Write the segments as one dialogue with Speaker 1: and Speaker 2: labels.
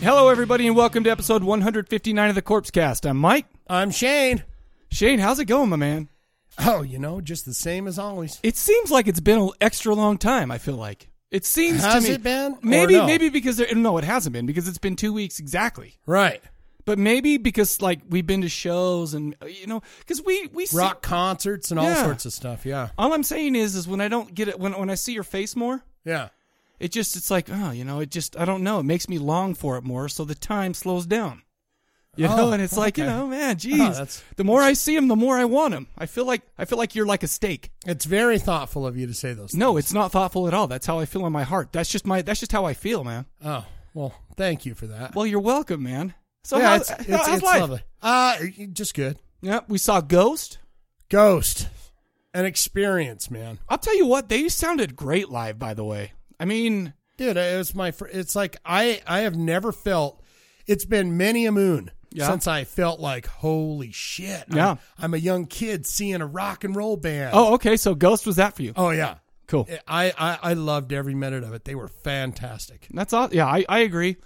Speaker 1: Hello, everybody, and welcome to episode 159 of the Corpse Cast. I'm Mike.
Speaker 2: I'm Shane.
Speaker 1: Shane, how's it going, my man?
Speaker 2: Oh, you know, just the same as always.
Speaker 1: It seems like it's been an extra long time. I feel like it seems.
Speaker 2: Has
Speaker 1: to me,
Speaker 2: it been? Or
Speaker 1: Maybe,
Speaker 2: no?
Speaker 1: maybe because there. No, it hasn't been because it's been two weeks exactly.
Speaker 2: Right.
Speaker 1: But maybe because like we've been to shows and uh, you know because we we see-
Speaker 2: Rock concerts and all
Speaker 1: Yeah.
Speaker 2: sorts of stuff. Yeah.
Speaker 1: all I'm saying is is when I don't get it when when I see your face more.
Speaker 2: Yeah.
Speaker 1: It just it's like oh you know it just I don't know it makes me long for it more so the time slows down, you know
Speaker 2: Oh,
Speaker 1: and it's like you
Speaker 2: okay.
Speaker 1: know man
Speaker 2: Oh,
Speaker 1: jeez
Speaker 2: that's-
Speaker 1: the more I see him the more I want him I feel like I feel like you're like a steak
Speaker 2: It's very thoughtful of you to say those.
Speaker 1: no it's not thoughtful at all that's how I feel in my heart that's just my that's just how I feel man
Speaker 2: Oh, well, thank you for that.
Speaker 1: well you're welcome man so
Speaker 2: yeah,
Speaker 1: how's,
Speaker 2: it's,
Speaker 1: how's
Speaker 2: it's, it's
Speaker 1: life
Speaker 2: lovely. Uh, just good.
Speaker 1: yeah we saw Ghost
Speaker 2: Ghost. An experience, man.
Speaker 1: I'll tell you what they sounded great live by the way I mean
Speaker 2: Dude, it was my. Fr- it's like I. I have never felt. It's been many a moon
Speaker 1: Yeah.
Speaker 2: since I felt like holy shit. I'm-
Speaker 1: Yeah.
Speaker 2: I'm, a young kid seeing a rock and roll band.
Speaker 1: oh okay so Ghost was that for you
Speaker 2: Oh yeah.
Speaker 1: cool
Speaker 2: I, I I loved every minute of it. They were fantastic.
Speaker 1: That's all. Yeah, I, I agree.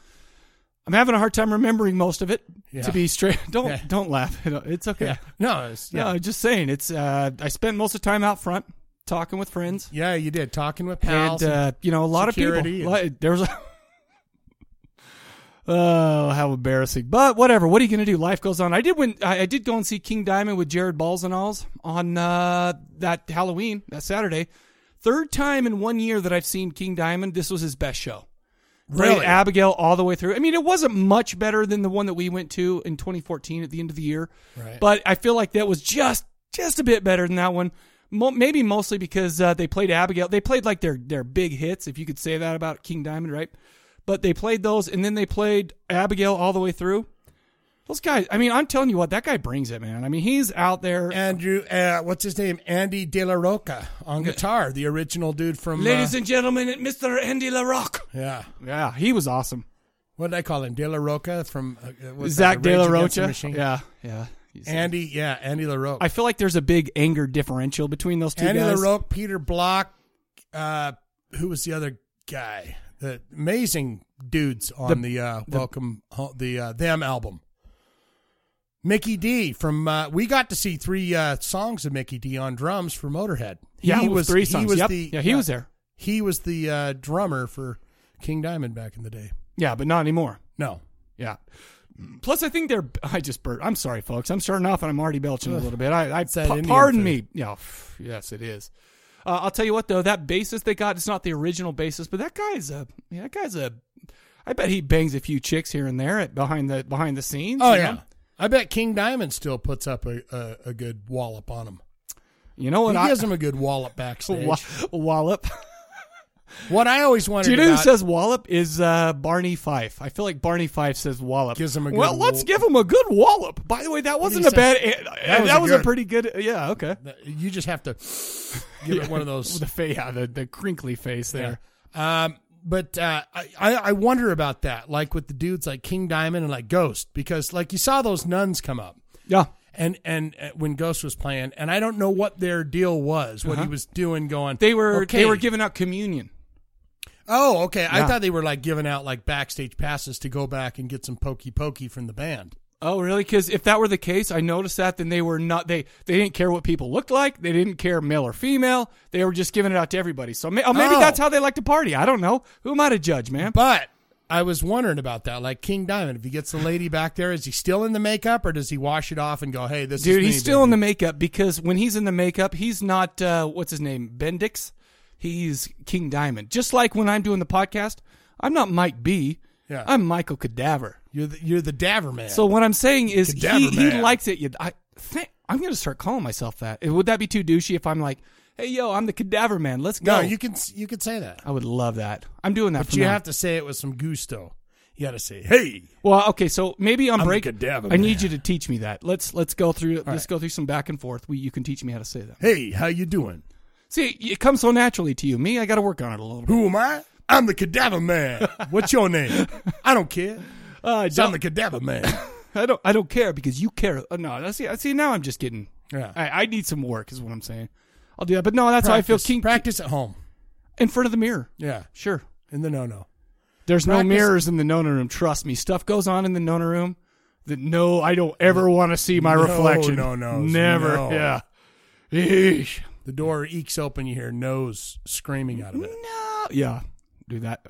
Speaker 1: I'm having a hard time remembering most of it.
Speaker 2: Yeah.
Speaker 1: To be straight, don't
Speaker 2: Yeah.
Speaker 1: don't laugh. It's okay.
Speaker 2: Yeah. No. It's,
Speaker 1: No,
Speaker 2: yeah.
Speaker 1: I'm just saying. It's uh, I spent most of the time out front talking with friends,
Speaker 2: Yeah, you did talking with pals.
Speaker 1: and
Speaker 2: and-
Speaker 1: uh, you know a lot of
Speaker 2: security
Speaker 1: people.
Speaker 2: and-
Speaker 1: Like, there was. A Oh, how embarrassing! But whatever. What are you going to do? Life goes on. I did win. I, I did go and see King Diamond with Jared Balls and alls on uh, that Halloween that Saturday. Third time in one year that I've seen King Diamond. This was his best show. Great
Speaker 2: really?
Speaker 1: Abigail all the way through. I mean, it wasn't much better than the one that we went to in 2014 at the end of the year,
Speaker 2: Right.
Speaker 1: but I feel like that was just just a bit better than that one. Mo- maybe mostly because uh, they played Abigail. They played like their their big hits, if you could say that about King Diamond, right? But they played those, and then they played Abigail all the way through. Those guys. I mean, I'm telling you what, that guy brings it, man. I mean, he's out there.
Speaker 2: Andrew, uh, what's his name? Andy De La Roca on guitar, the original dude from.
Speaker 1: Ladies
Speaker 2: uh,
Speaker 1: and gentlemen, Mr. Andy LaRock.
Speaker 2: yeah.
Speaker 1: Yeah, he was awesome.
Speaker 2: What did I call him? De La Roca from. Uh, what's
Speaker 1: Zach
Speaker 2: that, the
Speaker 1: De La
Speaker 2: Rage Against the
Speaker 1: Rocha.
Speaker 2: Machine?
Speaker 1: Yeah, yeah. He's-
Speaker 2: Andy, yeah, Andy La Roca.
Speaker 1: I feel like there's a big anger differential between those two
Speaker 2: Andy
Speaker 1: guys.
Speaker 2: La Roca, Peter Block. Uh, who was the other guy? The amazing dudes on the, uh, Welcome Ho- the uh, Them album. Mickey D from uh, we got to see three uh, songs of Mickey D on drums for Motorhead.
Speaker 1: yeah, it was, three songs.
Speaker 2: He was
Speaker 1: yep.
Speaker 2: the,
Speaker 1: yeah, he was there.
Speaker 2: He was the uh, drummer for King Diamond back in the day.
Speaker 1: Yeah, but not anymore.
Speaker 2: No,
Speaker 1: Yeah. Plus, I think they're. I just bur I'm sorry, folks. I'm starting off and I'm already belching a little bit. I, I
Speaker 2: that
Speaker 1: pa-
Speaker 2: Indian
Speaker 1: pardon
Speaker 2: food.
Speaker 1: me. Yeah. pff, Yes, it is. Uh, I'll tell you what though, that bassist they got, it's not the original bassist, but that guy's a. Yeah, that guy's a. I bet he bangs a few chicks here and there at behind the behind the scenes.
Speaker 2: oh
Speaker 1: you
Speaker 2: yeah.
Speaker 1: know?
Speaker 2: I bet King Diamond still puts up a, a, a good wallop on him.
Speaker 1: You know what?
Speaker 2: He
Speaker 1: I,
Speaker 2: gives him a good wallop backstage.
Speaker 1: wa- wallop.
Speaker 2: What I always wondered
Speaker 1: Do you know who
Speaker 2: about-
Speaker 1: says wallop is uh, Barney Fife? I feel like Barney Fife says wallop.
Speaker 2: Gives him a
Speaker 1: well,
Speaker 2: good
Speaker 1: let's
Speaker 2: wallop.
Speaker 1: give him a good wallop. By the way, that wasn't a
Speaker 2: said-
Speaker 1: bad. That was,
Speaker 2: was
Speaker 1: that
Speaker 2: a
Speaker 1: was a
Speaker 2: good-
Speaker 1: pretty good. Yeah, okay.
Speaker 2: you just have to give it one of those.
Speaker 1: The fa- yeah, the, the crinkly face there.
Speaker 2: Um, but uh, I, I I wonder about that, like with the dudes like King Diamond and like Ghost, because like you saw those nuns come up,
Speaker 1: Yeah,
Speaker 2: and and uh, when Ghost was playing, and I don't know what their deal was, what he was doing, going.
Speaker 1: they were
Speaker 2: okay.
Speaker 1: they were giving out communion.
Speaker 2: Oh, okay.
Speaker 1: Yeah.
Speaker 2: I thought they were like giving out like backstage passes to go back and get some pokey pokey from the band.
Speaker 1: Oh, really? Because if that were the case, I noticed that. Then they were not. They they didn't care what people looked like. They didn't care male or female. They were just giving it out to everybody. So may, oh, maybe
Speaker 2: Oh.
Speaker 1: that's how they like to party. I don't know. Who am I to judge, man?
Speaker 2: But I was wondering about that, like King Diamond. If he gets the lady back there, is he still in the makeup or does he wash it off and go, "Hey, this is
Speaker 1: Dude,
Speaker 2: me,
Speaker 1: he's still
Speaker 2: baby."
Speaker 1: in the makeup because when he's in the makeup, he's not uh, what's his name Bendix. He's King Diamond. Just like when I'm doing the podcast, I'm not Mike B.
Speaker 2: Yeah.
Speaker 1: I'm Michael Cadaver.
Speaker 2: You're the, you're the Daver man.
Speaker 1: So what I'm saying is he,
Speaker 2: Cadaver
Speaker 1: he
Speaker 2: man.
Speaker 1: likes it. You- I think I'm gonna start calling myself that. Would that be too douchey if I'm like, hey yo, I'm the Cadaver man. Let's go.
Speaker 2: no, you can you can say that,
Speaker 1: I would love that. I'm doing that.
Speaker 2: but
Speaker 1: from
Speaker 2: you
Speaker 1: now on.
Speaker 2: have to say it with some gusto. You got to say, "Hey,
Speaker 1: Well, okay, so maybe on
Speaker 2: I'm the
Speaker 1: break,
Speaker 2: cadaver
Speaker 1: I need
Speaker 2: man.
Speaker 1: you to teach me that. Let's let's go through let's
Speaker 2: right.
Speaker 1: go through some back and forth. We, you can teach me how to say that.
Speaker 2: hey, how you doing?
Speaker 1: See, it comes so naturally to you. Me, I got to work on it a little bit.
Speaker 2: Who am I? I'm the Cadaver Man. What's your name? I don't care.
Speaker 1: Uh, I,
Speaker 2: I'm
Speaker 1: don't,
Speaker 2: the Cadaver Man.
Speaker 1: I don't I don't care because you care. Uh, no, that's- see, I see now I'm just getting.
Speaker 2: Yeah.
Speaker 1: I, I need some work is what I'm saying. I'll do that, but no, that's how I feel.
Speaker 2: Practice-
Speaker 1: King
Speaker 2: practice at home.
Speaker 1: in front of the mirror.
Speaker 2: Yeah,
Speaker 1: Sure.
Speaker 2: in the no no.
Speaker 1: There's no
Speaker 2: Practice-
Speaker 1: mirrors in the Nona room. Trust me, stuff goes on in the Nona room that no, I don't ever want to see my
Speaker 2: No,
Speaker 1: reflection.
Speaker 2: no, no,
Speaker 1: never.
Speaker 2: no.
Speaker 1: Yeah. Eesh.
Speaker 2: The door eeks open. You hear nose screaming out of it.
Speaker 1: No. Yeah. Do that.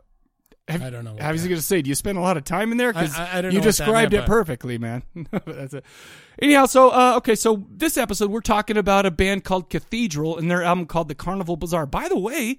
Speaker 1: Have,
Speaker 2: I don't know what
Speaker 1: I was going to say, do you spend a lot of time in there? Because
Speaker 2: I- I- I don't
Speaker 1: you
Speaker 2: know what that
Speaker 1: described
Speaker 2: meant,
Speaker 1: it
Speaker 2: but-
Speaker 1: perfectly, man. But That's it. Anyhow, so uh, okay, so this episode we're talking about a band called Cathedral and their album called The Carnival Bazaar. By the way,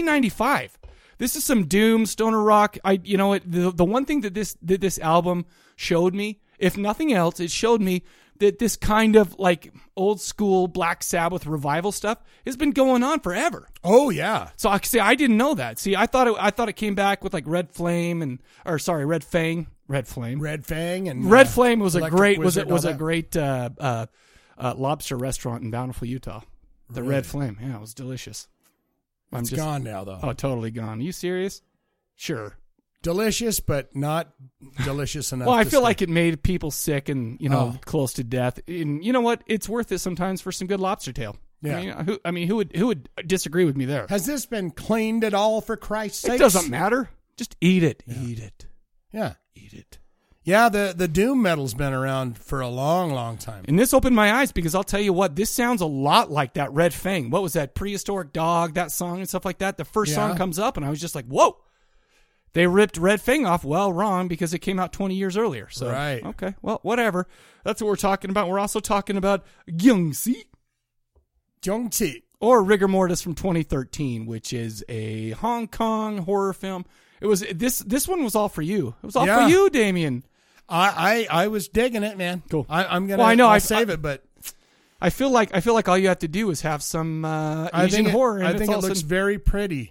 Speaker 1: 1995. This is some doom stoner rock. I, you know, it, the the one thing that this that this album showed me, if nothing else, it showed me that this kind of like old school Black Sabbath revival stuff has been going on forever.
Speaker 2: Oh yeah,
Speaker 1: So I see. I didn't know that. See, I thought it, I thought it came back with like Red Flame and or sorry, Red Fang, Red Flame. Red,
Speaker 2: Red Fang and uh,
Speaker 1: Flame was a
Speaker 2: Electric
Speaker 1: great was
Speaker 2: Wizard
Speaker 1: it
Speaker 2: and
Speaker 1: was
Speaker 2: all
Speaker 1: a
Speaker 2: that.
Speaker 1: great uh, uh, uh, lobster restaurant in Bountiful, Utah. The Red Flame, yeah, it was delicious. I'm
Speaker 2: It's
Speaker 1: just-
Speaker 2: gone now though.
Speaker 1: Oh, totally gone. Are you serious? Sure.
Speaker 2: Delicious, but not delicious enough.
Speaker 1: Well, I
Speaker 2: to
Speaker 1: feel
Speaker 2: stay-
Speaker 1: like it made people sick and you know
Speaker 2: Oh.
Speaker 1: close to death. And you know what? It's worth it sometimes for some good lobster tail.
Speaker 2: Yeah.
Speaker 1: I mean, who I mean, who would who would disagree with me there?
Speaker 2: has this been cleaned at all for Christ's sake?
Speaker 1: It doesn't matter. Just eat it. Eat it.
Speaker 2: Yeah,
Speaker 1: Eat it.
Speaker 2: yeah. The the doom metal's been around for a long, long time.
Speaker 1: And this opened my eyes because I'll tell you what, this sounds a lot like that Red Fang. What was that prehistoric dog, that song and stuff like that? The first song
Speaker 2: Yeah.
Speaker 1: comes up and I was just like, whoa. They ripped Red Fang off. Well, wrong because it came out 20 years earlier. So,
Speaker 2: Right.
Speaker 1: okay, well, whatever. That's what we're talking about. We're also talking about Gyungsi
Speaker 2: Jongchi.
Speaker 1: or Rigor Mortis from 2013, which is a Hong Kong horror film. It was this. This one was all for you. It was all
Speaker 2: Yeah.
Speaker 1: for you, Damien.
Speaker 2: I, I I was digging it, man.
Speaker 1: Cool.
Speaker 2: I, I'm gonna.
Speaker 1: Well, I know,
Speaker 2: I'll
Speaker 1: I-
Speaker 2: save it, but
Speaker 1: I feel like I feel like all you have to do is have some uh,
Speaker 2: I
Speaker 1: Asian
Speaker 2: think it,
Speaker 1: horror. and
Speaker 2: I
Speaker 1: it's
Speaker 2: think it
Speaker 1: all of a
Speaker 2: looks
Speaker 1: sudden-
Speaker 2: very pretty.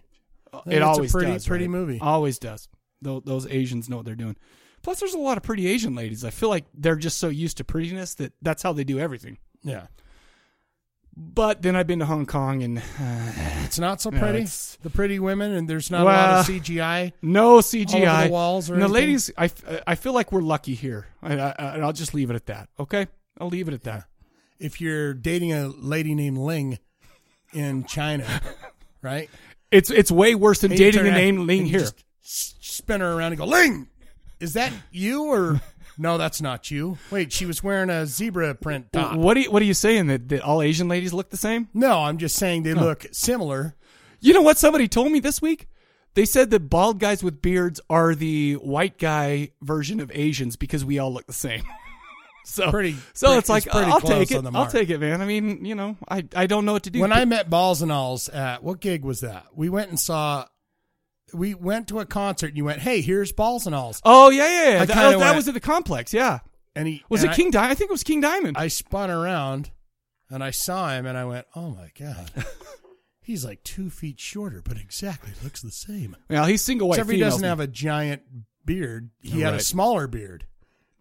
Speaker 2: I think
Speaker 1: it
Speaker 2: it's
Speaker 1: always
Speaker 2: a pretty,
Speaker 1: does,
Speaker 2: pretty
Speaker 1: right?
Speaker 2: movie.
Speaker 1: Always does. Those, those Asians know what they're doing. Plus, there's a lot of pretty Asian ladies. I feel like they're just so used to prettiness that that's how they do everything.
Speaker 2: Yeah,
Speaker 1: But then I've been to Hong Kong and uh,
Speaker 2: it's not so
Speaker 1: No,
Speaker 2: pretty.
Speaker 1: it's-
Speaker 2: the pretty women and there's not a lot
Speaker 1: Well-
Speaker 2: of CGI.
Speaker 1: no CGI
Speaker 2: All over the walls or
Speaker 1: And the
Speaker 2: anything?
Speaker 1: ladies. I, f- I feel like we're lucky here, and, I, I- Uh, and I'll just leave it at that. Okay, I'll leave it at that.
Speaker 2: If you're dating a lady named Ling in China, right?
Speaker 1: It's it's way worse than
Speaker 2: And you
Speaker 1: dating
Speaker 2: turn
Speaker 1: the
Speaker 2: around
Speaker 1: name Ling
Speaker 2: and you
Speaker 1: here.
Speaker 2: just s- spin her around and go, Ling, is that you or no? That's not you. Wait, she was wearing a zebra print top.
Speaker 1: What are you, what are you saying that, that all Asian ladies look the same?
Speaker 2: No, I'm just saying they look similar.
Speaker 1: You know what somebody told me this week? They said that bald guys with beards are the white guy version of Asians because we all look the same. so
Speaker 2: Pretty-
Speaker 1: So
Speaker 2: pretty-
Speaker 1: it's like
Speaker 2: it's pretty
Speaker 1: I'll
Speaker 2: close
Speaker 1: take it.
Speaker 2: on the
Speaker 1: I'll
Speaker 2: mark.
Speaker 1: take it, man. I mean, you know, I I don't know what to do.
Speaker 2: when I met Balls and Alls at what gig was that? We went and saw. We went to a concert and you went, "Hey, here's Balls and Alls,"
Speaker 1: oh yeah yeah, yeah.
Speaker 2: I
Speaker 1: that,
Speaker 2: kinda
Speaker 1: that
Speaker 2: went-
Speaker 1: was at the complex. Yeah,
Speaker 2: and he
Speaker 1: was
Speaker 2: and
Speaker 1: it
Speaker 2: I-
Speaker 1: King Diamond? I think it was King Diamond.
Speaker 2: I spun around and I saw him and I went, "Oh my god, he's like two feet shorter, but exactly looks the same."
Speaker 1: well, he's single white.
Speaker 2: Except he
Speaker 1: females.
Speaker 2: doesn't have a giant beard. He had
Speaker 1: Right.
Speaker 2: a smaller beard,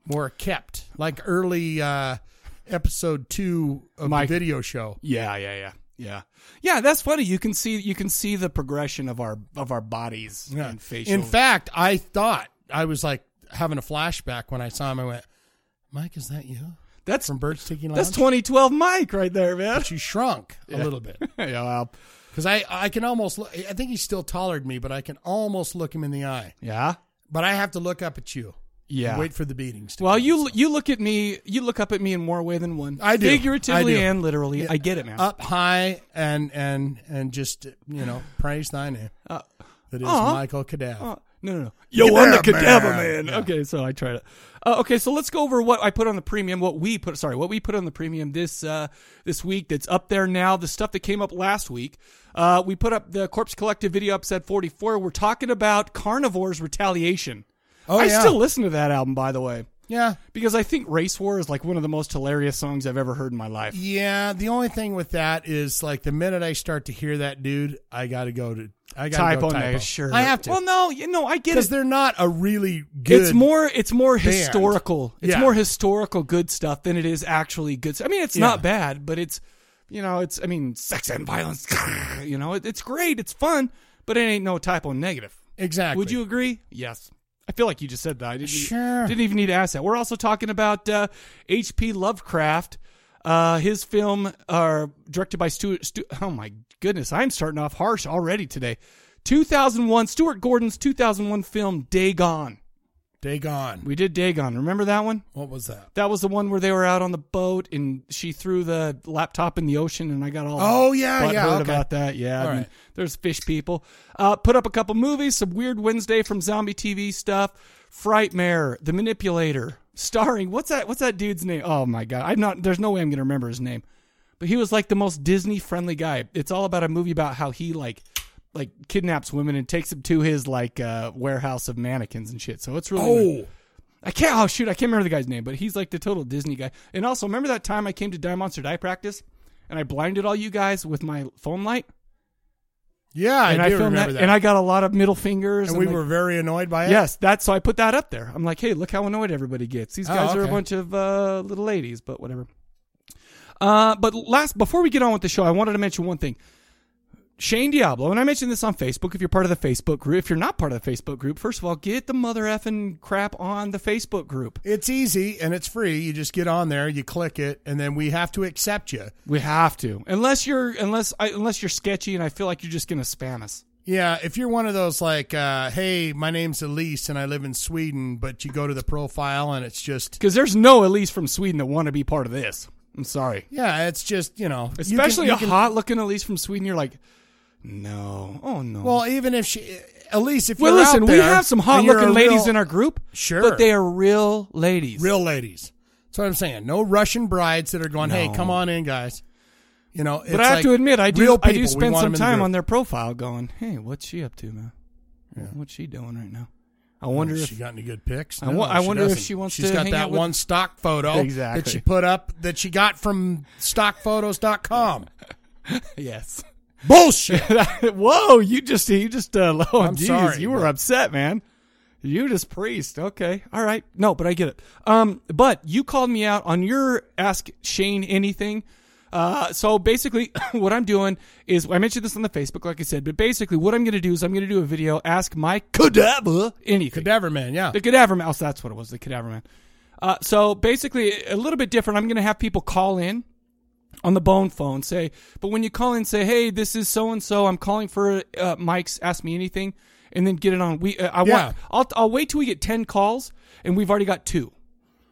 Speaker 2: more kept, like early uh, episode two of
Speaker 1: Mike-
Speaker 2: the video show.
Speaker 1: Yeah, yeah, yeah, yeah, yeah. That's funny. You can see you can see the progression of our of our bodies
Speaker 2: Yeah.
Speaker 1: and facial.
Speaker 2: In fact, I thought I was like having a flashback when I saw him. I went, "Mike, is that you
Speaker 1: that's
Speaker 2: from Birds Taking Lounge?"
Speaker 1: that's 2012 Mike right there, man.
Speaker 2: But you shrunk a little bit
Speaker 1: yeah, well,
Speaker 2: because I I can almost look, I think he's still taller than me, but I can almost look him in the eye.
Speaker 1: yeah.
Speaker 2: But I have to look up at you.
Speaker 1: Yeah.
Speaker 2: And wait for the beatings. To
Speaker 1: well,
Speaker 2: come,
Speaker 1: you
Speaker 2: so.
Speaker 1: you look at me, you look up at me in more way than one.
Speaker 2: I do.
Speaker 1: figuratively
Speaker 2: I do.
Speaker 1: and literally. I get it, man.
Speaker 2: up high and and and just you know praise thy name. that is
Speaker 1: aw.
Speaker 2: Michael Cadav.
Speaker 1: Uh, no, no, no. Yo, I'm the
Speaker 2: Cadaver
Speaker 1: cadaver man.
Speaker 2: Man. Yeah.
Speaker 1: Okay, so I tried it. Uh, okay, so let's go over what I put on the premium. What we put, sorry, what we put on the premium this uh, this week. That's up there now. The stuff that came up last week. Uh, we put up the Corpse Collective video episode 44. We're talking about Carnivore's Retaliation.
Speaker 2: Oh,
Speaker 1: I
Speaker 2: yeah.
Speaker 1: still listen to that album, by the way.
Speaker 2: Yeah.
Speaker 1: Because I think Race War is like one of the most hilarious songs I've ever heard in my life.
Speaker 2: Yeah, the only thing with that is like the minute I start to hear that dude, I gotta go to I gotta
Speaker 1: Type
Speaker 2: go
Speaker 1: on
Speaker 2: typo.
Speaker 1: that, sure.
Speaker 2: I have to.
Speaker 1: Well, no, you know, I get
Speaker 2: because
Speaker 1: it.
Speaker 2: they're not a really good.
Speaker 1: It's more. It's more
Speaker 2: band.
Speaker 1: historical. It's
Speaker 2: Yeah.
Speaker 1: more historical good stuff than it is actually good. stuff. I mean, it's
Speaker 2: Yeah.
Speaker 1: not bad, but it's you know, it's I mean, sex and violence. You know, it, it's great. It's fun, but it ain't no typo negative.
Speaker 2: exactly.
Speaker 1: Would you agree? Yes. I feel like you just said that. I didn't,
Speaker 2: Sure.
Speaker 1: Didn't even need to ask that. We're also talking about uh, H.P. Lovecraft. Uh, his film, uh, directed by Stuart. Stu- oh my goodness, I'm starting off harsh already today. 2001, Stuart Gordon's 2001 film Dagon.
Speaker 2: Day gone.
Speaker 1: We did Dagon. Remember that one?
Speaker 2: What was that?
Speaker 1: That was the one where they were out on the boat and she threw the laptop in the ocean, and I got all
Speaker 2: Oh, yeah, yeah,
Speaker 1: butthurt
Speaker 2: okay.
Speaker 1: about that. Yeah,
Speaker 2: All
Speaker 1: I mean,
Speaker 2: right.
Speaker 1: there's fish people. Uh, put up a couple movies, some Weird Wednesday from Zombie TV stuff, Frightmare, The Manipulator, starring what's that? What's that dude's name? Oh my god, I'm not. There's no way I'm gonna remember his name, but he was like the most Disney friendly guy. It's all about a movie about how he like. Like kidnaps women and takes them to his like uh, warehouse of mannequins and shit. So it's really weird.
Speaker 2: Oh,
Speaker 1: I can't. Oh shoot, I can't remember the guy's name, but he's like the total Disney guy. And also, remember that time I came to Die Monster Die practice, and I blinded all you guys with my phone light,
Speaker 2: yeah,
Speaker 1: and
Speaker 2: I do
Speaker 1: filmed
Speaker 2: remember
Speaker 1: that,
Speaker 2: that.
Speaker 1: and I got a lot of middle fingers.
Speaker 2: And we
Speaker 1: like-
Speaker 2: were very annoyed by it.
Speaker 1: yes, that's so I put that up there. I'm like, hey, look how annoyed everybody gets. These
Speaker 2: Oh,
Speaker 1: guys are a
Speaker 2: okay.
Speaker 1: bunch of uh, little ladies, but whatever. Uh, but last, before we get on with the show, I wanted to mention one thing. Shane Diablo, and I mentioned this on Facebook. If you're part of the Facebook group, if you're not part of the Facebook group, first of all, get the mother effing crap on the Facebook group.
Speaker 2: It's easy and it's free. You just get on there, you click it, and then we have to accept you.
Speaker 1: We have to, unless you're unless I, unless you're sketchy, and I feel like you're just gonna spam us.
Speaker 2: Yeah, if you're one of those like, uh, hey, my name's Elise and I live in Sweden, but you go to the profile and it's just,
Speaker 1: Because there's no Elise from Sweden that want to be part of this. I'm sorry,
Speaker 2: yeah, it's just you know, you can-
Speaker 1: especially
Speaker 2: you
Speaker 1: a
Speaker 2: can-
Speaker 1: hot looking Elise from Sweden. You're like, no, oh no.
Speaker 2: Well, even if she, Elise, if
Speaker 1: Well,
Speaker 2: you're
Speaker 1: listen,
Speaker 2: out
Speaker 1: we
Speaker 2: there
Speaker 1: have some
Speaker 2: and
Speaker 1: hot
Speaker 2: you're
Speaker 1: looking
Speaker 2: a
Speaker 1: ladies
Speaker 2: real-
Speaker 1: in our group,
Speaker 2: Sure.
Speaker 1: but they are real ladies.
Speaker 2: real ladies. That's what I'm saying. No Russian brides that are going, hey, come on in, guys. You know,
Speaker 1: But I have to admit, I do
Speaker 2: real people.
Speaker 1: I do
Speaker 2: We
Speaker 1: spend
Speaker 2: want
Speaker 1: some
Speaker 2: them in the
Speaker 1: time
Speaker 2: group.
Speaker 1: on their profile, going, hey, what's she up to, man? What's she doing right now? I wonder
Speaker 2: Has
Speaker 1: if
Speaker 2: she got any good pics?
Speaker 1: I wa- I
Speaker 2: she
Speaker 1: wonder if
Speaker 2: doesn't.
Speaker 1: she wants
Speaker 2: She's
Speaker 1: to
Speaker 2: got
Speaker 1: hang
Speaker 2: that
Speaker 1: out with-
Speaker 2: one stock photo that
Speaker 1: Exactly.
Speaker 2: she put up that she got from stockphotos.com.
Speaker 1: yes.
Speaker 2: Bullshit.
Speaker 1: Whoa, you just you just uh, oh
Speaker 2: I'm
Speaker 1: geez,
Speaker 2: sorry,
Speaker 1: you were
Speaker 2: but-
Speaker 1: upset, man. You just priest. Okay. All right. No, but I get it. Um but you called me out on your ask Shane anything. Uh so basically what I'm doing is I mentioned this on the Facebook like I said, but basically what I'm going to do is I'm going to do a video ask my cadaver anything.
Speaker 2: Cadaver man, yeah.
Speaker 1: The cadaver mouse. That's what it was. The cadaver man. Uh, so basically, a little bit different. I'm going to have people call in on the bone phone. Say, but when you call in, say, hey, this is so and so. I'm calling for uh, Mike's. Ask me anything, and then get it on. We. Uh, I
Speaker 2: Yeah.
Speaker 1: want. I'll, I'll wait till we get ten calls, and we've already got two.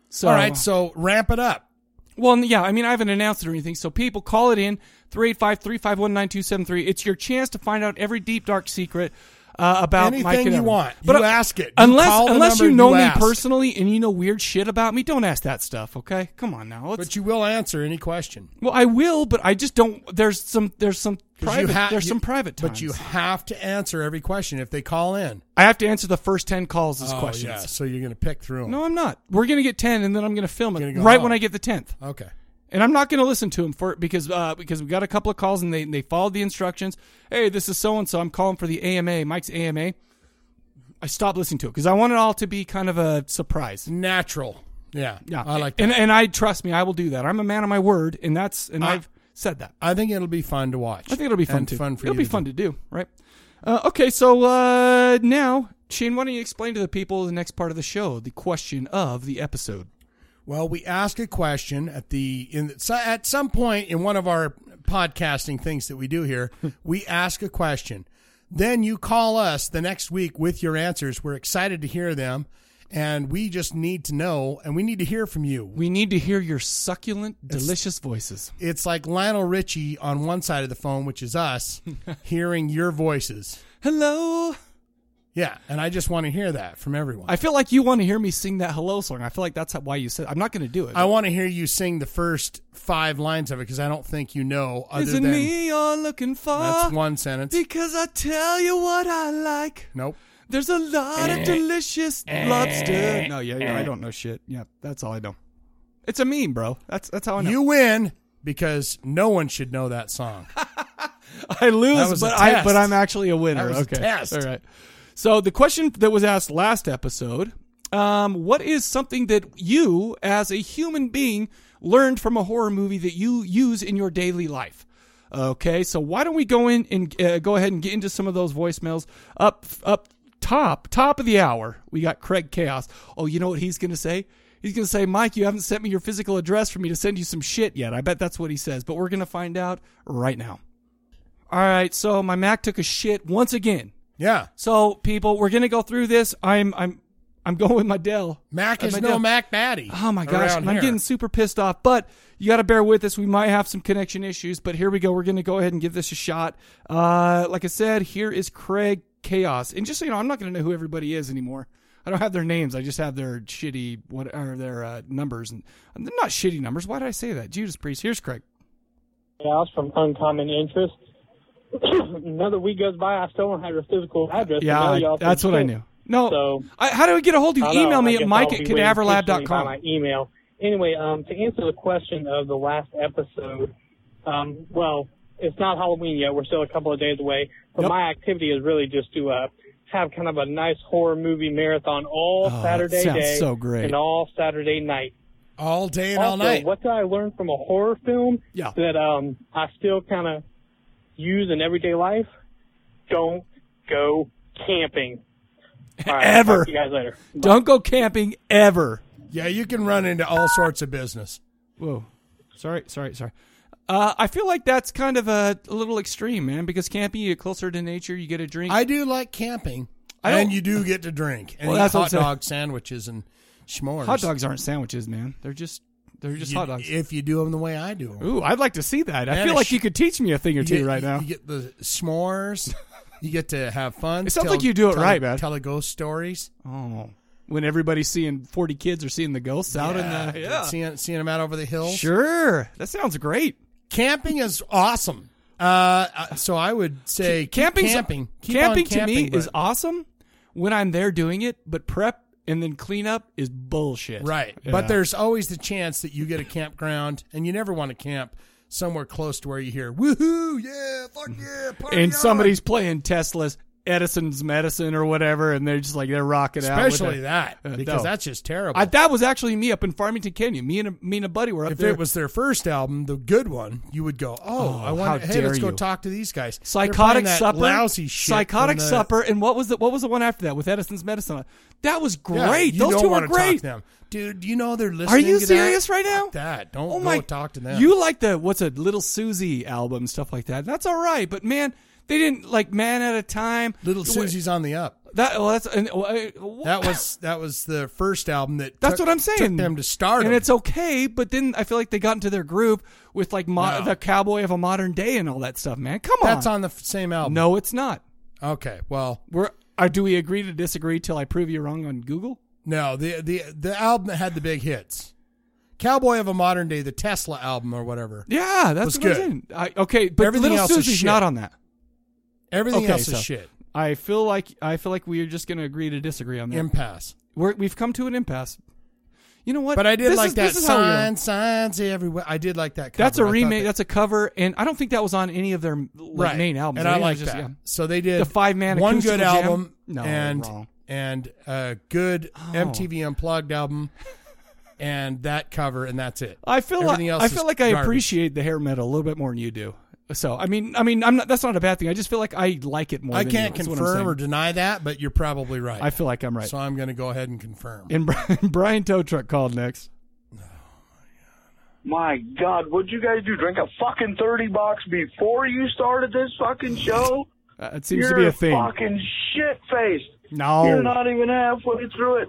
Speaker 1: So
Speaker 2: All right, so ramp it up.
Speaker 1: well, n- yeah, I mean, I haven't announced it or anything, so people call it in 385 351 9273. It's your chance to find out every deep, dark secret uh, about my
Speaker 2: Anything you
Speaker 1: kidnapping.
Speaker 2: want. You
Speaker 1: uh,
Speaker 2: ask it. You
Speaker 1: unless
Speaker 2: call the
Speaker 1: unless
Speaker 2: number
Speaker 1: you
Speaker 2: and
Speaker 1: know
Speaker 2: you
Speaker 1: me
Speaker 2: ask.
Speaker 1: personally and you know weird shit about me, don't ask that stuff, okay? Come on now. Let's,
Speaker 2: But you will answer any question.
Speaker 1: well, I will, but I just don't. There's some. There's some
Speaker 2: 'Cause
Speaker 1: private.
Speaker 2: you ha-
Speaker 1: there's
Speaker 2: you-
Speaker 1: some private times.
Speaker 2: But you have to answer every question if they call in.
Speaker 1: I have to answer the first ten calls as questions.
Speaker 2: Oh, yeah, so you're going to pick through them.
Speaker 1: No, I'm not. We're gonna get ten, and then I'm gonna film it
Speaker 2: Gonna go
Speaker 1: right
Speaker 2: home.
Speaker 1: when I get the tenth.
Speaker 2: Okay.
Speaker 1: and I'm not going to listen to him for because uh, because we got a couple of calls and they they followed the instructions. Hey, this is so and so. I'm calling for the AMA, Mike's AMA. I stopped listening to it because I want it all to be kind of a surprise.
Speaker 2: Natural. Yeah.
Speaker 1: Yeah,
Speaker 2: I like that.
Speaker 1: and and I trust me, I will do that. I'm a man of my word, and that's and
Speaker 2: I-
Speaker 1: I've said that.
Speaker 2: I think it'll be fun to watch.
Speaker 1: I think it'll be fun
Speaker 2: and
Speaker 1: too.
Speaker 2: Fun for
Speaker 1: it'll
Speaker 2: you
Speaker 1: be
Speaker 2: to
Speaker 1: fun
Speaker 2: do.
Speaker 1: to do, right? Uh, okay, so uh, now Shane, why don't you explain to the people the next part of the show, the question of the episode?
Speaker 2: Well, we ask a question at the in so at some point in one of our podcasting things that we do here, we ask a question. Then you call us the next week with your answers. We're excited to hear them, and we just need to know, and we need to hear from you.
Speaker 1: We need to hear your succulent, delicious voices.
Speaker 2: It's like Lionel Richie on one side of the phone, which is us, hearing your voices.
Speaker 1: Hello.
Speaker 2: Yeah, and I just want to hear that from everyone.
Speaker 1: I feel like you want to hear me sing that hello song. I feel like that's why you said I'm not going to do it.
Speaker 2: I want to hear you sing the first five lines of it because I don't think you know other
Speaker 1: Isn't
Speaker 2: than
Speaker 1: me you're looking for?
Speaker 2: that's one sentence.
Speaker 1: Because I tell you what I like.
Speaker 2: Nope.
Speaker 1: There's a lot of delicious lobster.
Speaker 2: eh,
Speaker 1: No, yeah, yeah, I don't know shit. Yeah, that's all I know. It's a meme, bro. That's that's how I know.
Speaker 2: You win because no one should know that song.
Speaker 1: I
Speaker 2: That
Speaker 1: lose,
Speaker 2: was a
Speaker 1: but I
Speaker 2: test.
Speaker 1: but I'm actually a winner.
Speaker 2: That was a
Speaker 1: okay,
Speaker 2: test.
Speaker 1: all right. So the question that was asked last episode: um, What is something that you, as a human being, learned from a horror movie that you use in your daily life? Okay, so why don't we go in and uh, go ahead and get into some of those voicemails up up top top of the hour? We got Craig Chaos. Oh, you know what he's gonna say? He's gonna say, Mike, you haven't sent me your physical address for me to send you some shit yet. I bet that's what he says, but we're gonna find out right now. All right, so my Mac took a shit once again.
Speaker 2: Yeah.
Speaker 1: So people, we're gonna go through this. I'm I'm I'm going with my Dell.
Speaker 2: Mac
Speaker 1: Uh,
Speaker 2: is
Speaker 1: my
Speaker 2: no
Speaker 1: Dell.
Speaker 2: Mac Daddy.
Speaker 1: Oh my gosh,
Speaker 2: around
Speaker 1: I'm
Speaker 2: here.
Speaker 1: getting super pissed off. But you got to bear with us. We might have some connection issues, but here we go. We're gonna go ahead and give this a shot. Uh, like I said, here is Craig Chaos, and just so you know, I'm not gonna know who everybody is anymore. I don't have their names. I just have their shitty what are their uh, numbers and they're not shitty numbers. Why did I say that? Judas Priest. Here's Craig.
Speaker 3: House from Uncommon Interest. Another week goes by, I still don't have your physical address.
Speaker 1: Yeah,
Speaker 3: I know
Speaker 1: I-
Speaker 3: y'all
Speaker 1: that's
Speaker 3: from
Speaker 1: what I
Speaker 3: school.
Speaker 1: knew. No,
Speaker 3: So
Speaker 1: I, how do we get a hold of you?
Speaker 3: I don't know.
Speaker 1: Email me
Speaker 3: I
Speaker 1: at
Speaker 3: guess
Speaker 1: mike
Speaker 3: I'll
Speaker 1: at
Speaker 3: be waiting patiently by
Speaker 1: cadaverlab.com.
Speaker 3: My email. Anyway, um, to answer the question of the last episode, um, well, it's not Halloween yet. We're still a couple of days away. But
Speaker 1: Yep.
Speaker 3: my activity is really just to uh, have kind of a nice horror movie marathon all
Speaker 1: Oh, that
Speaker 3: Saturday
Speaker 1: sounds
Speaker 3: day
Speaker 1: so great.
Speaker 3: and all Saturday night.
Speaker 2: all day and all
Speaker 3: also,
Speaker 2: night.
Speaker 3: what did I learn from a horror film
Speaker 1: Yeah.
Speaker 3: that um, I still kind of use in everyday life? Don't go camping. All right,
Speaker 1: Ever.
Speaker 3: Talk to you guys later.
Speaker 1: Don't go camping ever.
Speaker 2: Yeah, you can run into all sorts of business.
Speaker 1: Whoa. Sorry, sorry, sorry. Uh, I feel like that's kind of a, a little extreme, man, because camping, you're closer to nature, you get a drink.
Speaker 2: I do like camping,
Speaker 1: I don't-
Speaker 2: and you do get to drink and
Speaker 1: Well,
Speaker 2: eat
Speaker 1: that's what I'm
Speaker 2: hot
Speaker 1: saying.
Speaker 2: dog sandwiches and s'mores.
Speaker 1: hot dogs aren't sandwiches, man. They're just they're just
Speaker 2: You-
Speaker 1: hot dogs.
Speaker 2: If you do them the way I do 'em.
Speaker 1: Ooh, I'd like to see that. I
Speaker 2: Man,
Speaker 1: feel
Speaker 2: I
Speaker 1: like
Speaker 2: sh-
Speaker 1: you could teach me a thing or
Speaker 2: you
Speaker 1: two
Speaker 2: get,
Speaker 1: right
Speaker 2: you-
Speaker 1: now.
Speaker 2: You get the s'mores. you get to have fun.
Speaker 1: It sounds like you do it
Speaker 2: tell-
Speaker 1: right, man.
Speaker 2: Tell the ghost stories.
Speaker 1: oh. When everybody's seeing 40 kids are seeing the ghosts out in the yeah.
Speaker 2: Seeing, seeing them out over the hills.
Speaker 1: Sure. That sounds great.
Speaker 2: Camping is awesome. Uh, uh, so I would say keep
Speaker 1: Camping's-
Speaker 2: camping. Keep on
Speaker 1: camping, to me
Speaker 2: camping,
Speaker 1: is
Speaker 2: but-
Speaker 1: awesome when I'm there doing it, but prep and then cleanup is bullshit.
Speaker 2: Right.
Speaker 1: Yeah.
Speaker 2: But there's always the chance that you get a campground and you never want to camp somewhere close to where you hear, woohoo, yeah, fuck yeah, party
Speaker 1: and
Speaker 2: on."
Speaker 1: somebody's playing Tesla's Edison's medicine or whatever, and they're just like they're rocking out. with
Speaker 2: Especially
Speaker 1: it.
Speaker 2: that,
Speaker 1: Uh,
Speaker 2: because
Speaker 1: no.
Speaker 2: that's just terrible.
Speaker 1: I, that was actually me up in Farmington, Kenya. Me and a, me and a buddy were up
Speaker 2: if
Speaker 1: there.
Speaker 2: it was their first album, the good one, you would go, oh,
Speaker 1: Oh,
Speaker 2: I want,
Speaker 1: how
Speaker 2: hey, let's
Speaker 1: dare
Speaker 2: go
Speaker 1: you."
Speaker 2: talk to these guys. They're playing
Speaker 1: Psychotic
Speaker 2: that
Speaker 1: supper,
Speaker 2: lousy shit.
Speaker 1: Psychotic
Speaker 2: from the-
Speaker 1: supper, and what was the what was the one after that with Edison's medicine? on it? That was
Speaker 2: Yeah,
Speaker 1: great.
Speaker 2: you
Speaker 1: Those
Speaker 2: don't
Speaker 1: two
Speaker 2: want
Speaker 1: were
Speaker 2: to talk
Speaker 1: great.
Speaker 2: to them. dude. You know they're listening.
Speaker 1: Are you
Speaker 2: to that?
Speaker 1: serious right now?
Speaker 2: Fuck that don't
Speaker 1: oh
Speaker 2: go
Speaker 1: my,
Speaker 2: talk to them.
Speaker 1: You like the what's a little Susie album stuff like that? That's all right, but man, they didn't like man at a time.
Speaker 2: little
Speaker 1: Wh-
Speaker 2: Susie's on the up.
Speaker 1: That well, that's and, uh,
Speaker 2: That was that was the first album that.
Speaker 1: That's
Speaker 2: took-
Speaker 1: what I'm saying.
Speaker 2: Took them to stardom.
Speaker 1: and it's okay. But then I feel like they got into their groove with like mo-
Speaker 2: No.
Speaker 1: the cowboy of a modern day and all that stuff. Man, come on.
Speaker 2: that's on the f- same album.
Speaker 1: No, it's not.
Speaker 2: Okay. Well,
Speaker 1: We're are, do we agree to disagree till I prove you wrong on Google?
Speaker 2: no. The the the album that had the big hits, Cowboy of a Modern Day, the Tesla album or whatever.
Speaker 1: Yeah, that's
Speaker 2: Was
Speaker 1: what I'm
Speaker 2: good.
Speaker 1: saying. I, okay, but
Speaker 2: Everything
Speaker 1: Little
Speaker 2: else is
Speaker 1: Susie's
Speaker 2: shit.
Speaker 1: not on that.
Speaker 2: Everything
Speaker 1: okay,
Speaker 2: else
Speaker 1: so
Speaker 2: is shit.
Speaker 1: I feel like I feel like we are just going to agree to disagree on that.
Speaker 2: Impasse.
Speaker 1: We're, we've come to an impasse. You know what?
Speaker 2: But I did
Speaker 1: This
Speaker 2: like
Speaker 1: is-
Speaker 2: that
Speaker 1: this is how we are.
Speaker 2: sign, signs everywhere. I did like that. Cover.
Speaker 1: That's
Speaker 2: I
Speaker 1: a
Speaker 2: thought
Speaker 1: remake.
Speaker 2: that-
Speaker 1: that's a cover, and I don't think that was on any of their like,
Speaker 2: right.
Speaker 1: main albums.
Speaker 2: and
Speaker 1: It
Speaker 2: I
Speaker 1: was
Speaker 2: like
Speaker 1: just-
Speaker 2: that.
Speaker 1: yeah.
Speaker 2: So they did
Speaker 1: The five-man
Speaker 2: one
Speaker 1: acoustical
Speaker 2: good
Speaker 1: jam?
Speaker 2: album,
Speaker 1: No,
Speaker 2: and
Speaker 1: wrong. Oh.
Speaker 2: and a good MTV Unplugged album, and that cover, and that's it.
Speaker 1: I feel like
Speaker 2: Everything else
Speaker 1: I
Speaker 2: is
Speaker 1: feel like I
Speaker 2: garbage.
Speaker 1: appreciate the hair metal a little bit more than you do. So I mean, I mean, I'm not. That's not a bad thing. I just feel like I like it more.
Speaker 2: I
Speaker 1: than
Speaker 2: can't
Speaker 1: you. That's what I'm
Speaker 2: confirm or
Speaker 1: saying.
Speaker 2: deny that, but you're probably right.
Speaker 1: I feel like I'm right.
Speaker 2: So I'm going to go ahead and confirm.
Speaker 1: and Brian, Brian Tow Truck called next.
Speaker 4: My God, what'd you guys do? Drink a fucking 30 box before you started this fucking show?
Speaker 1: Uh, it seems
Speaker 4: You're
Speaker 1: to be a thing.
Speaker 4: fucking shit faced.
Speaker 1: no,
Speaker 4: You're not even halfway through it.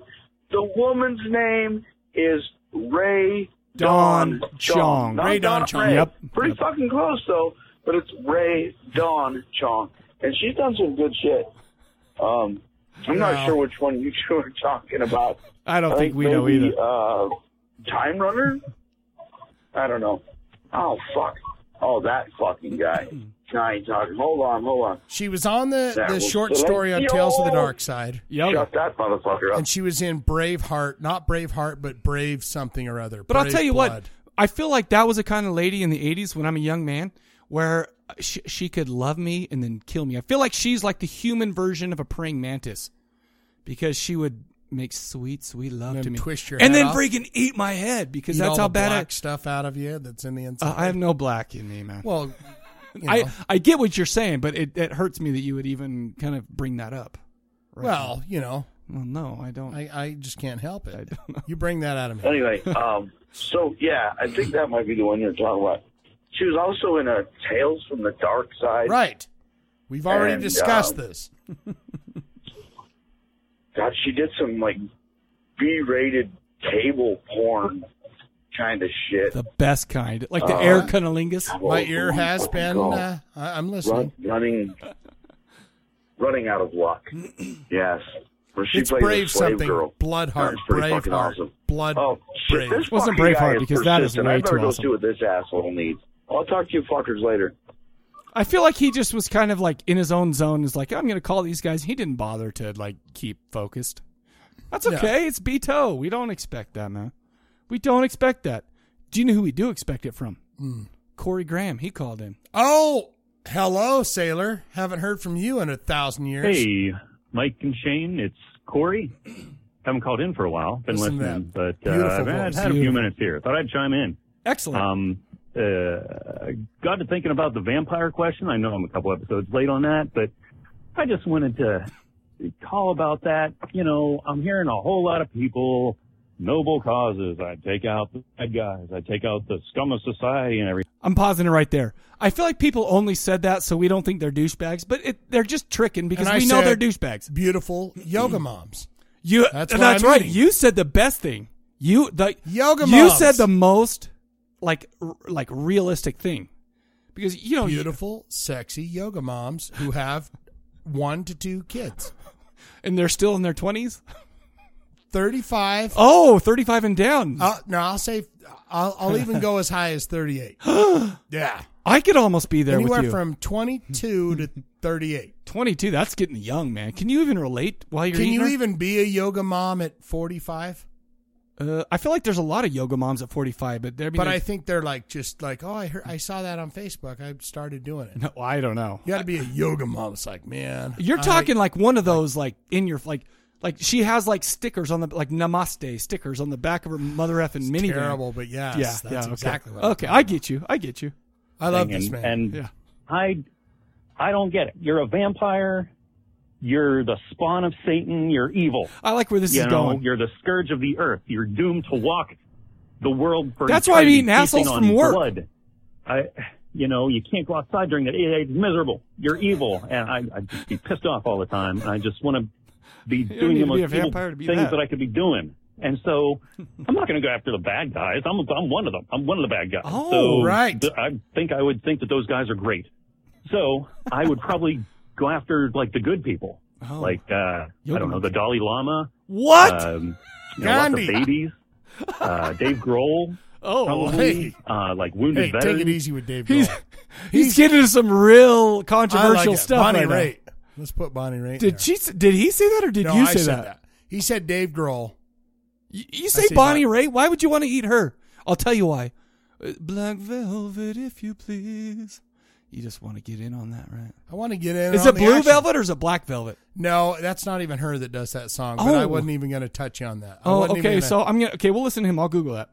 Speaker 4: The woman's name is Ray
Speaker 1: Dawn
Speaker 4: Dawn,
Speaker 1: Chong.
Speaker 4: Chong. Not
Speaker 2: Ray Dawn
Speaker 4: Donna
Speaker 2: Chong.
Speaker 4: Ray.
Speaker 1: Yep.
Speaker 4: Pretty
Speaker 1: Yep.
Speaker 4: fucking close though, but it's Ray Dawn Chong, and she's done some good shit. Um, I'm
Speaker 2: Wow.
Speaker 4: not sure which one you two are talking about.
Speaker 1: I don't think we know
Speaker 4: maybe,
Speaker 1: either.
Speaker 4: Uh, Time Runner? I don't know. Oh, fuck. Oh, that fucking guy. No, I ain't talking. Hold on, hold on.
Speaker 2: She was on the,
Speaker 4: That
Speaker 2: the
Speaker 4: was
Speaker 2: short story on Tales of the
Speaker 4: Yo!
Speaker 2: Dark Side.
Speaker 4: Shut that motherfucker up.
Speaker 2: And she was in Braveheart, not Braveheart, but Brave something or other.
Speaker 1: But I'll
Speaker 2: Brave
Speaker 1: tell you
Speaker 2: Blood.
Speaker 1: what, I feel like that was a kind of lady in the 80s when I'm a young man where she, she could love me and then kill me. I feel like she's like the human version of a praying mantis because she would make sweet, sweet love
Speaker 2: And
Speaker 1: to me.
Speaker 2: twist your
Speaker 1: and
Speaker 2: head
Speaker 1: then
Speaker 2: off.
Speaker 1: freaking eat my head because
Speaker 2: Eat
Speaker 1: that's
Speaker 2: all
Speaker 1: how
Speaker 2: the
Speaker 1: bad
Speaker 2: black
Speaker 1: I.
Speaker 2: stuff out of you that's in the inside.
Speaker 1: Uh, I have no black in me, man.
Speaker 2: Well,
Speaker 1: I, I get what you're saying, but it, it hurts me that you would even kind of bring that up. right
Speaker 2: well,
Speaker 1: now.
Speaker 2: you know,
Speaker 1: well, no, I don't.
Speaker 2: I, I just can't help it. You bring that out of me.
Speaker 4: Anyway, um, so yeah, I think that might be the one you're talking about. She was also in a Tales from the Dark Side.
Speaker 2: Right. We've already
Speaker 4: And,
Speaker 2: discussed
Speaker 4: um,
Speaker 2: this.
Speaker 4: God, she did some like B-rated cable porn kind of shit.
Speaker 1: the best kind, like the air cunnilingus.
Speaker 2: My ear has been.
Speaker 4: Oh,
Speaker 2: Uh, I, I'm
Speaker 4: run,
Speaker 2: listening.
Speaker 4: running, running out of luck. yes, where she
Speaker 2: It's
Speaker 4: played
Speaker 2: Brave
Speaker 4: a slave
Speaker 1: something.
Speaker 4: girl.
Speaker 2: Bloodheart,
Speaker 4: That was pretty
Speaker 2: Braveheart,
Speaker 4: fucking awesome.
Speaker 2: Blood-
Speaker 4: Oh shit!
Speaker 2: Brave.
Speaker 4: This
Speaker 1: Wasn't
Speaker 4: fucking guy
Speaker 1: Braveheart because that is
Speaker 4: persistent.
Speaker 1: way
Speaker 4: I better
Speaker 1: too
Speaker 4: go
Speaker 1: awesome.
Speaker 4: see what this asshole needs. I'll talk to you fuckers later.
Speaker 1: I feel like he just was kind of like in his own zone. Is like I'm going to call these guys. He didn't bother to like keep focused. That's
Speaker 2: Yeah.
Speaker 1: okay. It's Beto. We don't expect that, man. We don't expect that. Do you know who we do expect it from? Corey Graham. He called in.
Speaker 2: Oh, hello, sailor. Haven't heard from you in a thousand years.
Speaker 5: Hey, Mike and Shane, it's Corey. Haven't called in for a while. Been
Speaker 2: Listen to
Speaker 5: listening,
Speaker 2: that
Speaker 5: but uh,
Speaker 2: beautiful
Speaker 5: I've had,
Speaker 2: voice.
Speaker 5: had a few
Speaker 1: Beautiful.
Speaker 5: minutes here. Thought I'd chime in.
Speaker 1: Excellent.
Speaker 5: Um, uh, got to thinking about the vampire question. I know I'm a couple episodes late on that, but I just wanted to call about that. You know, I'm hearing a whole lot of people, noble causes. I take out the bad guys. I take out the scum of society and everything.
Speaker 1: I'm pausing it right there. I feel like people only said that so we don't think they're douchebags, but it, they're just tricking because
Speaker 2: And I
Speaker 1: we know they're
Speaker 2: said-
Speaker 1: douchebags.
Speaker 2: Beautiful yoga moms.
Speaker 1: You
Speaker 2: That's
Speaker 1: that's,
Speaker 2: what I'm
Speaker 1: right.
Speaker 2: eating.
Speaker 1: You said the best thing. You the
Speaker 2: Yoga
Speaker 1: You
Speaker 2: moms.
Speaker 1: said the most like r- like realistic thing because you know
Speaker 2: Beautiful, sexy yoga moms who have one to two kids.
Speaker 1: and they're still in their 20s.
Speaker 2: 35.
Speaker 1: Oh, 35 and down.
Speaker 2: Uh, no, I'll say, I'll, I'll even go as high as 38. yeah.
Speaker 1: I could almost be there
Speaker 2: Anywhere
Speaker 1: with you.
Speaker 2: from 22 to 38.
Speaker 1: 22. That's getting young, man. Can you even relate while you're
Speaker 2: Can
Speaker 1: eating
Speaker 2: you
Speaker 1: her?
Speaker 2: even be a yoga mom at 45?
Speaker 1: Uh, I feel like there's a lot of yoga moms at 45, but they're
Speaker 2: But I think they're like, just like, oh, I heard, I saw that on Facebook. I started doing it.
Speaker 1: no, I don't know.
Speaker 2: You got to be a yoga mom. It's like, man.
Speaker 1: You're
Speaker 2: I-
Speaker 1: talking like one of those like in your like like she has like stickers on the like namaste stickers on the back of her mother effing minivan.
Speaker 2: terrible, but yes,
Speaker 1: yeah,
Speaker 2: that's
Speaker 1: yeah, okay.
Speaker 2: exactly what I'm
Speaker 1: Okay, I get you. I get you.
Speaker 2: I love this
Speaker 5: and-
Speaker 2: man.
Speaker 5: And
Speaker 1: Yeah.
Speaker 5: I, I don't get it. You're a vampire. You're the spawn of Satan. You're evil.
Speaker 1: I like where this
Speaker 5: you
Speaker 1: is
Speaker 5: know,
Speaker 1: going.
Speaker 5: you're the scourge of the earth. You're doomed to walk the world for
Speaker 1: That's why I'm
Speaker 5: eternity,
Speaker 1: eating assholes
Speaker 5: feasting
Speaker 1: from
Speaker 5: on
Speaker 1: work.
Speaker 5: Blood. I, you know, you can't go outside during that. It- It's miserable. You're evil, and I, I just be pissed off all the time. I just want to be
Speaker 1: don't
Speaker 5: doing
Speaker 1: need
Speaker 5: the
Speaker 1: to
Speaker 5: most
Speaker 1: be a
Speaker 5: evil
Speaker 1: vampire to be
Speaker 5: things
Speaker 1: that.
Speaker 5: that. I could be doing. And so, I'm not going to go after the bad guys. I'm I'm one of them. I'm one of the bad guys.
Speaker 1: Oh,
Speaker 5: so
Speaker 2: right.
Speaker 5: th- I think I would think that those guys are great. So I would probably go after like the good people,
Speaker 1: Oh.
Speaker 5: like uh, I
Speaker 1: Yoga
Speaker 5: don't know
Speaker 1: monkey.
Speaker 5: the Dalai Lama.
Speaker 1: what?
Speaker 5: Um, you know, lots of
Speaker 2: Gandhi.
Speaker 5: babies. Uh, Dave Grohl,
Speaker 1: oh,
Speaker 5: probably.
Speaker 2: hey.
Speaker 5: Uh, like wounded
Speaker 2: hey,
Speaker 5: veterans.
Speaker 2: take it easy with Dave.
Speaker 1: he's,
Speaker 2: Grohl.
Speaker 1: he's getting into some real
Speaker 2: I like
Speaker 1: controversial
Speaker 2: it.
Speaker 1: stuff
Speaker 2: Bonnie
Speaker 1: right now.
Speaker 2: Raitt. Let's put Bonnie Raitt. there.
Speaker 1: Did she? s- Did he say that or did
Speaker 2: No,
Speaker 1: you
Speaker 2: I
Speaker 1: say
Speaker 2: said
Speaker 1: that?
Speaker 2: He said Dave Grohl.
Speaker 1: You, you say
Speaker 2: say
Speaker 1: Bonnie
Speaker 2: Bonnie.
Speaker 1: Raitt. Why would you want to eat her? I'll tell you why. Uh, Black velvet, if you please. You just want to get in on that, right?
Speaker 2: I want to get in.
Speaker 1: Is
Speaker 2: on
Speaker 1: it
Speaker 2: the
Speaker 1: blue
Speaker 2: action.
Speaker 1: velvet or is it black velvet?
Speaker 2: No, that's not even her that does that song. But I
Speaker 1: Oh.
Speaker 2: wasn't even going to touch on that. I
Speaker 1: Oh,
Speaker 2: wasn't even
Speaker 1: okay.
Speaker 2: gonna-
Speaker 1: So I'm gonna. Okay, we'll listen to him. I'll Google that.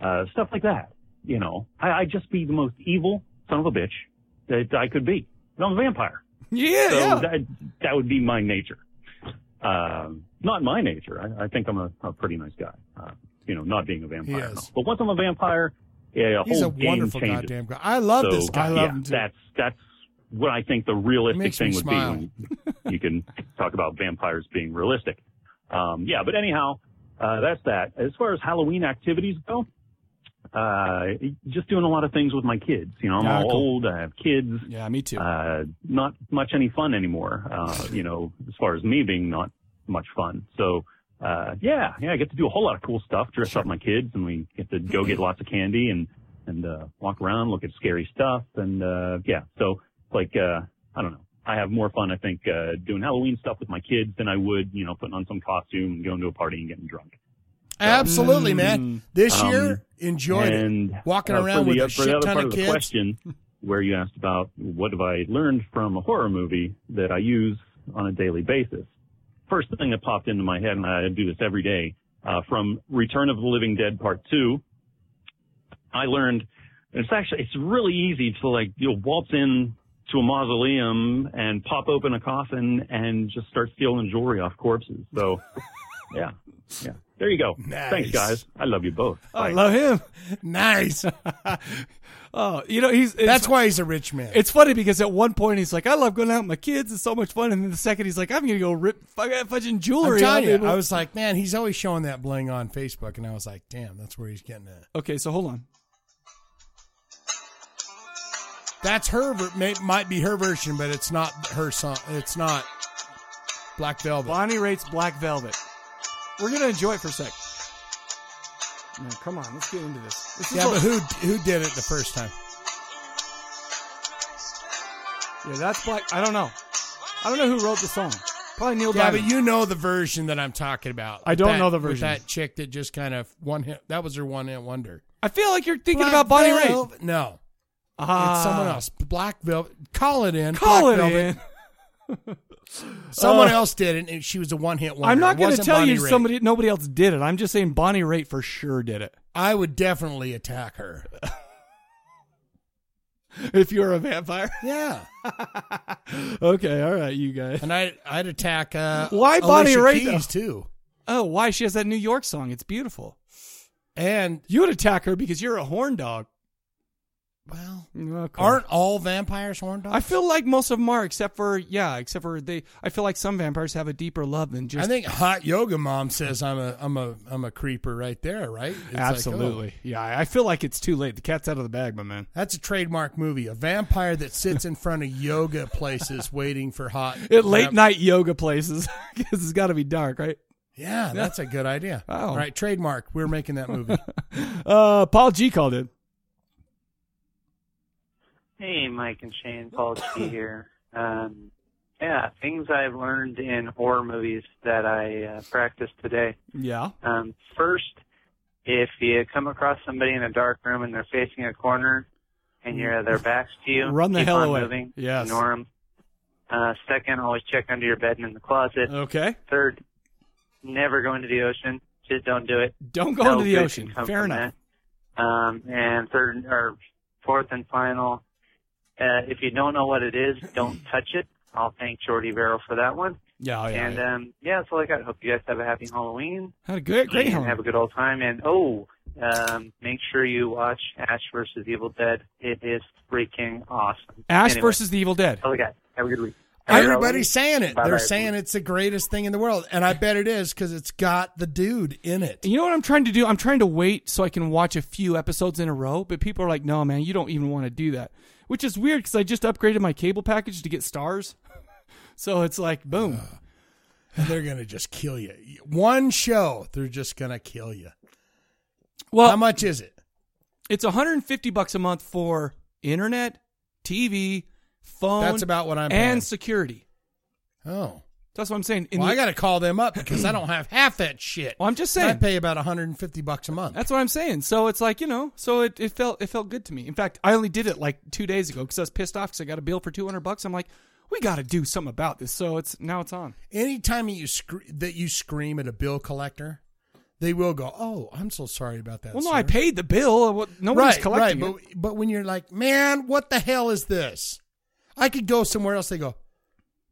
Speaker 5: uh, stuff like that. You know, I, I'd just be the most evil son of a bitch that I could be. And I'm a vampire.
Speaker 1: Yeah,
Speaker 5: So
Speaker 1: yeah.
Speaker 5: that, that would be my nature. Um, not my nature. I, I think I'm a, a pretty nice guy. Uh, you know, not being a vampire.
Speaker 2: He is.
Speaker 5: But once I'm a vampire, yeah, a
Speaker 2: he's a
Speaker 5: whole game
Speaker 2: wonderful
Speaker 5: changes.
Speaker 2: goddamn guy. I love
Speaker 5: so,
Speaker 2: this guy.
Speaker 5: yeah, That's that's what I think the realistic
Speaker 2: Makes me
Speaker 5: thing would
Speaker 2: smile.
Speaker 5: be. When you can talk about vampires being realistic. Um, yeah, but anyhow, uh, that's that. As far as Halloween activities go, uh, just doing a lot of things with my kids. You know, I'm
Speaker 1: Ah,
Speaker 5: all
Speaker 1: cool.
Speaker 5: old. I have kids.
Speaker 1: Yeah, me too.
Speaker 5: Uh, not much any fun anymore. Uh, you know, as far as me being not much fun. So. Uh, yeah, yeah, I get to do a whole lot of cool stuff. Dress up my kids, and we get to go get lots of candy and and uh, walk around, look at scary stuff, and uh, yeah. So like uh, I don't know. I have more fun, I think, uh, doing Halloween stuff with my kids than I would, you know, putting on some costume and going to a party and getting drunk.
Speaker 2: Absolutely, man.
Speaker 5: Mm.
Speaker 2: This
Speaker 5: Um,
Speaker 2: year, enjoyed
Speaker 5: and,
Speaker 2: it. Walking
Speaker 5: uh,
Speaker 2: around
Speaker 5: for
Speaker 2: with
Speaker 5: the,
Speaker 2: a
Speaker 5: uh, for
Speaker 2: shit
Speaker 5: the other
Speaker 2: ton
Speaker 5: part
Speaker 2: of
Speaker 5: of the
Speaker 2: kids.
Speaker 5: question, where you asked about what have I learned from a horror movie that I use on a daily basis. First thing that popped into my head, and I do this every day, uh, from Return of the Living Dead Part Two, I learned it's actually it's really easy to like you'll waltz in to a mausoleum and pop open a coffin and just start stealing jewelry off corpses. So, yeah, yeah. There you go. Thanks,
Speaker 2: Nice.
Speaker 5: guys. I love you both.
Speaker 1: I
Speaker 5: Bye.
Speaker 1: love him.
Speaker 2: Nice.
Speaker 1: Oh, you know he's it's,
Speaker 2: That's why he's a rich man.
Speaker 1: it's funny because at one point he's like, "I love going out with my kids. It's so much fun," and then the second he's like, "I'm gonna go rip fuck- fudging
Speaker 2: I'm
Speaker 1: jewelry."
Speaker 2: telling
Speaker 1: off
Speaker 2: you,
Speaker 1: people."
Speaker 2: I was like, man, he's always showing that bling on Facebook, and I was like, damn, that's where he's getting it.
Speaker 1: okay, so hold on.
Speaker 2: That's her. ver- May, might be her version, but it's not her song. It's not Black Velvet.
Speaker 1: Bonnie rates Black Velvet. We're gonna enjoy it for a sec. Now, come on, let's get into this. This is
Speaker 2: Yeah,
Speaker 1: what-
Speaker 2: but who who did it the first time?
Speaker 1: yeah, that's Black. I don't know. I don't know who wrote the song. Probably Neil
Speaker 2: Yeah,
Speaker 1: Diamond.
Speaker 2: but you know the version that I'm talking about.
Speaker 1: I don't
Speaker 2: That-
Speaker 1: know the
Speaker 2: with
Speaker 1: version.
Speaker 2: that chick that just kind of one hit. That was her one hit wonder.
Speaker 1: I feel like you're thinking
Speaker 2: Black
Speaker 1: about Bonnie Raitt.
Speaker 2: Velvet- No,
Speaker 1: Ah,
Speaker 2: it's someone else. Black Velvet. Call it in.
Speaker 1: Call
Speaker 2: Black
Speaker 1: it
Speaker 2: Velvet.
Speaker 1: in.
Speaker 2: Someone
Speaker 1: Uh,
Speaker 2: else did it, and she was a one hit wonder.
Speaker 1: I'm not
Speaker 2: It
Speaker 1: going to
Speaker 2: wasn't
Speaker 1: tell you
Speaker 2: Bonnie Raitt.
Speaker 1: somebody nobody else did it. I'm just saying Bonnie Raitt for sure did it.
Speaker 2: I would definitely attack her.
Speaker 1: If you're a vampire.
Speaker 2: Yeah,
Speaker 1: okay, all right, you guys.
Speaker 2: and I I'd attack. Uh,
Speaker 1: Why
Speaker 2: Alicia
Speaker 1: Bonnie Raitt,
Speaker 2: Keys, too?
Speaker 1: Oh, why she has that New York song? It's beautiful.
Speaker 2: And
Speaker 1: You would attack her because you're a horn dog.
Speaker 2: well,
Speaker 1: Okay.
Speaker 2: aren't all vampires horn dogs?
Speaker 1: I feel like most of them are, except for yeah, except for they. I feel like some vampires have a deeper love than just.
Speaker 2: I think hot yoga mom says I'm a I'm a I'm a creeper right there, right? It's like, oh,
Speaker 1: absolutely. yeah, I I feel like it's too late. The cat's out of the bag, my man.
Speaker 2: that's a trademark movie. A vampire that sits in front of yoga places waiting for hot
Speaker 1: At late
Speaker 2: vamp-
Speaker 1: night yoga places because it's got to be dark, right?
Speaker 2: Yeah, that's a good idea.
Speaker 1: Oh.
Speaker 2: All right, trademark. We're making that movie.
Speaker 1: Uh, Paul G called it.
Speaker 6: Hey, Mike and Shane, Paul G here. Um, yeah, things I've learned in horror movies that I uh, practice today.
Speaker 1: Yeah.
Speaker 6: Um, first, if you come across somebody in a dark room and they're facing a corner and you're their backs to you,
Speaker 1: Mm. Run the
Speaker 6: keep
Speaker 1: hell
Speaker 6: on
Speaker 1: away.
Speaker 6: Moving,
Speaker 1: Yes.
Speaker 6: Ignore 'em. Uh, second, always check under your bed and in the closet.
Speaker 1: Okay.
Speaker 6: Third, never go into the ocean. Just don't do it.
Speaker 1: Don't go
Speaker 6: No
Speaker 1: into the
Speaker 6: good
Speaker 1: ocean.
Speaker 6: can come
Speaker 1: Fair
Speaker 6: from
Speaker 1: enough.
Speaker 6: that. Um, and third or fourth and final, uh, if you don't know what it is, don't touch it. I'll thank Jordy Vero for that one.
Speaker 1: Yeah. oh, yeah,
Speaker 6: and
Speaker 1: yeah.
Speaker 6: um, yeah, that's all I got. Hope you guys have a happy Halloween.
Speaker 1: Had a good, great
Speaker 6: and
Speaker 1: home.
Speaker 6: Have a good old time. And oh, um, make sure you watch Ash versus Evil Dead. It is freaking awesome.
Speaker 1: Ash
Speaker 6: Anyway,
Speaker 1: versus the Evil Dead.
Speaker 6: That's all I got. Have a good week. Happy Halloween.
Speaker 2: Everybody's saying it. They're
Speaker 6: Bye-bye.
Speaker 2: saying it's the greatest thing in the world, and I bet it is because it's got the dude in it.
Speaker 1: And You know what I'm trying to do? I'm trying to wait so I can watch a few episodes in a row, but people are like, no, man, you don't even want to do that. Which is weird because I just upgraded my cable package to get stars. So it's like, boom.
Speaker 2: Uh, And they're gonna just kill you. One show, they're just gonna kill you.
Speaker 1: Well,
Speaker 2: How much is it?
Speaker 1: it's 150 bucks a month for internet, TV, phone,
Speaker 2: That's about what I'm
Speaker 1: and
Speaker 2: paying.
Speaker 1: security.
Speaker 2: Oh.
Speaker 1: That's what I'm saying. In
Speaker 2: well,
Speaker 1: the-
Speaker 2: I got to call them up because I don't have half that shit.
Speaker 1: Well, I'm just
Speaker 2: I
Speaker 1: saying.
Speaker 2: pay about 150 bucks a month.
Speaker 1: That's what I'm saying. So it's like you know, so it, it felt it felt good to me. In fact, I only did it like two days ago because I was pissed off because I got a bill for 200 bucks. I'm like, we got to do something about this. So it's now it's on.
Speaker 2: Anytime you scre- that you scream at a bill collector, they will go, "Oh, I'm so sorry about that."
Speaker 1: well, no,
Speaker 2: sir."
Speaker 1: I paid the bill. What- No one's
Speaker 2: Right, right.
Speaker 1: collecting
Speaker 2: But
Speaker 1: it.
Speaker 2: but when you're like, "Man, what the hell is this?" I could go somewhere else. They go,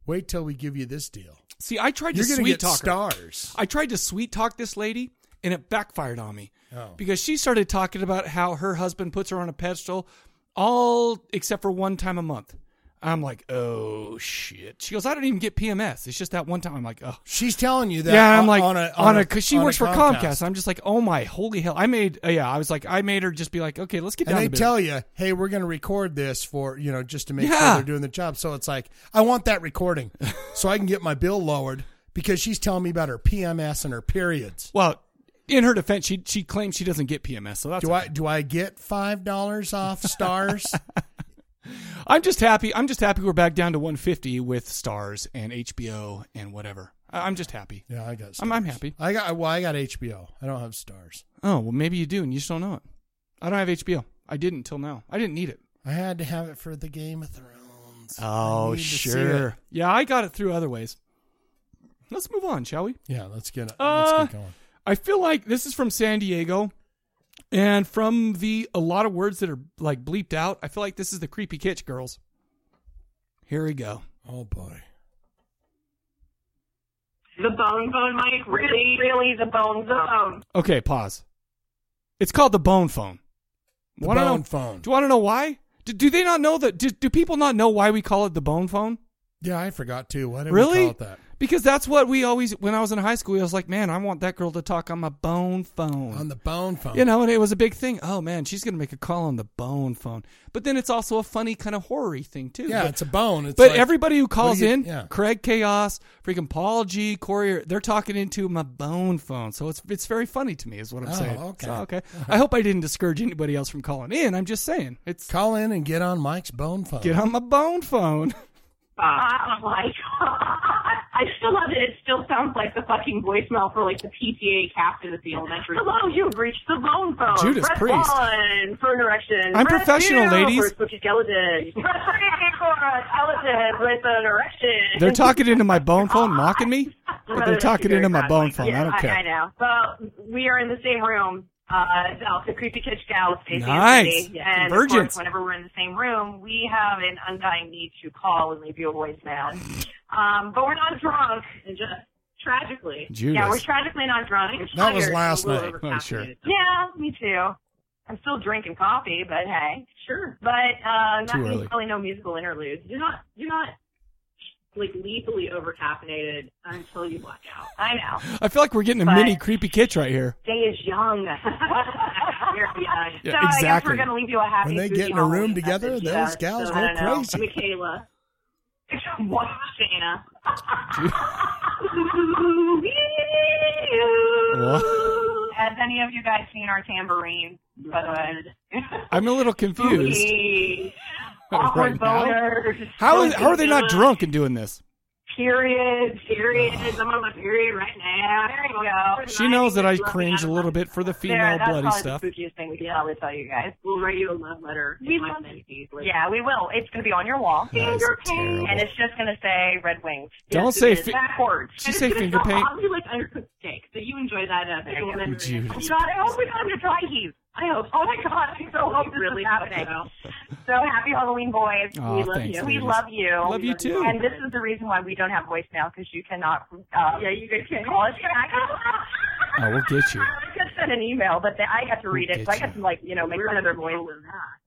Speaker 2: "Wait till we give you this deal.
Speaker 1: See, I tried to
Speaker 2: You're gonna
Speaker 1: sweet
Speaker 2: get
Speaker 1: talk. her.
Speaker 2: stars."
Speaker 1: I tried to sweet talk this lady, and it backfired on me
Speaker 2: Oh.
Speaker 1: because she started talking about how her husband puts her on a pedestal, all except for one time a month. I'm like, oh shit. She goes, I don't even get PMS. It's just that one time. I'm like, oh
Speaker 2: She's telling you that.
Speaker 1: yeah, and
Speaker 2: on,
Speaker 1: I'm like
Speaker 2: on a on a
Speaker 1: because she
Speaker 2: on a
Speaker 1: works for Comcast. I'm just like, oh my holy hell! I made uh, yeah, I was like, I made her just be like, okay, let's get
Speaker 2: and
Speaker 1: down.
Speaker 2: they
Speaker 1: to business.
Speaker 2: tell you, "Hey, we're going to record this for you know just to make
Speaker 1: Yeah.
Speaker 2: sure they're doing the job." So it's like, I want that recording so I can get my bill lowered because she's telling me about her PMS and her periods.
Speaker 1: well, in her defense, she she claims she doesn't get PMS, so that's
Speaker 2: Do I do I get five dollars off stars
Speaker 1: I'm just happy. I'm just happy we're back down to 150 with stars and HBO and whatever. I- I'm just happy.
Speaker 2: Yeah, I got. Stars.
Speaker 1: I'm- I'm happy.
Speaker 2: I got. Well, I got HBO. I don't have stars.
Speaker 1: Oh well, maybe you do, and you just don't know it. I don't have HBO. I didn't until now. I didn't need it.
Speaker 2: I had to have it for the Game of Thrones. I
Speaker 1: Oh
Speaker 2: need to see it.
Speaker 1: sure. Yeah, I got it through other ways. Let's move on, shall we?
Speaker 2: Yeah, let's get it.
Speaker 1: Uh,
Speaker 2: let's get going.
Speaker 1: I feel like this is from San Diego, and from the a lot of words that are like bleeped out. I feel like this is the creepy kitch girls. Here we go.
Speaker 2: Oh boy.
Speaker 7: The bone phone, Mike. Really, really, the bone phone.
Speaker 1: Okay, pause. It's called the bone phone.
Speaker 2: The
Speaker 1: Wanna know-
Speaker 2: bone phone.
Speaker 1: Do you want to know why? Do, do they not know that? Do, do people not know why we call it the bone phone?
Speaker 2: Yeah, I forgot too. Why did
Speaker 1: Really?
Speaker 2: we call it that?
Speaker 1: Because that's what we always. When I was in high school, I was like, man, I want that girl to talk on my bone phone.
Speaker 2: On the bone phone.
Speaker 1: you know, and it was a big thing. Oh man, she's gonna make a call on the bone phone. But then it's also a funny kind of horror thing too.
Speaker 2: Yeah,
Speaker 1: But-
Speaker 2: it's a bone. It's
Speaker 1: but
Speaker 2: like-
Speaker 1: everybody who
Speaker 2: what do
Speaker 1: calls
Speaker 2: you-
Speaker 1: in,
Speaker 2: yeah.
Speaker 1: Craig Chaos, freaking Paul G, Corey, they're talking into my bone phone. So it's it's very funny to me, is what I'm
Speaker 2: Oh,
Speaker 1: saying.
Speaker 2: okay.
Speaker 1: So, okay. I hope I didn't discourage anybody else from calling in. I'm just saying it's
Speaker 2: Call in and get on Mike's bone phone.
Speaker 1: get on my bone phone.
Speaker 7: Oh my god. I still love it. It still sounds like the fucking voicemail for like the PTA captain at the elementary. Hello, you've reached the bone phone.
Speaker 1: Judas
Speaker 7: Press
Speaker 1: Priest.
Speaker 7: one for direction.
Speaker 1: I'm professional, ladies.
Speaker 7: spooky skeleton. Press three for a skeleton with a direction.
Speaker 1: They're talking into my bone phone, mocking me. But they're talking into my bone phone. I
Speaker 7: Yeah,
Speaker 1: don't
Speaker 7: I
Speaker 1: care.
Speaker 7: know. But we are in the same room. Uh, the creepy kitch gal with Stacey
Speaker 1: Nice.
Speaker 7: and Cindy. And of
Speaker 1: Convergence.
Speaker 7: course, whenever we're in the same room, we have an undying need to call and leave you a voicemail. Um, but we're not drunk, and just tragically.
Speaker 1: Judas.
Speaker 7: Yeah, we're tragically not drunk. We're
Speaker 2: That was
Speaker 7: tired,
Speaker 2: last
Speaker 7: a little
Speaker 2: night.
Speaker 7: overcaffeinated.
Speaker 1: Oh, sure.
Speaker 7: Yeah, me too. I'm still drinking coffee, but hey, sure. But uh, that
Speaker 1: Too
Speaker 7: means
Speaker 1: early.
Speaker 7: probably no musical interludes. You're not, you're not like lethally overcaffeinated until you black out. I know.
Speaker 1: I feel like we're getting a
Speaker 7: But-
Speaker 1: mini creepy kitch right here.
Speaker 7: Day is young. You're young.
Speaker 1: Yeah,
Speaker 7: so I guess
Speaker 1: exactly.
Speaker 7: we're gonna leave you a happy.
Speaker 2: When they
Speaker 7: spooky
Speaker 2: get in a room
Speaker 7: Halloween
Speaker 2: together,
Speaker 7: message,
Speaker 2: those
Speaker 7: yeah.
Speaker 2: gals
Speaker 7: so,
Speaker 2: go
Speaker 7: I don't know.
Speaker 2: crazy.
Speaker 7: Michaela. What, Santa? Has any of you guys seen our tambourine? By the way,
Speaker 1: I'm a little confused.
Speaker 7: Spooky.
Speaker 1: Right
Speaker 7: Awkward
Speaker 1: now?
Speaker 7: boners.
Speaker 1: How is how are they not drunk and doing this?
Speaker 7: Period. Period. I'm on my period right now. There you go.
Speaker 1: She knows that I cringe a little bit for the
Speaker 7: There,
Speaker 1: female
Speaker 7: that's
Speaker 1: bloody
Speaker 7: probably
Speaker 1: stuff.
Speaker 7: The spookiest thing we can probably tell you guys.
Speaker 8: We'll write you a love letter.
Speaker 7: We love Yeah, we will. It's going to be on your wall.
Speaker 1: That's terrible.
Speaker 7: And it's just going to say Red Wings.
Speaker 1: Don't
Speaker 7: Yes,
Speaker 1: say
Speaker 7: it is.
Speaker 1: fi-
Speaker 7: backwards.
Speaker 1: She say finger paint.
Speaker 8: Probably like undercooked steak. So you enjoy that. Uh,
Speaker 7: There you go.
Speaker 8: memory.
Speaker 7: Oh,
Speaker 1: Judas.
Speaker 7: God, I hope we got him to dry heave. I hope. Oh my God, I so hope this
Speaker 8: Really
Speaker 7: is happening. So happy Halloween, boys.
Speaker 1: Aw,
Speaker 7: we love
Speaker 1: thanks,
Speaker 7: you.
Speaker 1: ladies.
Speaker 7: We love you.
Speaker 1: Love you too.
Speaker 7: And this is the reason why we don't have voicemail because you cannot. Uh,
Speaker 8: Yeah, you guys can't.
Speaker 7: Call us back.
Speaker 1: Oh, we'll get you.
Speaker 7: I just sent an email, but then I got to read it, so I got to like you know make fun of their voice.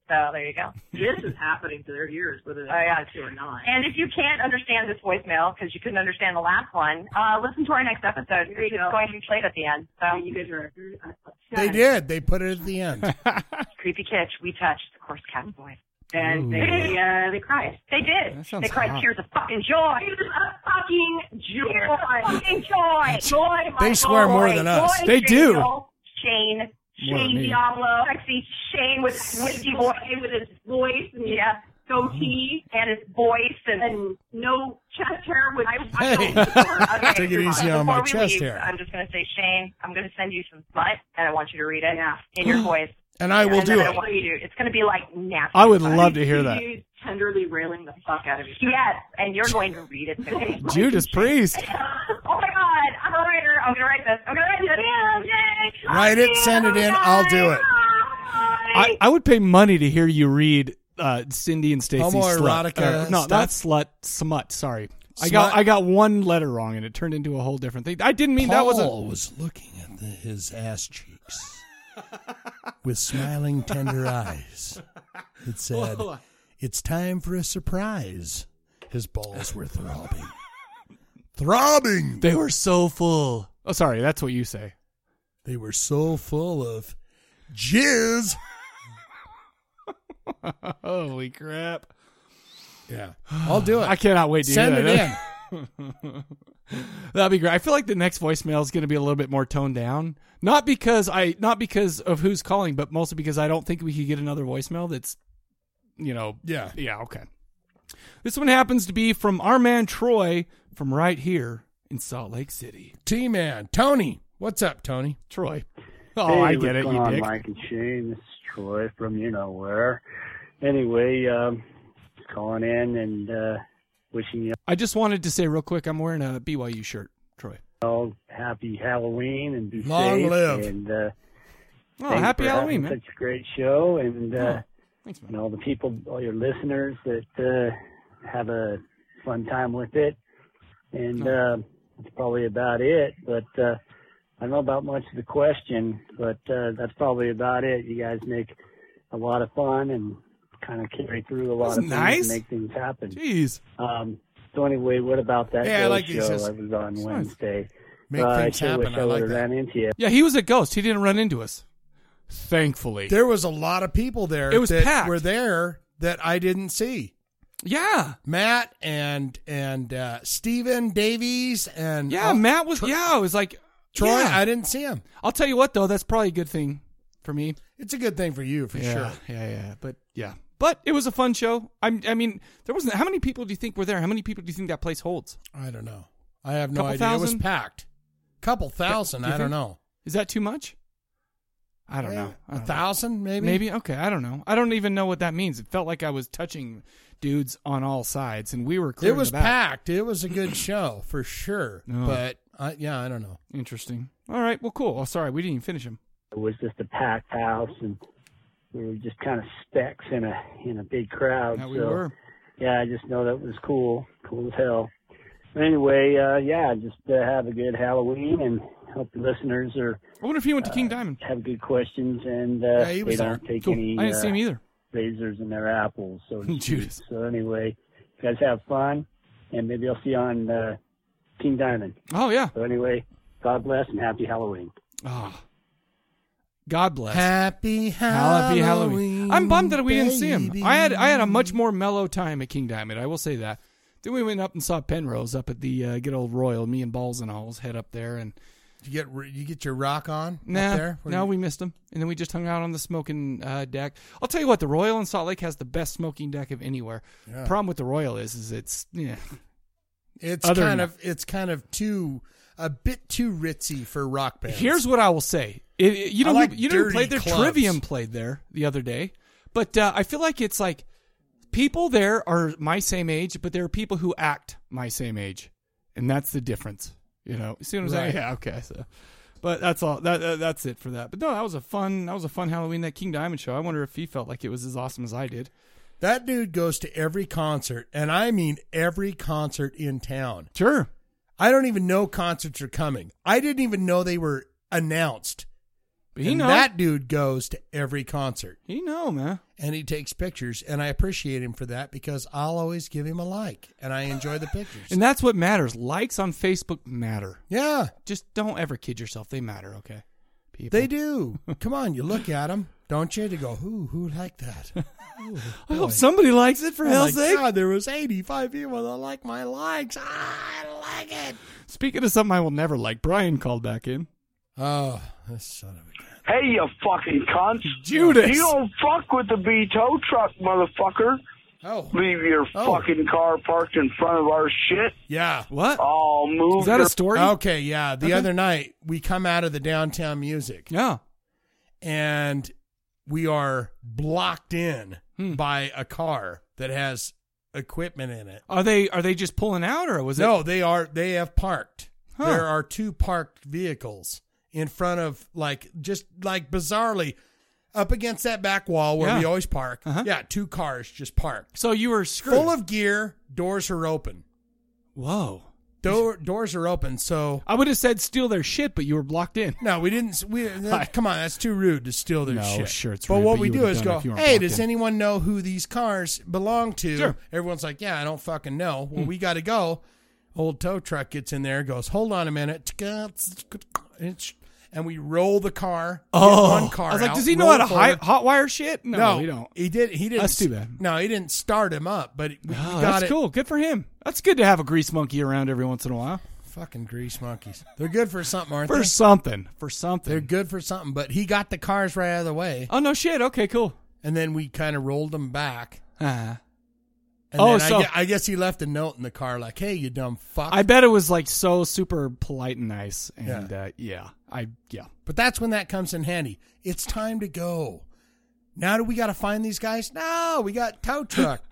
Speaker 7: So there you go.
Speaker 8: This is happening to their ears, whether they
Speaker 7: Oh, yeah.
Speaker 8: want to or not.
Speaker 7: And if you can't understand this voicemail because you couldn't understand the last one, uh, listen to our next episode. It's going to be played at the end. So
Speaker 8: you guys are. uh,
Speaker 2: They did. They put it at the end.
Speaker 7: creepy kitsch. We touched the course cat boy.
Speaker 1: Ooh.
Speaker 8: And they, uh, they cried.
Speaker 7: They
Speaker 1: That
Speaker 7: did.
Speaker 1: sounds
Speaker 7: They cried
Speaker 1: hot.
Speaker 7: tears of fucking joy. Tears of fucking joy. fucking joy. Joy. my
Speaker 2: They swear
Speaker 7: boy.
Speaker 2: more than us.
Speaker 7: Joy,
Speaker 1: They do.
Speaker 7: Daniel, Shane.
Speaker 1: More than
Speaker 7: Shane
Speaker 1: me.
Speaker 7: Diablo. Sexy Shane with his whiskey voice.
Speaker 8: with his voice and his
Speaker 7: Yeah.
Speaker 1: Mm.
Speaker 8: goatee
Speaker 7: And his voice and,
Speaker 8: and no chest hair. With
Speaker 2: Hey.
Speaker 7: Okay,
Speaker 2: Take it
Speaker 7: Javon,
Speaker 2: easy on my
Speaker 7: before we
Speaker 2: chest
Speaker 7: leave,
Speaker 2: hair.
Speaker 7: I'm just going to say, Shane, I'm going to send you some butt, and I want you to read it in your voice.
Speaker 2: And I will
Speaker 7: and
Speaker 2: do
Speaker 7: then I
Speaker 2: it.
Speaker 7: want you to. It's going to be like nasty.
Speaker 1: I would
Speaker 7: butt.
Speaker 1: love to hear that.
Speaker 8: You tenderly railing the fuck out of each other.
Speaker 7: Yes, and you're going to read it to me.
Speaker 1: Judas Priest.
Speaker 7: oh my God, I'm a writer. I'm going to write this. I'm going to write this. Yay. Oh
Speaker 2: Write it, send it in, I'll do it.
Speaker 1: I, I would pay money to hear you read uh, Cindy and Stacey
Speaker 2: Homoerotica
Speaker 1: slut. Uh, no,
Speaker 2: stuff?
Speaker 1: not slut. Smut. Sorry, I got
Speaker 2: Smut.
Speaker 1: I got one letter wrong, and it turned into a whole different thing. I didn't mean that
Speaker 2: Paul
Speaker 1: wasn't.
Speaker 2: was looking at the, his ass cheeks with smiling tender eyes. It said, "It's time for a surprise." His balls were throbbing, throbbing.
Speaker 1: They were so full. Oh, sorry. That's what you say.
Speaker 2: They were so full of jizz.
Speaker 1: Holy crap!
Speaker 2: Yeah, I'll do it.
Speaker 1: I cannot wait to
Speaker 2: Send
Speaker 1: hear
Speaker 2: it
Speaker 1: that.
Speaker 2: in.
Speaker 1: That'd be great. I feel like the next voicemail is going to be a little bit more toned down. Not because I, not because of who's calling, but mostly because I don't think we could get another voicemail that's you know.
Speaker 2: Yeah.
Speaker 1: Yeah, okay. This one happens to be from our man Troy from right here in Salt Lake City.
Speaker 2: T Man, Tony. What's up, Tony?
Speaker 1: Troy.
Speaker 9: Hey,
Speaker 1: Oh, I get
Speaker 9: what's
Speaker 1: it,
Speaker 9: going
Speaker 1: you
Speaker 9: on,
Speaker 1: dick.
Speaker 9: Mike and Shane, this is Troy from you know where. Anyway, um, just calling in and uh, wishing you
Speaker 1: I just wanted to say real quick, I'm wearing a BYU shirt, Troy.
Speaker 9: all happy Halloween and be
Speaker 1: Long
Speaker 9: safe.
Speaker 1: live.
Speaker 9: And uh,
Speaker 1: Oh,
Speaker 9: thanks
Speaker 1: happy
Speaker 9: for
Speaker 1: Halloween,
Speaker 9: having
Speaker 1: man.
Speaker 9: Such a great show, and uh,
Speaker 1: Oh, thanks,
Speaker 9: and all the people, all your listeners that uh, have a fun time with it. And
Speaker 1: Oh.
Speaker 9: uh, that's probably about it. But uh, I don't know about much of the question, but uh, that's probably about it. You guys make a lot of fun and kind of carry through a lot
Speaker 1: That's
Speaker 9: of things
Speaker 1: nice.
Speaker 9: and make things happen.
Speaker 1: Jeez.
Speaker 9: Um, so anyway, what about that
Speaker 1: Yeah, I
Speaker 9: ghost
Speaker 1: like these
Speaker 9: show
Speaker 1: just-
Speaker 9: that was on
Speaker 1: nice.
Speaker 9: Wednesday?
Speaker 1: Make
Speaker 9: uh,
Speaker 1: things
Speaker 9: I sure
Speaker 1: happen.
Speaker 9: Wish
Speaker 1: I
Speaker 9: I,
Speaker 1: like
Speaker 9: would have
Speaker 1: that.
Speaker 9: ran into you.
Speaker 1: Yeah, he was a ghost. He didn't run into us. Thankfully.
Speaker 2: There was a lot of people there
Speaker 1: It was
Speaker 2: that
Speaker 1: packed.
Speaker 2: were there that I didn't see.
Speaker 1: Yeah.
Speaker 2: Matt and and uh Steven Davies and
Speaker 1: Yeah,
Speaker 2: uh,
Speaker 1: Matt was. yeah, it was like
Speaker 2: Troy,
Speaker 1: yeah.
Speaker 2: I didn't see him.
Speaker 1: I'll tell you what though, that's probably a good thing for me.
Speaker 2: It's a good thing for you for
Speaker 1: Yeah,
Speaker 2: sure.
Speaker 1: Yeah, yeah. But yeah, but it was a fun show. I'm, I mean, there wasn't. How many people do you think were there? How many people do you think that place holds?
Speaker 2: I don't know. I have no
Speaker 1: Couple
Speaker 2: idea. It was
Speaker 1: thousand?
Speaker 2: packed. Couple thousand,
Speaker 1: Do you
Speaker 2: I don't
Speaker 1: think-
Speaker 2: know.
Speaker 1: Is that too much? I don't
Speaker 2: Yeah,
Speaker 1: know. I
Speaker 2: a
Speaker 1: don't know.
Speaker 2: thousand, maybe?
Speaker 1: Maybe okay. I don't know. I don't even know what that means. It felt like I was touching dudes on all sides, and we were. clearing
Speaker 2: It was
Speaker 1: the back. Oh.
Speaker 2: packed. It was a good show for sure.
Speaker 1: No.
Speaker 2: But I, yeah, I don't know.
Speaker 1: Interesting. All right. Well, cool. Oh, sorry, we didn't even finish him.
Speaker 9: it was just a packed house and we were just kind of specks in a in a big crowd.
Speaker 1: Yeah, we
Speaker 9: so
Speaker 1: were.
Speaker 9: yeah, I just know that was cool, cool as hell. But anyway, uh, yeah, just uh, have a good Halloween and hope the listeners are uh,
Speaker 1: I wonder if he went to King Diamond.
Speaker 9: have good questions and uh,
Speaker 1: Yeah, he
Speaker 9: they
Speaker 1: was
Speaker 9: don't
Speaker 1: there.
Speaker 9: take
Speaker 1: Cool.
Speaker 9: any
Speaker 1: I didn't
Speaker 9: uh,
Speaker 1: see him either.
Speaker 9: razors in their apples. So to
Speaker 1: Judas.
Speaker 9: speak. So anyway, you guys have fun and maybe I'll see you on uh, King Diamond.
Speaker 1: Oh yeah.
Speaker 9: So anyway, God bless and happy Halloween.
Speaker 1: Ah. God bless.
Speaker 2: Happy
Speaker 1: Happy Halloween. I'm bummed that we didn't see him.
Speaker 2: baby.
Speaker 1: I had I had a much more mellow time at King Diamond. I will say that. Then we went up and saw Penrose up at the uh, good old Royal. Me and Balls and Alls head up there, and
Speaker 2: You get re- you get your rock on
Speaker 1: nah,
Speaker 2: up there. Where
Speaker 1: no,
Speaker 2: you-
Speaker 1: we missed him. And then we just hung out on the smoking uh, deck. I'll tell you what, the Royal in Salt Lake has the best smoking deck of anywhere.
Speaker 2: Yeah.
Speaker 1: Problem with the Royal is, is it's yeah,
Speaker 2: it's
Speaker 1: other
Speaker 2: kind
Speaker 1: than-
Speaker 2: of it's kind of too a bit too ritzy for rock bands.
Speaker 1: Here's what I will say. It, it- you
Speaker 2: I
Speaker 1: know,
Speaker 2: like
Speaker 1: who, you know who
Speaker 2: dirty
Speaker 1: played there?
Speaker 2: clubs.
Speaker 1: Trivium played there the other day. But uh, I feel like it's like people there are my same age, but there are people who act my same age, and that's the difference. You know, see what I'm
Speaker 2: Right.
Speaker 1: saying? Yeah, okay. So, but that's all. That, that that's it for that. But no, that was a fun. That was a fun Halloween. That King Diamond show. I wonder if he felt like it was as awesome as I did.
Speaker 2: that dude goes to every concert, and I mean every concert in town.
Speaker 1: Sure.
Speaker 2: I don't even know concerts are coming. I didn't even know they were announced.
Speaker 1: But he
Speaker 2: and
Speaker 1: know.
Speaker 2: that dude goes to every concert
Speaker 1: he know, man.
Speaker 2: and he takes pictures, and I appreciate him for that because I'll always give him a like, and I enjoy the pictures.
Speaker 1: And that's what matters. Likes on Facebook matter.
Speaker 2: yeah,
Speaker 1: Just don't ever kid yourself. They matter. Okay. People.
Speaker 2: they do. Come on, you look at them, don't you? To go, who who liked that? Ooh,
Speaker 1: I
Speaker 2: boy.
Speaker 1: hope somebody likes it for
Speaker 2: Oh
Speaker 1: hell's
Speaker 2: my
Speaker 1: sake.
Speaker 2: God, there was 85 people that like my likes. Ah, I like it.
Speaker 1: Speaking of something I will never like, Brian called back in.
Speaker 2: Oh, this son of a
Speaker 4: Hey, you fucking cunts.
Speaker 1: Judas.
Speaker 4: You don't fuck with the B tow truck, motherfucker.
Speaker 2: Oh.
Speaker 4: Leave your
Speaker 2: Oh.
Speaker 4: fucking car parked in front of our shit.
Speaker 2: Yeah.
Speaker 1: What?
Speaker 4: I'll move
Speaker 1: Is that
Speaker 4: your
Speaker 1: a story?
Speaker 2: Okay, yeah. The
Speaker 1: Okay.
Speaker 2: other night we come out of the downtown music
Speaker 1: Yeah.
Speaker 2: and we are blocked in
Speaker 1: Hmm.
Speaker 2: by a car that has equipment in it.
Speaker 1: Are they are they just pulling out or Oh, was
Speaker 2: no,
Speaker 1: it
Speaker 2: they are they have parked.
Speaker 1: Huh.
Speaker 2: There are two parked vehicles in front of like just like bizarrely up against that back wall where
Speaker 1: Yeah.
Speaker 2: we always park.
Speaker 1: Uh-huh.
Speaker 2: Yeah, two cars just parked.
Speaker 1: So you were screwed.
Speaker 2: Full of gear, doors are open.
Speaker 1: Whoa.
Speaker 2: Door, doors are open, so
Speaker 1: I would have said steal their shit, but you were blocked in.
Speaker 2: No, we didn't. We that, come on. That's too rude to steal their
Speaker 1: No,
Speaker 2: shit.
Speaker 1: Oh, sure, it's
Speaker 2: but
Speaker 1: rude,
Speaker 2: what
Speaker 1: but
Speaker 2: we
Speaker 1: you
Speaker 2: do
Speaker 1: would've
Speaker 2: is
Speaker 1: done
Speaker 2: go,
Speaker 1: if you weren't
Speaker 2: hey,
Speaker 1: locked
Speaker 2: does
Speaker 1: in."
Speaker 2: anyone know who these cars belong to?
Speaker 1: Sure. Hmm.
Speaker 2: Everyone's like, yeah, I don't fucking know. Well, we got to go. Old tow truck gets in there, goes, hold on a minute, and we roll the car. get one car.
Speaker 1: Oh. I was like,
Speaker 2: out,
Speaker 1: does he know
Speaker 2: roll
Speaker 1: how to
Speaker 2: forward.
Speaker 1: hi- hotwire shit? No,
Speaker 2: No,
Speaker 1: we don't.
Speaker 2: He did. He didn't.
Speaker 1: That's too bad.
Speaker 2: No, he didn't start him up, but we we
Speaker 1: Oh,
Speaker 2: got
Speaker 1: that's
Speaker 2: it.
Speaker 1: cool. Good for him. That's good to have a grease monkey around every once in a while
Speaker 2: Fucking grease monkeys. They're good for something, aren't
Speaker 1: for
Speaker 2: they?
Speaker 1: something. For
Speaker 2: They're
Speaker 1: something.
Speaker 2: good for something, but he got the cars right out of the way.
Speaker 1: oh no, shit. Okay, cool.
Speaker 2: and then we kind of rolled them back.
Speaker 1: Uh-huh.
Speaker 2: And
Speaker 1: oh,
Speaker 2: then I
Speaker 1: so
Speaker 2: gue- I, guess he left a note in the car, like, "Hey, you dumb fuck."
Speaker 1: I bet it was like so super polite and nice, and
Speaker 2: Yeah.
Speaker 1: uh, yeah, I yeah.
Speaker 2: But that's when that comes in handy. It's time to go. Now do we got to find these guys? No, we got tow truck.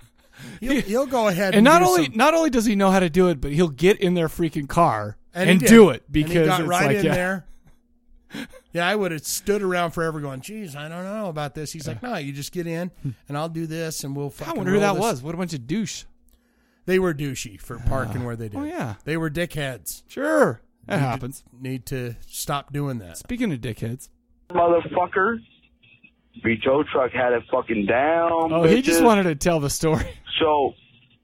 Speaker 2: He'll, he'll go ahead and,
Speaker 1: and not
Speaker 2: do
Speaker 1: only
Speaker 2: some-
Speaker 1: not only does he know how to do it, but he'll get in their freaking car and,
Speaker 2: he did.
Speaker 1: do it
Speaker 2: And he
Speaker 1: because
Speaker 2: got
Speaker 1: it's
Speaker 2: right
Speaker 1: like
Speaker 2: in
Speaker 1: yeah.
Speaker 2: there. Yeah, I would have stood around forever going, "Geez, I don't know about this." He's like, "No, you just get in, and I'll do this, and we'll." Fucking
Speaker 1: wonder who
Speaker 2: roll
Speaker 1: that
Speaker 2: this."
Speaker 1: was. What a bunch of douche.
Speaker 2: They were douchey for parking where they did.
Speaker 1: oh, yeah.
Speaker 2: they were dickheads.
Speaker 1: Sure, that
Speaker 2: Need to-
Speaker 1: happens.
Speaker 2: need to stop doing that.
Speaker 1: Speaking of dickheads,
Speaker 4: motherfucker. B tow truck had it fucking down.
Speaker 1: oh, he just
Speaker 4: bitches.
Speaker 1: wanted to tell the story.
Speaker 4: So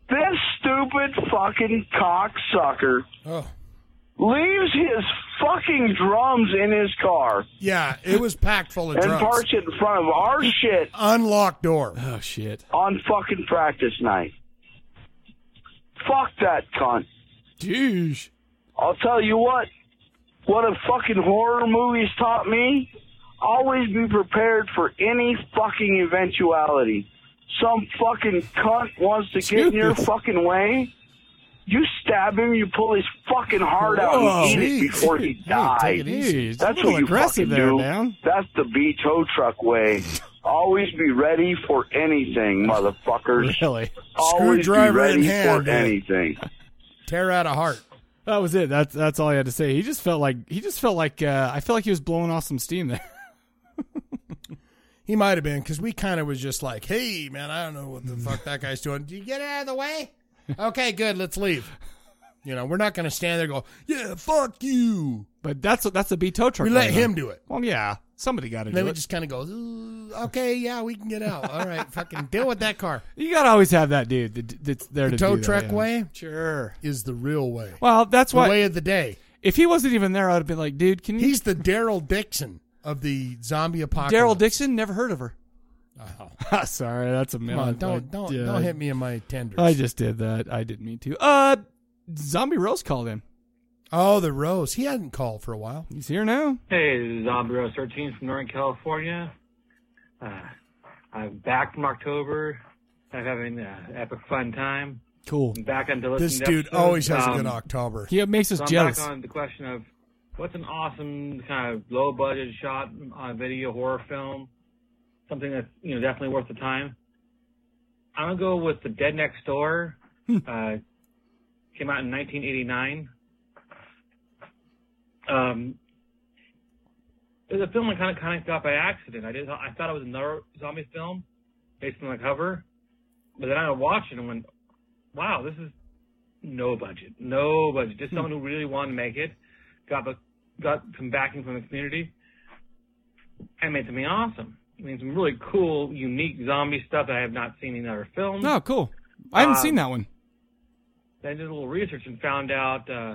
Speaker 4: this stupid fucking cocksucker
Speaker 2: Oh.
Speaker 4: leaves his fucking drums in his car
Speaker 2: Yeah, it was packed full of
Speaker 4: and
Speaker 2: drunks.
Speaker 4: parks it in front of our shit
Speaker 2: Unlocked door.
Speaker 1: Oh shit.
Speaker 4: on fucking practice night. Fuck that cunt.
Speaker 1: Jeez.
Speaker 4: I'll tell you what. What a fucking horror movies taught me. Always be prepared for any fucking eventuality. Some fucking cunt wants to get in your
Speaker 10: Jesus.
Speaker 4: fucking way. You stab him, you pull his fucking heart out
Speaker 10: Whoa,
Speaker 4: and eat
Speaker 10: geez.
Speaker 4: it before he
Speaker 10: Hey,
Speaker 4: dies.
Speaker 10: take it easy.
Speaker 4: That's
Speaker 10: A little
Speaker 4: what you
Speaker 10: aggressive
Speaker 4: fucking
Speaker 10: there,
Speaker 4: do.
Speaker 10: man.
Speaker 4: That's the B tow truck way. Always be ready for anything, motherfuckers.
Speaker 1: Really?
Speaker 4: Always be
Speaker 2: Screwdriver in
Speaker 4: ready
Speaker 2: hand,
Speaker 4: for
Speaker 2: man.
Speaker 4: anything.
Speaker 2: Tear out a heart.
Speaker 1: That was it. That's that's all he had to say. He just felt like he just felt like uh, I felt like he was blowing off some steam there.
Speaker 2: He might have been because we kind of was just like, "Hey, man, I don't know what the fuck that guy's doing. Do you get it out of the way? Okay, good. Let's leave." You know, we're not going to stand there and go, "Yeah, fuck you."
Speaker 1: But that's that's a B tow truck.
Speaker 2: We let
Speaker 1: driver.
Speaker 2: him do it.
Speaker 1: Well, yeah, somebody got to
Speaker 2: And then
Speaker 1: do
Speaker 2: we
Speaker 1: it.
Speaker 2: just kind of go, "Ooh, "Okay, yeah, we can get out. All right, fucking deal with that car."
Speaker 1: You gotta always have that dude that, that's there
Speaker 2: The
Speaker 1: to
Speaker 2: tow
Speaker 1: do that,
Speaker 2: truck
Speaker 1: yeah.
Speaker 2: way,
Speaker 1: sure,
Speaker 2: is the real way.
Speaker 1: Well, that's
Speaker 2: the
Speaker 1: why-
Speaker 2: way of the day.
Speaker 1: If he wasn't even there, I'd have been like, dude, can you?
Speaker 2: He's the Daryl Dixon of the zombie apocalypse.
Speaker 1: Daryl Dixon. Never heard of her.
Speaker 2: Oh.
Speaker 1: Sorry, that's a minute.
Speaker 2: Come on, don't don't don't hit me in my tenders.
Speaker 1: I just did that. I didn't mean to. Uh, Zombie Rose called him.
Speaker 2: Oh, the Rose. He hadn't called for a while.
Speaker 1: He's here now.
Speaker 11: Hey, this is Zombie Rose 13 from Northern California. Uh, I'm back from October. I'm having an uh, epic fun time.
Speaker 1: Cool.
Speaker 11: I'm back on the
Speaker 2: This
Speaker 11: listening
Speaker 2: dude
Speaker 11: episodes.
Speaker 2: always has a good
Speaker 11: Um,
Speaker 2: October.
Speaker 1: He makes us
Speaker 11: so I'm
Speaker 1: jealous.
Speaker 11: back on the question of what's an awesome kind of low budget shot on video horror film, something that's you know definitely worth the time. I'm gonna go with the Dead Next Door.
Speaker 1: Hmm.
Speaker 11: uh, came out in 1989. Um, it was a film I kind of kind of got by accident. I did I thought it was another zombie film based on the cover, but then I watched it and went, "Wow, this is no budget, no budget. Just someone who really wanted to make it, got the, got some backing from the community, and made something awesome. I mean, some really cool, unique zombie stuff that I have not seen in other films.
Speaker 1: Oh, cool. I haven't
Speaker 11: Um,
Speaker 1: seen that one.
Speaker 11: Then did a little research and found out. Uh,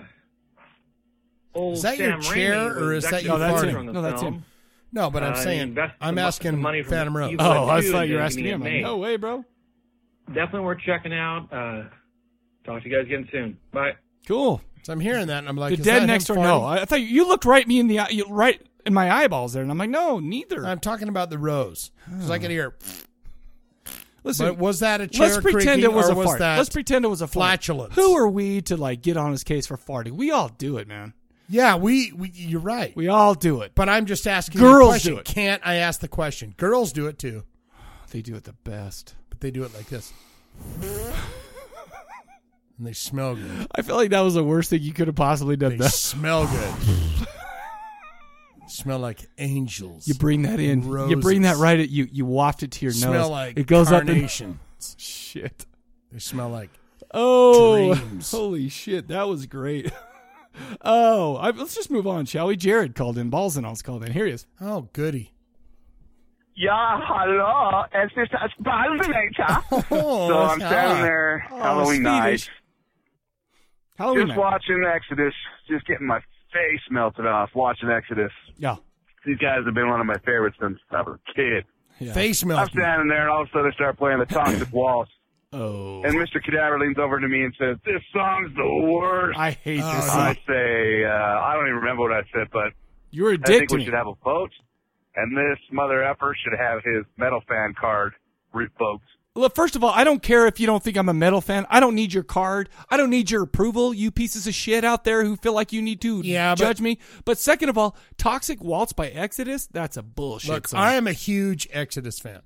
Speaker 11: old
Speaker 2: Is that your
Speaker 11: Sam
Speaker 2: chair
Speaker 11: Raimi was
Speaker 2: or is that
Speaker 11: executive
Speaker 2: you farting?
Speaker 11: producer on the film.
Speaker 2: No, but I'm
Speaker 11: Uh, he
Speaker 2: saying
Speaker 11: invested
Speaker 2: I'm
Speaker 11: the mo- the
Speaker 2: asking
Speaker 11: money from
Speaker 2: Phantom Rose.
Speaker 11: Evil Dead 2
Speaker 1: Oh, thought
Speaker 11: and
Speaker 1: you were
Speaker 11: Dead
Speaker 1: asking
Speaker 11: Meat
Speaker 1: him.
Speaker 11: and
Speaker 1: Like,
Speaker 11: May.
Speaker 1: no way, bro.
Speaker 11: Definitely worth checking out. Uh, talk to you guys again soon. Bye.
Speaker 1: Cool.
Speaker 2: So I'm hearing that, and I'm like,
Speaker 1: the
Speaker 2: is
Speaker 1: dead
Speaker 2: that
Speaker 1: next
Speaker 2: him
Speaker 1: door. No,
Speaker 2: farting?
Speaker 1: I I thought you- you looked right me in the eye, you- right in my eyeballs there, and I'm like, no, neither.
Speaker 2: I'm talking about the rose because I can hear.
Speaker 1: Listen,
Speaker 2: but was that a chair?
Speaker 1: Let's pretend
Speaker 2: creaking,
Speaker 1: it was
Speaker 2: or
Speaker 1: a fart.
Speaker 2: that-
Speaker 1: Let's pretend it was a fart.
Speaker 2: flatulence?
Speaker 1: Who are we to like get on his case for farting? We all do it, man.
Speaker 2: Yeah, we, we. You're right.
Speaker 1: We all do it.
Speaker 2: But I'm just asking.
Speaker 1: Girls
Speaker 2: you a question.
Speaker 1: do it.
Speaker 2: Can't I ask the question? Girls do it too.
Speaker 1: They do it the best.
Speaker 2: But they do it like this. and they smell good.
Speaker 1: I feel like that was the worst thing you could have possibly done.
Speaker 2: They smell good. smell like angels.
Speaker 1: You bring that in. You
Speaker 2: Roses.
Speaker 1: bring that right at you. You waft it to your
Speaker 2: Smell
Speaker 1: nose.
Speaker 2: like
Speaker 1: it goes
Speaker 2: carnations.
Speaker 1: up. In, shit.
Speaker 2: They smell like
Speaker 1: Oh,
Speaker 2: dreams.
Speaker 1: holy shit! That was great. oh, I, let's just move on, shall we? Jared called in. Balls and all's called in. Here he is.
Speaker 2: Oh, goody.
Speaker 10: Ja, hallo, es ist das Balvenator.
Speaker 2: Oh,
Speaker 10: so I'm standing
Speaker 4: ah.
Speaker 10: there,
Speaker 4: Oh,
Speaker 10: Halloween night.
Speaker 4: Swedish.
Speaker 1: Halloween
Speaker 4: just
Speaker 1: night.
Speaker 4: watching Exodus, just getting my face melted off watching Exodus.
Speaker 1: Yeah.
Speaker 4: These guys have been one of my favorites since I was a kid.
Speaker 2: Face
Speaker 4: I'm
Speaker 2: melt.
Speaker 4: standing there, and all of a sudden I start playing the Toxic Waltz.
Speaker 1: Oh.
Speaker 4: And Mr. Cadaver leans over to me and says, "This song's the worst."
Speaker 1: I hate this
Speaker 4: I
Speaker 1: song.
Speaker 4: say, uh, I don't even remember what I said, but
Speaker 1: You were a
Speaker 4: I
Speaker 1: dick
Speaker 4: think
Speaker 1: to
Speaker 4: we
Speaker 1: me.
Speaker 4: should have a vote, and this mother effer should have his metal fan card revoked.
Speaker 1: Look, first of all, I don't care if you don't think I'm a metal fan. I don't need your card. I don't need your approval, you pieces of shit out there who feel like you need to judge me. But second of all, Toxic Waltz by Exodus, that's a bullshit
Speaker 2: Look,
Speaker 1: song.
Speaker 2: I am a huge Exodus fan.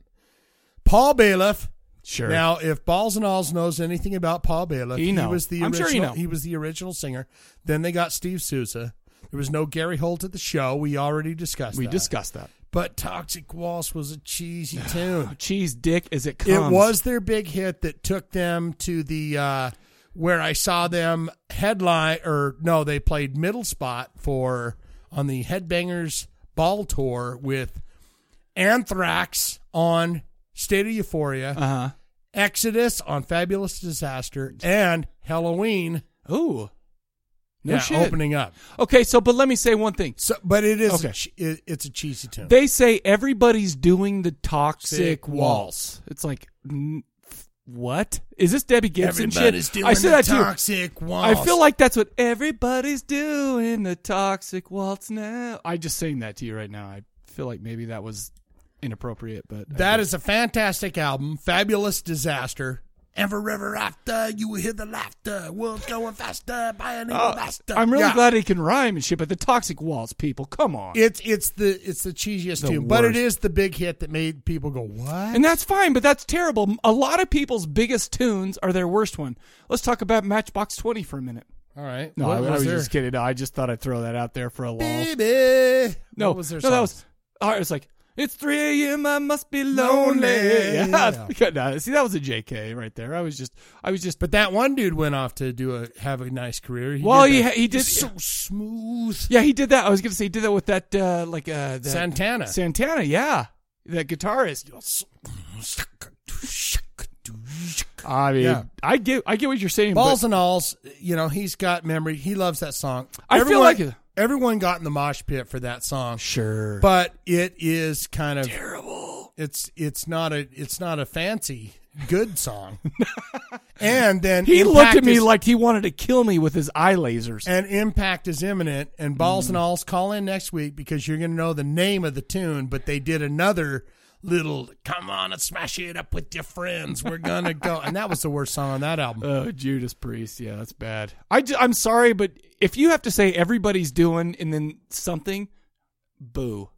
Speaker 2: Paul Bailiff.
Speaker 1: Sure.
Speaker 2: Now, if Balls and Alls knows anything about Paul Bailiff,
Speaker 1: He know.
Speaker 2: was the
Speaker 1: I'm
Speaker 2: original.
Speaker 1: sure you know.
Speaker 2: He was the original singer. Then they got Steve Sousa. There was no Gary Holt at the show. We already discussed.
Speaker 1: we
Speaker 2: that.
Speaker 1: discussed that.
Speaker 2: But Toxic Waltz was a cheesy tune.
Speaker 1: Cheese dick as it comes.
Speaker 2: It was their big hit that took them to the uh, where I saw them headline or no, they played middle spot for on the Headbangers Ball Tour with Anthrax on State of Euphoria,
Speaker 1: uh-huh.
Speaker 2: Exodus on Fabulous Disaster, and Halloween.
Speaker 1: Ooh, No
Speaker 2: yeah,
Speaker 1: shit.
Speaker 2: opening up.
Speaker 1: Okay, so but let me say one thing.
Speaker 2: So, but it is a
Speaker 1: Okay.
Speaker 2: che- it- it's a cheesy tune.
Speaker 1: They say everybody's doing the toxic
Speaker 2: Sick
Speaker 1: waltz. It's like, n- what is this Debbie Gibson
Speaker 2: Everybody's
Speaker 1: shit?
Speaker 2: doing
Speaker 1: I said
Speaker 2: the
Speaker 1: that too.
Speaker 2: toxic waltz.
Speaker 1: I feel like that's what everybody's doing the toxic waltz now. I just saying that to you right now. I feel like maybe that was inappropriate, but
Speaker 2: That is a fantastic album, Fabulous Disaster. Ever river after, you will hear the laughter. World's going faster by an evil
Speaker 1: Oh,
Speaker 2: master.
Speaker 1: I'm really
Speaker 2: Yeah.
Speaker 1: glad he can rhyme and shit. But the toxic waltz people, come on.
Speaker 2: It's it's the it's the cheesiest
Speaker 1: The
Speaker 2: tune, but it
Speaker 1: worst.
Speaker 2: is the big hit that made people go what?
Speaker 1: And that's fine, but that's terrible. A lot of people's biggest tunes are their worst one. Let's talk about Matchbox 20 for a minute.
Speaker 2: all right.
Speaker 1: No,
Speaker 2: What
Speaker 1: I, I
Speaker 2: was
Speaker 1: was
Speaker 2: there?
Speaker 1: just kidding. No, I just thought I'd throw that out there for a lull.
Speaker 2: Baby.
Speaker 1: No,
Speaker 2: What was their
Speaker 1: no, that
Speaker 2: song?
Speaker 1: was. All right, it was like it's 3 a.m. I must be lonely. Yeah, that's- no, see, that was a JK right there. I was just, I was just.
Speaker 2: But that one dude went off to do a have a nice career.
Speaker 1: well,
Speaker 2: did
Speaker 1: he
Speaker 2: the-
Speaker 1: ha- he did
Speaker 2: so smooth.
Speaker 1: Yeah, he did that. I was gonna say he did that with that uh like uh that,
Speaker 2: Santana.
Speaker 1: Santana, yeah, that guitarist. I mean,
Speaker 2: Yeah.
Speaker 1: I get I get what you're saying. but-
Speaker 2: Balls and alls, you know, he's got memory. He loves that song.
Speaker 1: I feel
Speaker 2: everyone,
Speaker 1: like
Speaker 2: everyone got in the mosh pit for that song.
Speaker 1: Sure.
Speaker 2: But it is kind of terrible. It's it's not a it's not a fancy good song. and then
Speaker 1: he
Speaker 2: Impact
Speaker 1: looked at me
Speaker 2: is-
Speaker 1: like he wanted to kill me with his eye lasers.
Speaker 2: and impact is imminent and balls
Speaker 1: Mm.
Speaker 2: and alls call in next week because you're going to know the name of the tune but they did another little come on and smash it up with your friends we're going to go and that was the worst song on that album
Speaker 1: oh Judas Priest yeah that's bad I ju- I'm sorry, but if you have to say everybody's doing and then something, boo,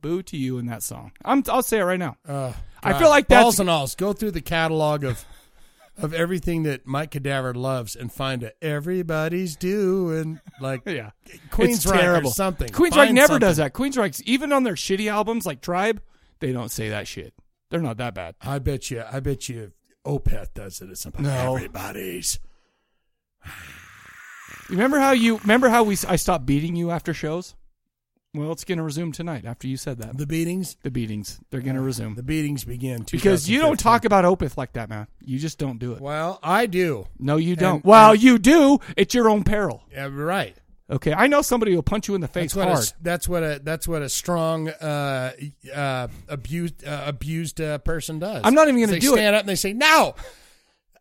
Speaker 1: boo to you in that song. I'm I'll say it right now. I feel like that's
Speaker 2: Uh, Oh, balls and alls go through the catalog of of everything that Mike Cadaver loves and find a everybody's doing like
Speaker 1: yeah
Speaker 2: Queens
Speaker 1: it's terrible.
Speaker 2: or something
Speaker 1: Queensryche
Speaker 2: Find
Speaker 1: never does
Speaker 2: something.
Speaker 1: that. Queensryche, even on their shitty albums like Tribe, they don't say that shit. They're not that bad.
Speaker 2: I bet you I bet you Opeth does it at some point
Speaker 1: No.
Speaker 2: everybody's
Speaker 1: Remember how you remember how we I stopped beating you after shows? Well, it's going to resume tonight after you said that.
Speaker 2: The beatings? Uh,
Speaker 1: The beatings. They're going to resume.
Speaker 2: The beatings begin
Speaker 1: because you don't talk about Opeth like that, man. You just don't do it.
Speaker 2: Well, I do.
Speaker 1: No, you
Speaker 2: And-
Speaker 1: don't. well, you do. It's your own peril.
Speaker 2: Yeah, right.
Speaker 1: Okay, I know somebody will punch you in the face
Speaker 2: That's what,
Speaker 1: hard.
Speaker 2: a, that's what a that's what a strong uh, uh, abused uh, abused uh, person does.
Speaker 1: I'm not even gonna
Speaker 2: They
Speaker 1: do it.
Speaker 2: Stand up and they say, "No,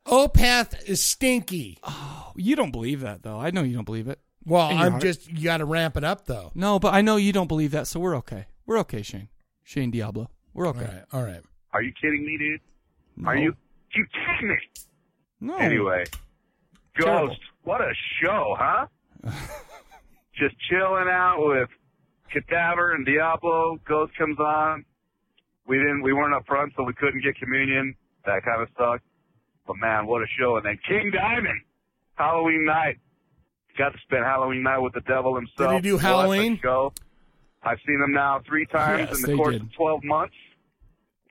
Speaker 2: Opeth is stinky."
Speaker 1: Oh, You don't believe that though. I know you don't believe it.
Speaker 2: Well,
Speaker 1: In your
Speaker 2: I'm
Speaker 1: heart.
Speaker 2: just you got to ramp it up though.
Speaker 1: No, but I know you don't believe that, so we're okay. We're okay, Shane. Shane Diablo. We're okay.
Speaker 2: All right.
Speaker 12: Are you kidding me, dude? Are you? You kidding me?
Speaker 1: No.
Speaker 12: Anyway, Ghost,
Speaker 1: Terrible.
Speaker 12: what a show, huh? Just chilling out with Cadaver and Diablo. Ghost comes on. We didn't. We weren't up front, so we couldn't get communion. That kind of sucked. But man, what a show! And then King Diamond, Halloween night. Got to spend Halloween night with the devil himself.
Speaker 2: Did he do
Speaker 12: What a
Speaker 2: Halloween?
Speaker 12: show. I've seen him now three times
Speaker 2: Yes,
Speaker 12: in
Speaker 2: they
Speaker 12: the course
Speaker 2: did.
Speaker 12: of 12 months,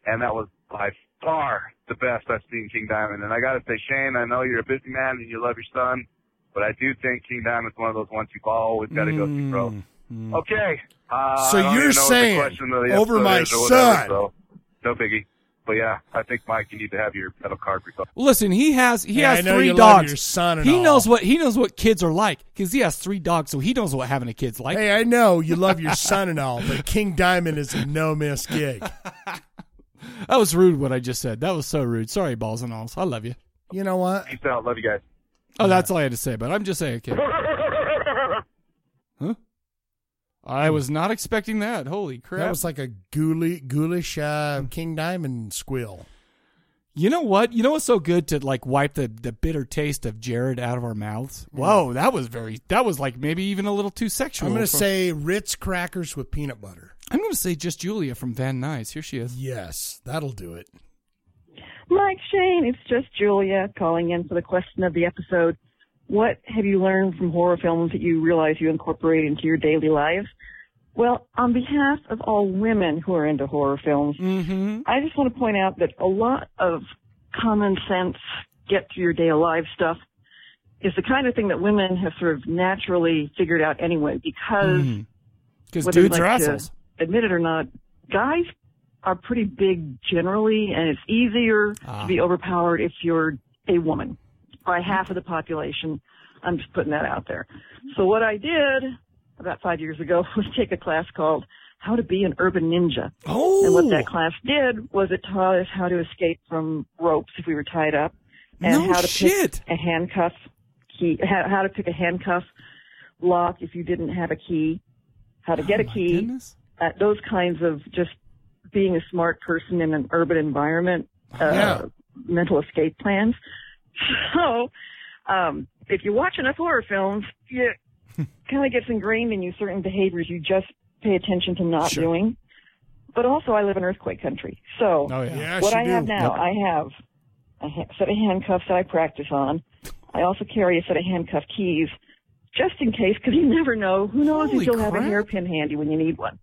Speaker 12: and that was by far the best I've seen King Diamond. And I got to say, Shane, I know you're a busy man and you love your son, but I do think King Diamond's one of those ones you've always got to go see, bro.
Speaker 1: Hmm.
Speaker 12: Okay. Uh,
Speaker 2: Mm-hmm. So
Speaker 12: I don't even
Speaker 2: you're
Speaker 12: know what the
Speaker 2: saying,
Speaker 12: question of the
Speaker 2: over
Speaker 12: episode
Speaker 2: my
Speaker 12: is or whatever,
Speaker 2: son.
Speaker 12: so, no biggie. But yeah, I think Mike, you need to have your pedal card resolved.
Speaker 1: Listen, he has he
Speaker 12: Yeah, I
Speaker 1: has
Speaker 12: know
Speaker 1: three
Speaker 12: you love
Speaker 1: dogs.
Speaker 12: your son and
Speaker 1: he
Speaker 12: all.
Speaker 1: knows what he knows what kids are like because he has three dogs, so he knows what having a kid's like.
Speaker 2: hey, I know you love your son and all, but King Diamond is a no miss gig.
Speaker 1: That was rude what I just said. That was so rude. Sorry, balls and alls. I love you.
Speaker 2: You know what?
Speaker 12: Peace out. Love you guys.
Speaker 1: Oh, that's all I had to say. But I'm just saying, okay. I was not expecting that. Holy crap!
Speaker 2: That was like a ghouly, ghoulish uh, King Diamond squill.
Speaker 1: You know what? You know what's so good to like wipe the, the bitter taste of Jared out of our mouths? Whoa, that was very that was like maybe even a little too sexual.
Speaker 2: Mm. I'm going to
Speaker 1: for-
Speaker 2: say Ritz crackers with peanut butter.
Speaker 1: I'm going to say just Julia from Van Nuys. Here she is.
Speaker 2: Yes, that'll do it.
Speaker 13: Mike Shane, it's just Julia calling in for the question of the episode. What have you learned from horror films that you realize you incorporate into your daily lives? Well, on behalf of all women who are into horror films, I just want to point out that a lot of common sense, get through your day alive stuff is the kind of thing that women have sort of naturally figured out anyway because
Speaker 14: Mm.
Speaker 1: Mhm. 'Cause
Speaker 13: whether you
Speaker 1: dudes are
Speaker 13: like to
Speaker 1: assholes.
Speaker 13: Admit it or not, guys are pretty big generally, and it's easier
Speaker 1: Ah.
Speaker 13: to be overpowered if you're a woman by half of the population. I'm just putting that out there. So what I did about five years ago was take a class called How to Be an Urban Ninja.
Speaker 1: Oh.
Speaker 13: And what that class did was it taught us how to escape from ropes if we were tied up, and
Speaker 14: No
Speaker 13: how to pick a handcuff key, how, how to pick a handcuff lock if you didn't have a key, how to
Speaker 14: Oh
Speaker 13: get a key, uh, those kinds of just being a smart person in an urban environment, uh,
Speaker 14: Yeah.
Speaker 13: mental escape plans. So, um, if you watch enough horror films, it kind of gets ingrained in you certain behaviors you just pay attention to not
Speaker 14: Sure.
Speaker 13: doing. But also, I live in earthquake country, so
Speaker 14: Oh, yeah. Yes,
Speaker 13: what
Speaker 14: you
Speaker 13: I have
Speaker 14: do.
Speaker 13: now,
Speaker 14: Yep.
Speaker 13: I have a ha- set of handcuffs that I practice on. I also carry a set of handcuff keys just in case, because you never know. Who knows?
Speaker 14: Holy
Speaker 13: if you'll have
Speaker 14: crap.
Speaker 13: a hairpin handy when you need one.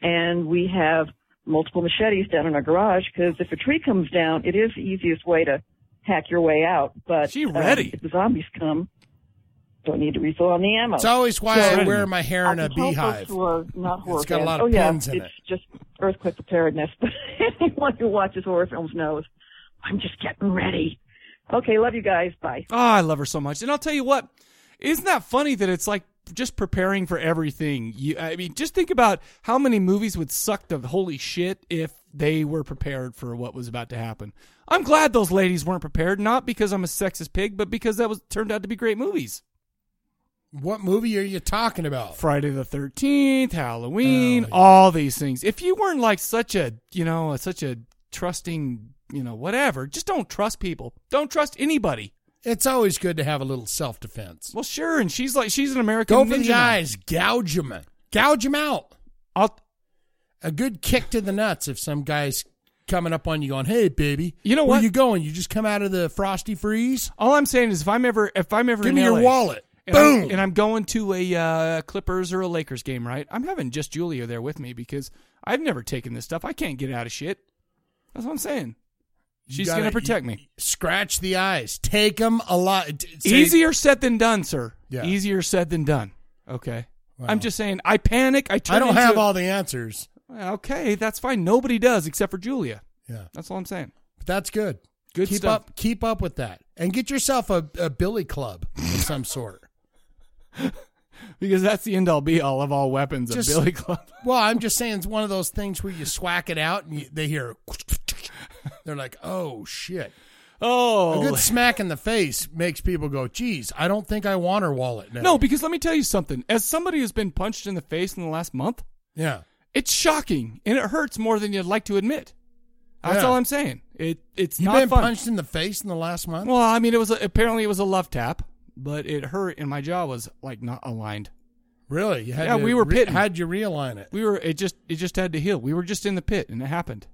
Speaker 13: And we have multiple machetes down in our garage because if a tree comes down, it is the easiest way to hack your way out. But she
Speaker 2: ready.
Speaker 13: if the zombies come, don't need to refill on the ammo.
Speaker 2: It's always why
Speaker 13: So-
Speaker 2: I wear my hair in a
Speaker 13: I can tell
Speaker 2: beehive.
Speaker 13: Folks who are not horror
Speaker 2: It's got a
Speaker 13: fans.
Speaker 2: lot of
Speaker 13: oh, yeah,
Speaker 2: pins in
Speaker 13: it's
Speaker 2: it.
Speaker 13: just earthquake preparedness. But anyone who watches horror films knows I'm just getting ready. Okay, love you guys. Bye.
Speaker 1: Oh, I love her so much. And I'll tell you what, isn't that funny that it's like just preparing for everything? You, I mean, just think about how many movies would suck the holy shit if they were prepared for what was about to happen. I'm glad those ladies weren't prepared, not because I'm a sexist pig, but because that was turned out to be great movies.
Speaker 2: What movie are you talking about? Oh,
Speaker 1: Friday the Thirteenth, Halloween, all these things. If you weren't like such a, you know, such a trusting, you know, whatever, just don't trust people. Don't trust anybody.
Speaker 2: It's always good to have a little self defense.
Speaker 1: Well, sure, and she's like she's an American.
Speaker 2: Go for
Speaker 1: ninja
Speaker 2: the
Speaker 1: now.
Speaker 2: eyes, gouge them, gouge them out. a good kick to the nuts if some guy's coming up on you going, "Hey, baby,
Speaker 1: You know
Speaker 2: where
Speaker 1: what?
Speaker 2: you going? You just come out of the frosty freeze."
Speaker 1: All I'm saying is, if I'm ever, if I'm ever
Speaker 2: give
Speaker 1: in
Speaker 2: me your
Speaker 1: LA,
Speaker 2: wallet,
Speaker 1: and
Speaker 2: boom.
Speaker 1: I'm, and I'm going to a uh, Clippers or a Lakers game, right? I'm having just Julia there with me because I've never taken this stuff. I can't get out of shit. That's what I'm saying.
Speaker 2: You
Speaker 1: She's
Speaker 2: gotta-
Speaker 1: gonna protect
Speaker 2: you-
Speaker 1: me.
Speaker 2: Scratch the eyes, take them a lot.
Speaker 1: Easier said than done, sir.
Speaker 2: Yeah.
Speaker 1: Easier said than done. Okay.
Speaker 2: Wow.
Speaker 1: I'm just saying. I panic. I turn.
Speaker 2: I don't
Speaker 1: into-
Speaker 2: have all the answers.
Speaker 1: Okay, that's fine. Nobody does except for Julia.
Speaker 2: Yeah,
Speaker 1: that's all I'm saying.
Speaker 2: But that's good.
Speaker 1: Good
Speaker 2: keep
Speaker 1: stuff.
Speaker 2: up. Keep up with that, and get yourself a, a billy club of some sort.
Speaker 1: because that's the end all be all of all weapons
Speaker 2: Just-
Speaker 1: of Billy Club.
Speaker 2: Well, I'm just saying it's one of those things where you swack it out and you, they hear. They're like, oh shit.
Speaker 1: Oh,
Speaker 2: A good smack in the face makes people go, geez, I don't think I want her wallet now.
Speaker 1: No, because let me tell you something. As somebody who's been punched in the face in the last month,
Speaker 2: Yeah.
Speaker 1: it's shocking and it hurts more than you'd like to admit. That's
Speaker 2: Yeah.
Speaker 1: all I'm saying. It it's
Speaker 2: You've
Speaker 1: not
Speaker 2: been
Speaker 1: fun.
Speaker 2: punched in the face in the last month?
Speaker 1: Well, I mean, it was a, apparently it was a love tap, but it hurt and my jaw was like not aligned.
Speaker 2: Really? You had
Speaker 1: yeah,
Speaker 2: to
Speaker 1: we were
Speaker 2: re-
Speaker 1: pitting.
Speaker 2: how'd you realign it?
Speaker 1: We were. It just it just had to heal. We were just in the pit and it happened.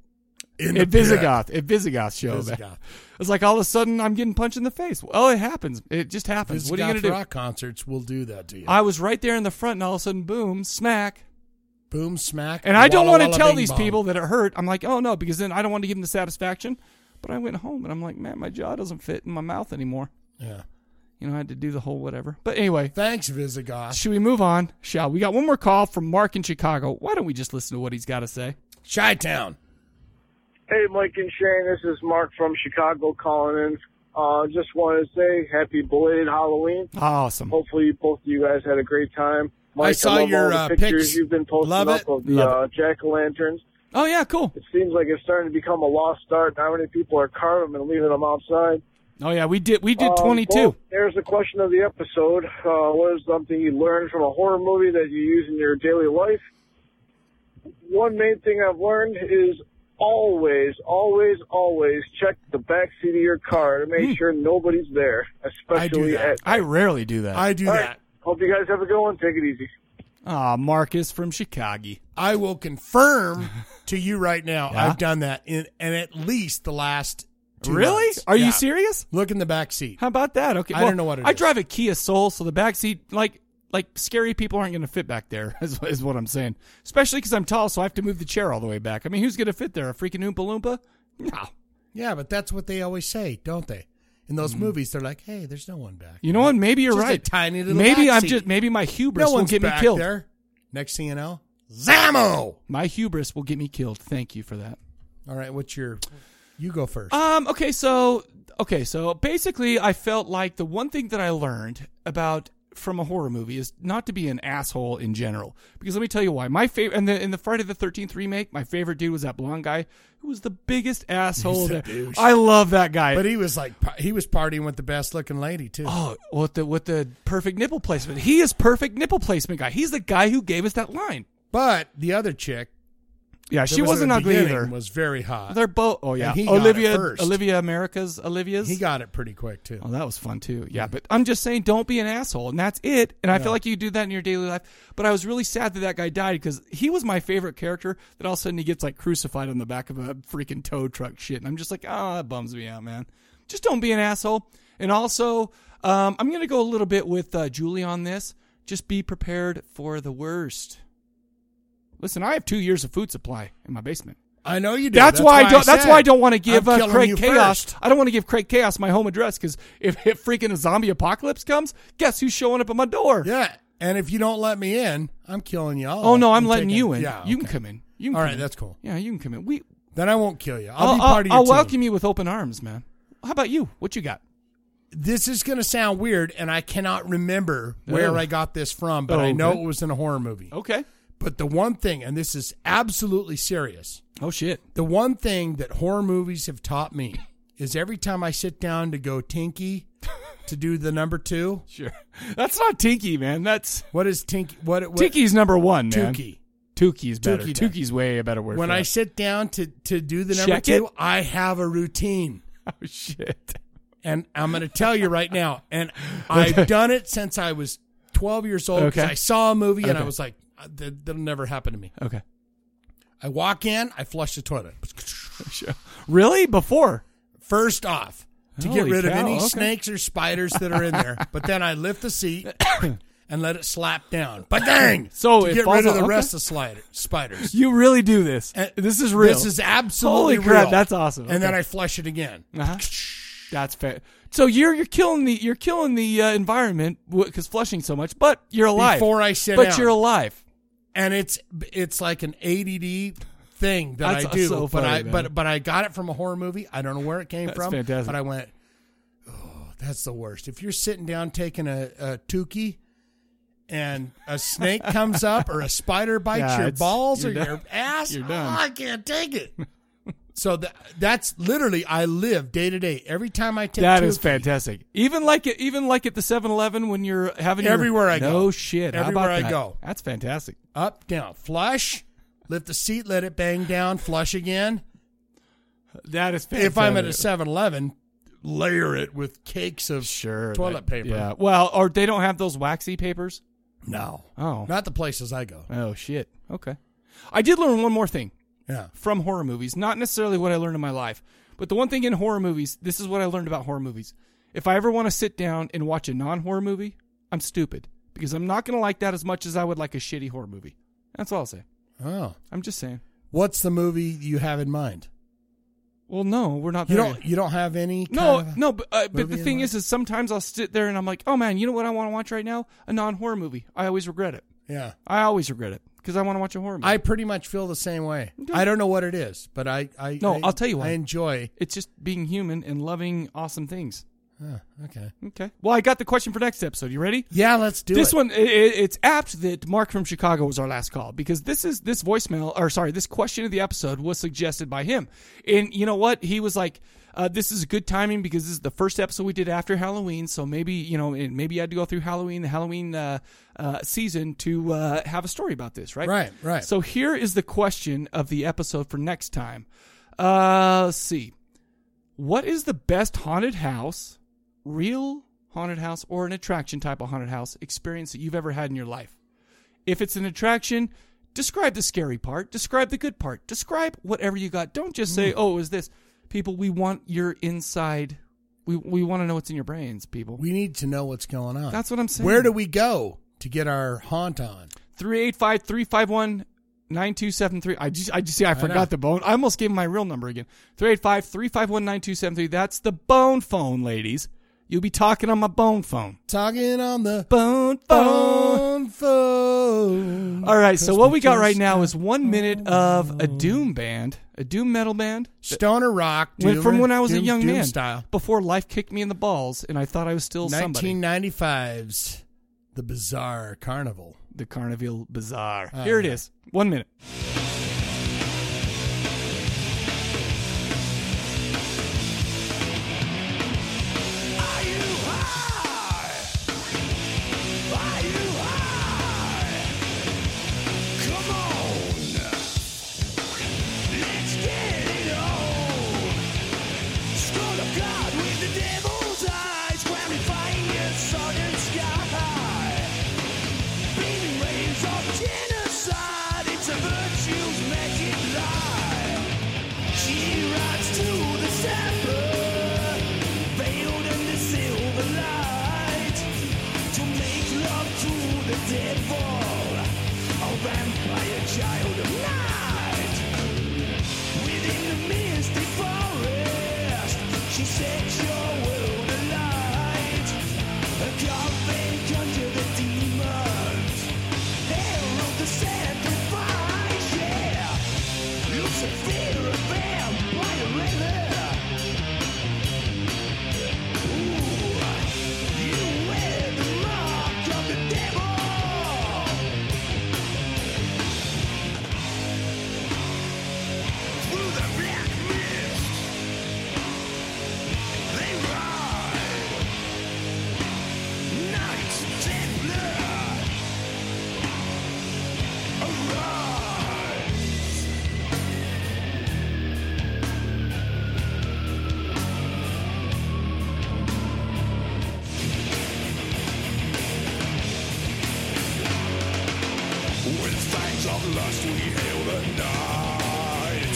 Speaker 2: In
Speaker 1: at
Speaker 2: the pit.
Speaker 1: Visigoth, at Visigoth show.
Speaker 2: Visigoth.
Speaker 1: It's like all of a sudden I'm getting punched in the face. Oh, it happens. It just happens. what are you
Speaker 2: Visigoth
Speaker 1: gonna do? Uh,
Speaker 2: rock concerts will do that to you.
Speaker 1: I was right there in the front, and all of a sudden, boom, smack.
Speaker 2: Boom, smack.
Speaker 1: And I don't
Speaker 2: walla,
Speaker 1: want to
Speaker 2: walla,
Speaker 1: tell
Speaker 2: bing,
Speaker 1: these
Speaker 2: bong.
Speaker 1: people that it hurt. I'm like, oh no, because then I don't want to give them the satisfaction. But I went home and I'm like, man, my jaw doesn't fit in my mouth anymore.
Speaker 2: Yeah.
Speaker 1: You know, I had to do the whole whatever. But anyway.
Speaker 2: Thanks, Visigoth.
Speaker 1: Should we move on? Shall we? Got one more call from Mark in Chicago. Why don't we just listen to what he's got to say?
Speaker 2: Chi Town.
Speaker 15: Hey, Mike and Shane, this is Mark from Chicago calling in. Uh, just wanted to say happy belated Halloween.
Speaker 1: Awesome.
Speaker 15: Hopefully, both of you guys had a great time. Mike,
Speaker 1: I saw
Speaker 15: love
Speaker 1: your,
Speaker 15: all the
Speaker 1: uh,
Speaker 15: pictures
Speaker 1: pics.
Speaker 15: you've been posting
Speaker 1: Love
Speaker 15: up
Speaker 1: it.
Speaker 15: of the
Speaker 1: Love
Speaker 15: uh, jack o' lanterns.
Speaker 1: Oh yeah, cool.
Speaker 15: It seems like it's starting to become a lost art. Not many people are carving them and leaving them outside.
Speaker 1: Oh yeah, we did. We did
Speaker 15: Um,
Speaker 1: 22.
Speaker 15: well, there's the question of the episode. Uh, what is something you learned from a horror movie that you use in your daily life? One main thing I've learned is always, always, always check the back seat of your car to
Speaker 1: Hmm.
Speaker 15: make sure nobody's there, especially at.
Speaker 1: I rarely do that.
Speaker 15: All right. Hope you guys have a good one. Take it easy.
Speaker 1: Ah, Marcus from Chicago.
Speaker 2: I will confirm to you right now,
Speaker 1: Yeah?
Speaker 2: I've done that in and at least the last two
Speaker 1: Really?
Speaker 2: months.
Speaker 1: Are you
Speaker 2: Yeah.
Speaker 1: serious?
Speaker 2: Look in the back seat.
Speaker 1: How about that? Okay,
Speaker 2: I
Speaker 1: well,
Speaker 2: don't know what it is.
Speaker 1: I drive a Kia Soul, so the back seat, like, like scary people aren't going to fit back there. Is, is what I'm saying. Especially because I'm tall, so I have to move the chair all the way back. I mean, who's going to fit there? A freaking Oompa Loompa? No.
Speaker 2: Yeah, but that's what they always say, don't they? In those movies, they're like, "Hey, there's no one back."
Speaker 1: Mm. You know what? Maybe you're
Speaker 2: Just a
Speaker 1: right.
Speaker 2: tiny little
Speaker 1: Maybe
Speaker 2: back
Speaker 1: I'm
Speaker 2: seat.
Speaker 1: just. Maybe my hubris
Speaker 2: No
Speaker 1: will
Speaker 2: one's
Speaker 1: get me
Speaker 2: back
Speaker 1: killed.
Speaker 2: there. Next thing you know, Zamo.
Speaker 1: My hubris will get me killed. Thank you for that.
Speaker 2: All right, what's your? You go first.
Speaker 1: Um. Okay. So. Okay. So basically, I felt like the one thing that I learned about from a horror movie is not to be an asshole in general. Because let me tell you why. My favorite in the in the Friday the Thirteenth remake, my favorite dude was that blonde guy who was the biggest asshole.
Speaker 2: He's a
Speaker 1: there.
Speaker 2: douche.
Speaker 1: I love that guy.
Speaker 2: But he was like, pa- he was partying with the best looking lady too.
Speaker 1: Oh, with the with the perfect nipple placement. He is perfect nipple placement guy. He's the guy who gave us that line.
Speaker 2: But the other chick,
Speaker 1: yeah,
Speaker 2: that
Speaker 1: she
Speaker 2: was
Speaker 1: wasn't
Speaker 2: at the
Speaker 1: ugly
Speaker 2: beginning
Speaker 1: either.
Speaker 2: Was very hot.
Speaker 1: They're both. Oh yeah,
Speaker 2: And he got it
Speaker 1: Olivia,
Speaker 2: first.
Speaker 1: Olivia America's Olivia's. He
Speaker 2: got it pretty quick too.
Speaker 1: Oh, that was fun too. Yeah, but I'm just saying, don't be an asshole, and that's it. And I
Speaker 2: Yeah.
Speaker 1: feel like you do that in your daily life. But I was really sad that that guy died because he was my favorite character. That all of a sudden he gets like crucified on the back of a freaking tow truck shit, and I'm just like, ah, that bums me out, man. Just don't be an asshole. And also, um, I'm gonna go a little bit with uh, Julie on this. Just be prepared for the worst. Listen, I have two years of food supply in my basement.
Speaker 2: I know you do.
Speaker 1: That's, why, I don't. that's
Speaker 2: said
Speaker 1: why I don't want to give
Speaker 2: I'm
Speaker 1: uh,
Speaker 2: killing
Speaker 1: Craig
Speaker 2: you
Speaker 1: Chaos.
Speaker 2: first.
Speaker 1: I don't want to give Craig Chaos my home address because if, if freaking a zombie apocalypse comes, guess who's showing up at my door?
Speaker 2: Yeah. And if you don't let me in, I'm killing you all.
Speaker 1: Oh, no, I'm,
Speaker 2: I'm
Speaker 1: letting
Speaker 2: taking-
Speaker 1: you in.
Speaker 2: Yeah,
Speaker 1: you can
Speaker 2: okay.
Speaker 1: come in. You can
Speaker 2: All
Speaker 1: come
Speaker 2: right,
Speaker 1: in.
Speaker 2: that's cool.
Speaker 1: Yeah, you can come in. We.
Speaker 2: Then I won't kill you. I'll, be part of your
Speaker 1: I'll
Speaker 2: team.
Speaker 1: welcome you with open arms, man. How about you? What you got?
Speaker 2: This is going to sound weird, and I cannot remember where
Speaker 1: Oh.
Speaker 2: I got this from, but I
Speaker 1: Oh,
Speaker 2: know
Speaker 1: good.
Speaker 2: it was in a horror movie.
Speaker 1: Okay.
Speaker 2: But the one thing, and this is absolutely serious.
Speaker 1: Oh, shit.
Speaker 2: The one thing that horror movies have taught me is every time I sit down to go tinky to do the number two.
Speaker 1: Sure. That's not tinky, man. That's.
Speaker 2: What is tinky? What, what
Speaker 1: Tuki's number one, man.
Speaker 2: Tookie.
Speaker 1: Tuki's better.
Speaker 2: Tukey does.
Speaker 1: Tuki's way a better word.
Speaker 2: when
Speaker 1: for
Speaker 2: I
Speaker 1: that.
Speaker 2: sit down to to do the number
Speaker 1: Check
Speaker 2: two,
Speaker 1: it?
Speaker 2: I have a routine.
Speaker 1: Oh shit!
Speaker 2: And I'm going to tell you right now, and I've done it since I was 12 years old. 'cause
Speaker 1: Okay.
Speaker 2: I saw a movie and I
Speaker 1: Okay.
Speaker 2: was like, "Uh, that, that'll never happen to me.
Speaker 1: Okay.
Speaker 2: I walk in, I flush the toilet.
Speaker 1: Really? Before?
Speaker 2: First off, to get
Speaker 1: Holy
Speaker 2: rid of
Speaker 1: cow,
Speaker 2: any
Speaker 1: okay.
Speaker 2: snakes or spiders that are in there. But then I lift the seat and let it slap down. But dang!
Speaker 1: So
Speaker 2: to
Speaker 1: it
Speaker 2: get
Speaker 1: falls
Speaker 2: rid of
Speaker 1: out-
Speaker 2: the
Speaker 1: okay.
Speaker 2: rest of slider, spiders.
Speaker 1: You really do this. this is real.
Speaker 2: This is absolutely
Speaker 1: Holy crap,
Speaker 2: real.
Speaker 1: that's awesome.
Speaker 2: And then
Speaker 1: Okay.
Speaker 2: I flush it again.
Speaker 1: Uh-huh. That's fair. So you're you're killing the you're killing the uh, environment because flushing so much, but you're alive.
Speaker 2: Before I sit
Speaker 1: but
Speaker 2: down.
Speaker 1: you're alive.
Speaker 2: and it's it's like an ADD thing that
Speaker 1: That's
Speaker 2: I do.
Speaker 1: so
Speaker 2: but
Speaker 1: funny,
Speaker 2: I
Speaker 1: man.
Speaker 2: but but I got it from a horror movie. I don't know where it came
Speaker 1: That's
Speaker 2: from.
Speaker 1: fantastic.
Speaker 2: But I went, oh, that's the worst. If you're sitting down taking a, a tukey. And a snake comes up, or a spider bites
Speaker 1: Yeah,
Speaker 2: your
Speaker 1: it's-
Speaker 2: balls or
Speaker 1: you're done.
Speaker 2: your ass.
Speaker 1: You're done.
Speaker 2: "Oh, I can't take it. so that, that's literally I live day to day. Every time I take
Speaker 1: That is
Speaker 2: Tukey,
Speaker 1: fantastic. Even like it, even like at the 7-Eleven when you're having your-
Speaker 2: Everywhere I
Speaker 1: no
Speaker 2: go.
Speaker 1: shit. How
Speaker 2: Everywhere
Speaker 1: about
Speaker 2: I
Speaker 1: that?
Speaker 2: go.
Speaker 1: That's fantastic.
Speaker 2: up, down, flush, lift the seat, let it bang down, flush again.
Speaker 1: That is
Speaker 2: If I'm at a
Speaker 1: fantastic.
Speaker 2: 7 Eleven, layer it with cakes of sure, toilet
Speaker 1: That-
Speaker 2: paper.
Speaker 1: Yeah. Well, or they don't have those waxy papers.
Speaker 2: No.
Speaker 1: Oh.
Speaker 2: Not the places I go.
Speaker 1: Oh shit. Okay. I did learn one more thing.
Speaker 2: Yeah.
Speaker 1: From horror movies, not necessarily what I learned in my life, but the one thing in horror movies, this is what I learned about horror movies. If I ever want to sit down and watch a non-horror movie, I'm stupid because I'm not going to like that as much as I would like a shitty horror movie. That's all I'll say.
Speaker 2: Oh.
Speaker 1: I'm just saying.
Speaker 2: What's the movie you have in mind?
Speaker 1: Well, no, we're not.
Speaker 2: You
Speaker 1: there
Speaker 2: don't
Speaker 1: yet.
Speaker 2: you don't have any
Speaker 1: No,
Speaker 2: kind of a-
Speaker 1: no, but, uh, but
Speaker 2: movie
Speaker 1: the
Speaker 2: in
Speaker 1: thing
Speaker 2: mind?
Speaker 1: is, is sometimes I'll sit there and I'm like, oh man, you know what I want to watch right now? A non-horror movie. I always regret it.
Speaker 2: Yeah.
Speaker 1: I always regret it because I want to watch a horror movie.
Speaker 2: I pretty much feel the same way. I don't know what it is, but I I
Speaker 1: No,
Speaker 2: I,
Speaker 1: I'll tell you why.
Speaker 2: I enjoy
Speaker 1: It's just being human and loving awesome things.
Speaker 2: Huh, oh, okay.
Speaker 1: Okay. Well, I got the question for next episode. You ready?
Speaker 2: Yeah, let's do
Speaker 1: this
Speaker 2: it.
Speaker 1: one. i- i it's apt that Mark from Chicago was our last call because this is this voicemail or sorry, this question of the episode was suggested by him. And you know what? He was like, uh, "This is good timing because this is the first episode we did after Halloween, so maybe you know, and maybe I had to go through Halloween, the Halloween uh, uh, season to uh, have a story about this, right?
Speaker 2: Right, right.
Speaker 1: So here is the question of the episode for next time. Uh, let's see." what is the best haunted house, real haunted house, or an attraction type of haunted house experience that you've ever had in your life? If it's an attraction, describe the scary part, describe the good part, describe whatever you got. Don't just
Speaker 2: Hmm.
Speaker 1: say, oh, it was this. People, we want your inside. We, we want to know what's in your brains, people.
Speaker 2: We need to know what's going on.
Speaker 1: That's what I'm saying.
Speaker 2: Where do we go to get our haunt on?
Speaker 1: 385 351 9273. I just, I just see, I
Speaker 2: I know.
Speaker 1: forgot the bone. I almost gave him my real number again. 385 351 9273. That's the bone phone, ladies. You'll be talking on my bone phone.
Speaker 2: Talking on the
Speaker 1: bone
Speaker 2: phone. phone.
Speaker 1: All right, so what we got right now is one minute of a doom band, a doom metal band.
Speaker 2: Stoner rock.
Speaker 1: Went
Speaker 2: doom-
Speaker 1: from when I was a
Speaker 2: doom-
Speaker 1: young
Speaker 2: doom
Speaker 1: man
Speaker 2: style.
Speaker 1: before life kicked me in the balls and I thought I was still somebody.
Speaker 2: 1995's The Bizarre Carnival.
Speaker 1: The Carnival Bazaar.
Speaker 2: Oh,
Speaker 1: Here it
Speaker 2: yeah.
Speaker 1: is. One minute.
Speaker 14: Devil, a vampire child of night. Within the misty forest, she sets your world alight. A coffin conjure the demons, hell of the sacrifice, yeah. Lucifer, a vampire river. Ooh, you wear the mark of the devil. Through the black mist, they ride. Night's dead blur. Arise. With fangs of lust we hail the night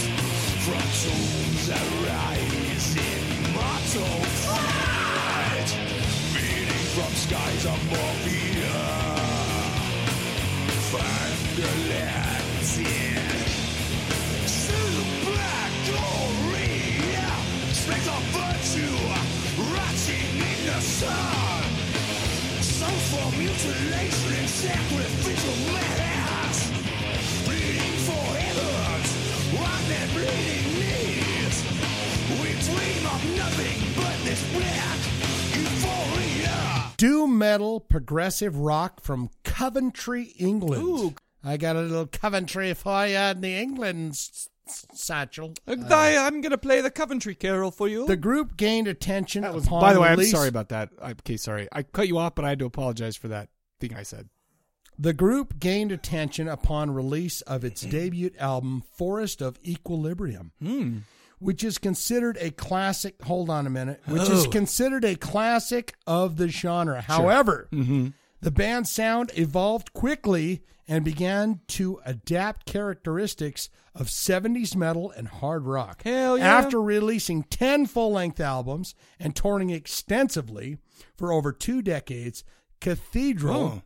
Speaker 14: From tombs that rise in mortal fight Beating from skies of Morbia Fangalantic Super glory Snakes of virtue Rotting in the sun so for mutilation and sacrificial mass Bleeding for heavens On their bleeding knees We dream of nothing but this black euphoria
Speaker 2: Doom metal progressive rock from Coventry, England. I got a little Coventry for you in the England s- s- satchel. Uh,
Speaker 1: I, am going to play the Coventry Carol for you.
Speaker 2: The group gained attention upon
Speaker 1: By the way, I'm
Speaker 2: release-
Speaker 1: sorry about that. I, okay, sorry. I cut you off, but I had to apologize for that thing I said.
Speaker 2: The group gained attention upon release of its debut album, Forest of Equilibrium, which is considered a classic. Hold on a minute, which is
Speaker 1: Oh.
Speaker 2: considered a classic of the genre. However, the band's sound evolved quickly and began to adapt characteristics of 70s metal and hard rock.
Speaker 1: Hell yeah.
Speaker 2: After releasing 10 full length albums and touring extensively for over two decades, Cathedral
Speaker 1: Oh.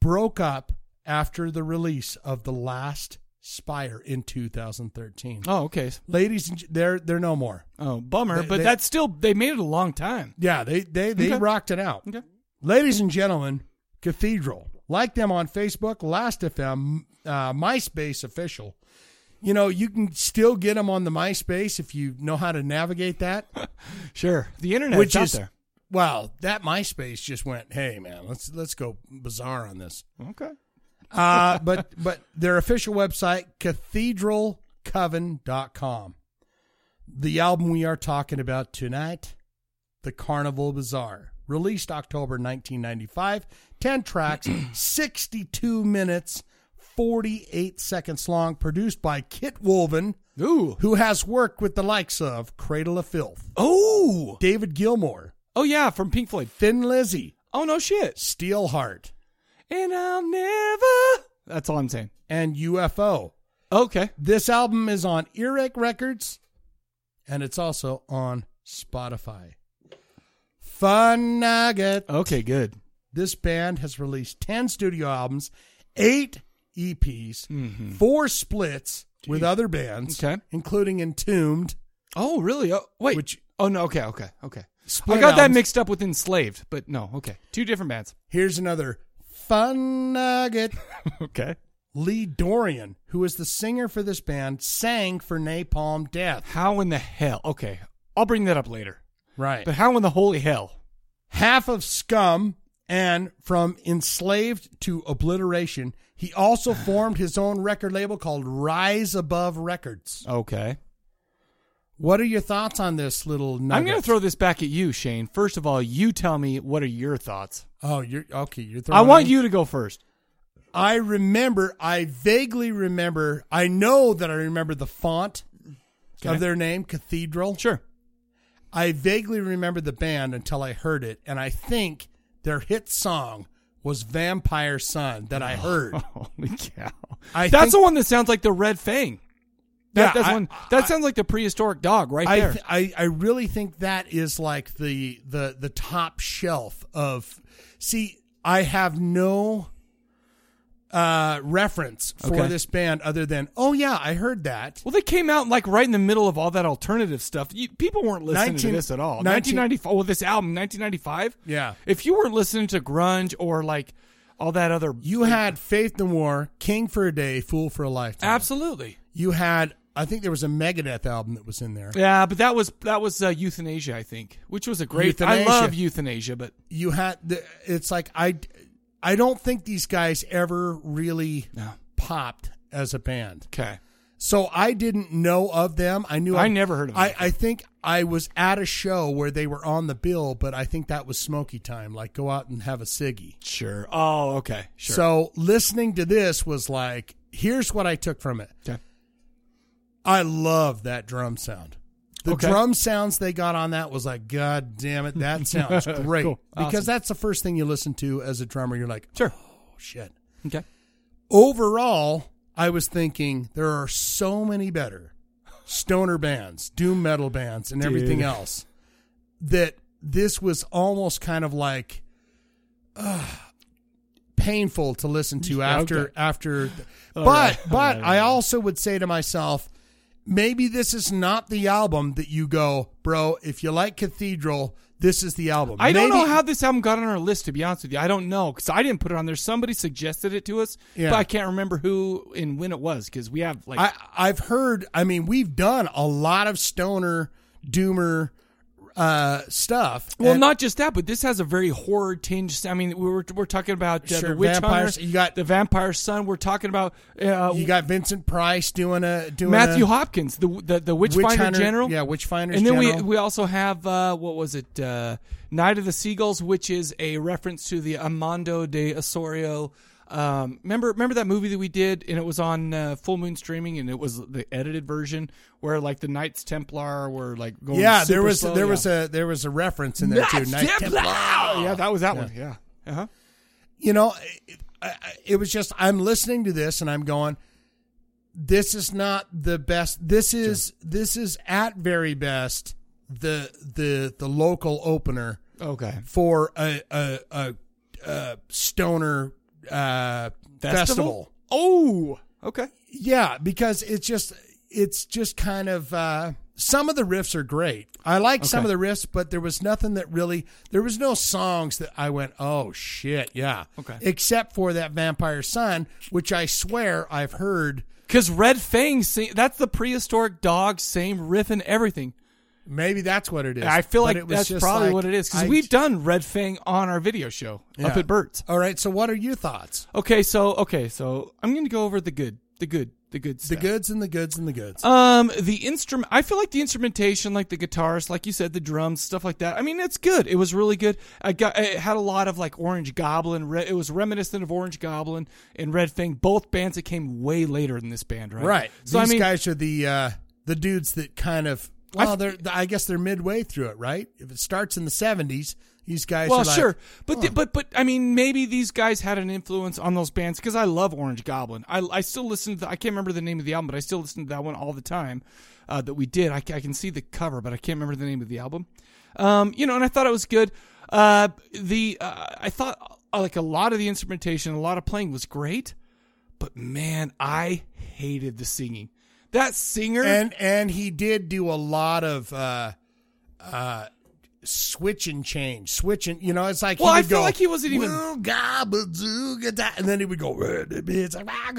Speaker 2: broke up after the release of The Last Spire in 2013.
Speaker 1: Oh, okay.
Speaker 2: Ladies, and gen- they're they're no more.
Speaker 1: Oh, bummer.
Speaker 2: They-
Speaker 1: but
Speaker 2: they-
Speaker 1: that's still they made it a long time.
Speaker 2: Yeah, they they they
Speaker 1: Okay.
Speaker 2: rocked it out. Ladies and gentlemen, Cathedral. Like them on Facebook, Last.fm, uh, MySpace official. You know, you can still get them on the MySpace if you know how to navigate that.
Speaker 1: sure. The internet's
Speaker 2: Which
Speaker 1: out
Speaker 2: is
Speaker 1: there.
Speaker 2: wow, that MySpace just went, hey man, let's let's go bizarre on this.
Speaker 1: Okay.
Speaker 2: Uh, but but their official website, cathedralcoven.com. The album we are talking about tonight, The Carnival Bazaar, released October 1995, 10 tracks, 62 minutes, 48 seconds long, produced by Kit Wolven, who has worked with the likes of Cradle of Filth.
Speaker 1: Oh!
Speaker 2: David Gilmour.
Speaker 1: Oh, yeah, from Pink Floyd.
Speaker 2: Thin Lizzy.
Speaker 1: Oh, no shit.
Speaker 2: Steelheart.
Speaker 1: And I'll never. That's all I'm saying.
Speaker 2: And UFO.
Speaker 1: Okay.
Speaker 2: This album is on Earache Records and it's also on Spotify. Fun nugget.
Speaker 1: Okay, good.
Speaker 2: This band has released 10 studio albums, 8 EPs, 4 splits with other bands,
Speaker 1: Mm-hmm. Okay.
Speaker 2: including Entombed.
Speaker 1: Oh, really? Oh, wait. Which, oh, no. Okay, okay, okay.
Speaker 2: Split
Speaker 1: I got that
Speaker 2: albums.
Speaker 1: mixed up with Enslaved, but no, okay. Two different bands.
Speaker 2: Here's another fun nugget.
Speaker 1: okay.
Speaker 2: Lee Dorian, who is the singer for this band, sang for Napalm Death.
Speaker 1: How in the hell? Okay. I'll bring that up later.
Speaker 2: Right.
Speaker 1: But how in the holy hell?
Speaker 2: half of Scum and from Enslaved to Obliteration. He also formed his own record label called Rise Above Records.
Speaker 1: Okay.
Speaker 2: What are your thoughts on this little nugget?
Speaker 1: I'm going to throw this back at you, Shane. First of all, you tell me what are your thoughts.
Speaker 2: Oh, you're okay. You're throwing.
Speaker 1: I want
Speaker 2: it-
Speaker 1: you to go first.
Speaker 2: I remember. I vaguely remember. I know that I remember the font
Speaker 1: Okay.
Speaker 2: of their name, Cathedral.
Speaker 1: Sure.
Speaker 2: I vaguely remember the band until I heard it, and I think their hit song was "Vampire Sun" that I heard.
Speaker 1: Holy cow!
Speaker 2: I
Speaker 1: that's
Speaker 2: think-
Speaker 1: the one that sounds like the Red Fang. That,
Speaker 2: Yeah,
Speaker 1: that's
Speaker 2: I-
Speaker 1: one. That sounds like the prehistoric dog right
Speaker 2: I,
Speaker 1: there.
Speaker 2: th- I I really think that is like the the the top shelf of. See, I have no uh reference for
Speaker 1: Okay.
Speaker 2: this band other than oh yeah, I heard that.
Speaker 1: well, they came out like right in the middle of all that alternative stuff. You, people weren't listening to
Speaker 2: 19
Speaker 1: this at all.
Speaker 2: 19
Speaker 1: 1995. Well, this album, 1995.
Speaker 2: Yeah.
Speaker 1: If you were listening to grunge or like all that other,
Speaker 2: You had Faith No More, King for a Day, Fool for a Lifetime.
Speaker 1: absolutely.
Speaker 2: You had I think there was a Megadeth album that was in there.
Speaker 1: Yeah, but that was that was uh, euthanasia, I think, which was a great. I
Speaker 2: Euthanasia.
Speaker 1: love euthanasia, but
Speaker 2: You had the, it's like I I don't think these guys ever really popped as a band.
Speaker 1: Okay.
Speaker 2: So I didn't know of them. I knew
Speaker 1: I never heard of them.
Speaker 2: I, I think I was at a show where they were on the bill, but I think that was smoky time. Like go out and have a ciggy.
Speaker 1: Sure. Oh, okay. Sure.
Speaker 2: So listening to this was like, here's what I took from it.
Speaker 1: Okay.
Speaker 2: I love that drum sound. The
Speaker 1: Okay.
Speaker 2: drum sounds they got on that was like, God damn it, that sounds great.
Speaker 1: Cool. Awesome.
Speaker 2: Because that's the first thing you listen to as a drummer. You're like,
Speaker 1: sure.
Speaker 2: oh shit.
Speaker 1: Okay.
Speaker 2: Overall, I was thinking there are so many better stoner bands, doom metal bands, and everything
Speaker 1: Dude.
Speaker 2: else that this was almost kind of like ugh, painful to listen to
Speaker 1: Yeah,
Speaker 2: after
Speaker 1: okay.
Speaker 2: after th-
Speaker 1: All
Speaker 2: but
Speaker 1: right, all right,
Speaker 2: but
Speaker 1: all
Speaker 2: I also would say to myself maybe this is not the album that you go bro if you like cathedral this is the album
Speaker 1: I don't
Speaker 2: Maybe-
Speaker 1: know how this album got on our list. To be honest with you, I don't know because I didn't put it on there. Somebody suggested it to us,
Speaker 2: Yeah.
Speaker 1: but I can't remember who and when it was because we have like
Speaker 2: I, I've heard. I mean, we've done a lot of stoner doomer uh, stuff.
Speaker 1: Well,
Speaker 2: And-
Speaker 1: not just that, but this has a very horror tinge. I mean, we were we're talking about uh, the
Speaker 2: Sure,
Speaker 1: witch
Speaker 2: vampires.
Speaker 1: hunters.
Speaker 2: You got
Speaker 1: the Vampire Sun. We're talking about uh,
Speaker 2: you got Vincent Price doing a doing
Speaker 1: Matthew
Speaker 2: a,
Speaker 1: Hopkins, the the, the
Speaker 2: Witch
Speaker 1: Witchfinder
Speaker 2: Hunter-
Speaker 1: General.
Speaker 2: yeah, Witchfinder's
Speaker 1: And then
Speaker 2: General.
Speaker 1: we we also have uh, what was it? Uh, Night of the Seagulls, which is a reference to the Armando de Osorio. Um, remember remember that movie that we did, and it was on uh, Full Moon streaming, and it was the edited version where like the Knights Templar were like going.
Speaker 2: Yeah, there
Speaker 1: super
Speaker 2: was
Speaker 1: slow,
Speaker 2: there
Speaker 1: yeah.
Speaker 2: was a there was a reference in there too.
Speaker 1: Knights Templar! Yeah, that was that one. Yeah. Uh-huh.
Speaker 2: You know, it, I- I- it was just I'm listening to this and I'm going, this is not the best. This is this is at very best the the the local opener.
Speaker 1: Okay.
Speaker 2: for a a, a, a stoner uh, festival.
Speaker 1: Oh, okay.
Speaker 2: Yeah, because it's just it's just kind of uh, some of the riffs are great. I like some of
Speaker 1: Okay.
Speaker 2: the riffs, but there was nothing that really there was no songs that I went, oh shit, yeah,
Speaker 1: Okay.
Speaker 2: except for that Vampire Sun, which I swear I've heard.
Speaker 1: Because Red Fang, sing, that's the prehistoric dog, same riff and everything.
Speaker 2: Maybe that's what it is.
Speaker 1: I feel
Speaker 2: But
Speaker 1: like
Speaker 2: it was
Speaker 1: that's
Speaker 2: just
Speaker 1: probably
Speaker 2: like,
Speaker 1: what it is because
Speaker 2: I-
Speaker 1: we've done Red Fang on our video show up
Speaker 2: Yeah.
Speaker 1: at Burt's.
Speaker 2: All right, so what are your thoughts?
Speaker 1: Okay, so okay, so I'm going to go over the good, the good, the good
Speaker 2: The
Speaker 1: stuff.
Speaker 2: goods and the goods and the goods.
Speaker 1: Um, the instrument. I feel like the instrumentation, like the guitars, like you said, the drums, stuff like that. I mean, it's good. It was really good. I got. It had a lot of like Orange Goblin. Re- it was reminiscent of Orange Goblin and Red Fang, both bands that came way later than this band, right?
Speaker 2: right.
Speaker 1: So
Speaker 2: These
Speaker 1: I mean,
Speaker 2: guys are the uh, the dudes that kind of
Speaker 1: I-
Speaker 2: well, they're I guess they're midway through it, right? If it starts in the seventies, these guys.
Speaker 1: well,
Speaker 2: are like,
Speaker 1: sure, but
Speaker 2: huh.
Speaker 1: the- but but I mean, maybe these guys had an influence on those bands because I love Orange Goblin. I I still listen to. The, I can't remember the name of the album, but I still listen to that one all the time. Uh, that we did. I, ca- I can see the cover, but I can't remember the name of the album. Um, you know, and I thought it was good. Uh, the uh, I thought uh, like a lot of the instrumentation, a lot of playing was great, but man, I hated the singing. That singer
Speaker 2: and and he did do a lot of uh, uh, switch and change, switch and you know, it's like
Speaker 1: Well,
Speaker 2: he
Speaker 1: I
Speaker 2: would
Speaker 1: feel
Speaker 2: go,
Speaker 1: like he wasn't even-
Speaker 2: "Well, gabadooga da," and then he would go. "Red bits of rock."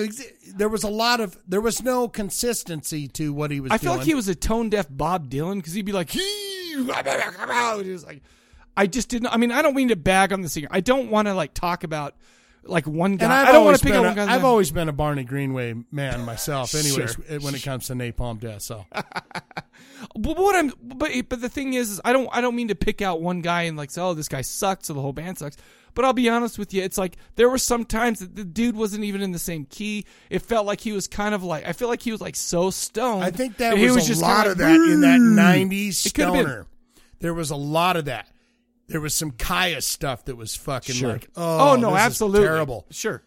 Speaker 2: There was a lot of there was no consistency to what he was.
Speaker 1: I feel like
Speaker 2: doing.
Speaker 1: he was a tone deaf Bob Dylan because he'd be like, "Hee, blah, blah, blah, blah, blah," and he was like, I just didn't. I mean, I don't mean to bag on the singer. I don't want to like talk about like one guy.
Speaker 2: And I've
Speaker 1: I don't want
Speaker 2: always
Speaker 1: to pick
Speaker 2: been
Speaker 1: on
Speaker 2: a-
Speaker 1: one guy.
Speaker 2: I've always been a Barney Greenway man myself, anyways, eh,
Speaker 1: Sure.
Speaker 2: when it comes to Napalm Death. So
Speaker 1: But what I'm, but but the thing is, is I don't, I don't mean to pick out one guy and like, say, oh, this guy sucks, so the whole band sucks. But I'll be honest with you, it's like there were some times that the dude wasn't even in the same key. It felt like he was kind of like, I feel like he was like so stoned.
Speaker 2: I think that
Speaker 1: and
Speaker 2: was,
Speaker 1: he
Speaker 2: a
Speaker 1: just
Speaker 2: lot
Speaker 1: kinda
Speaker 2: of
Speaker 1: like,
Speaker 2: that in that
Speaker 1: "Brrr."
Speaker 2: '90s
Speaker 1: It could've been.
Speaker 2: stoner. There was a lot of that. There was some Kaya stuff that was fucking
Speaker 1: Sure.
Speaker 2: like, oh,
Speaker 1: Oh, no,
Speaker 2: this is
Speaker 1: absolutely.
Speaker 2: terrible.
Speaker 1: Sure.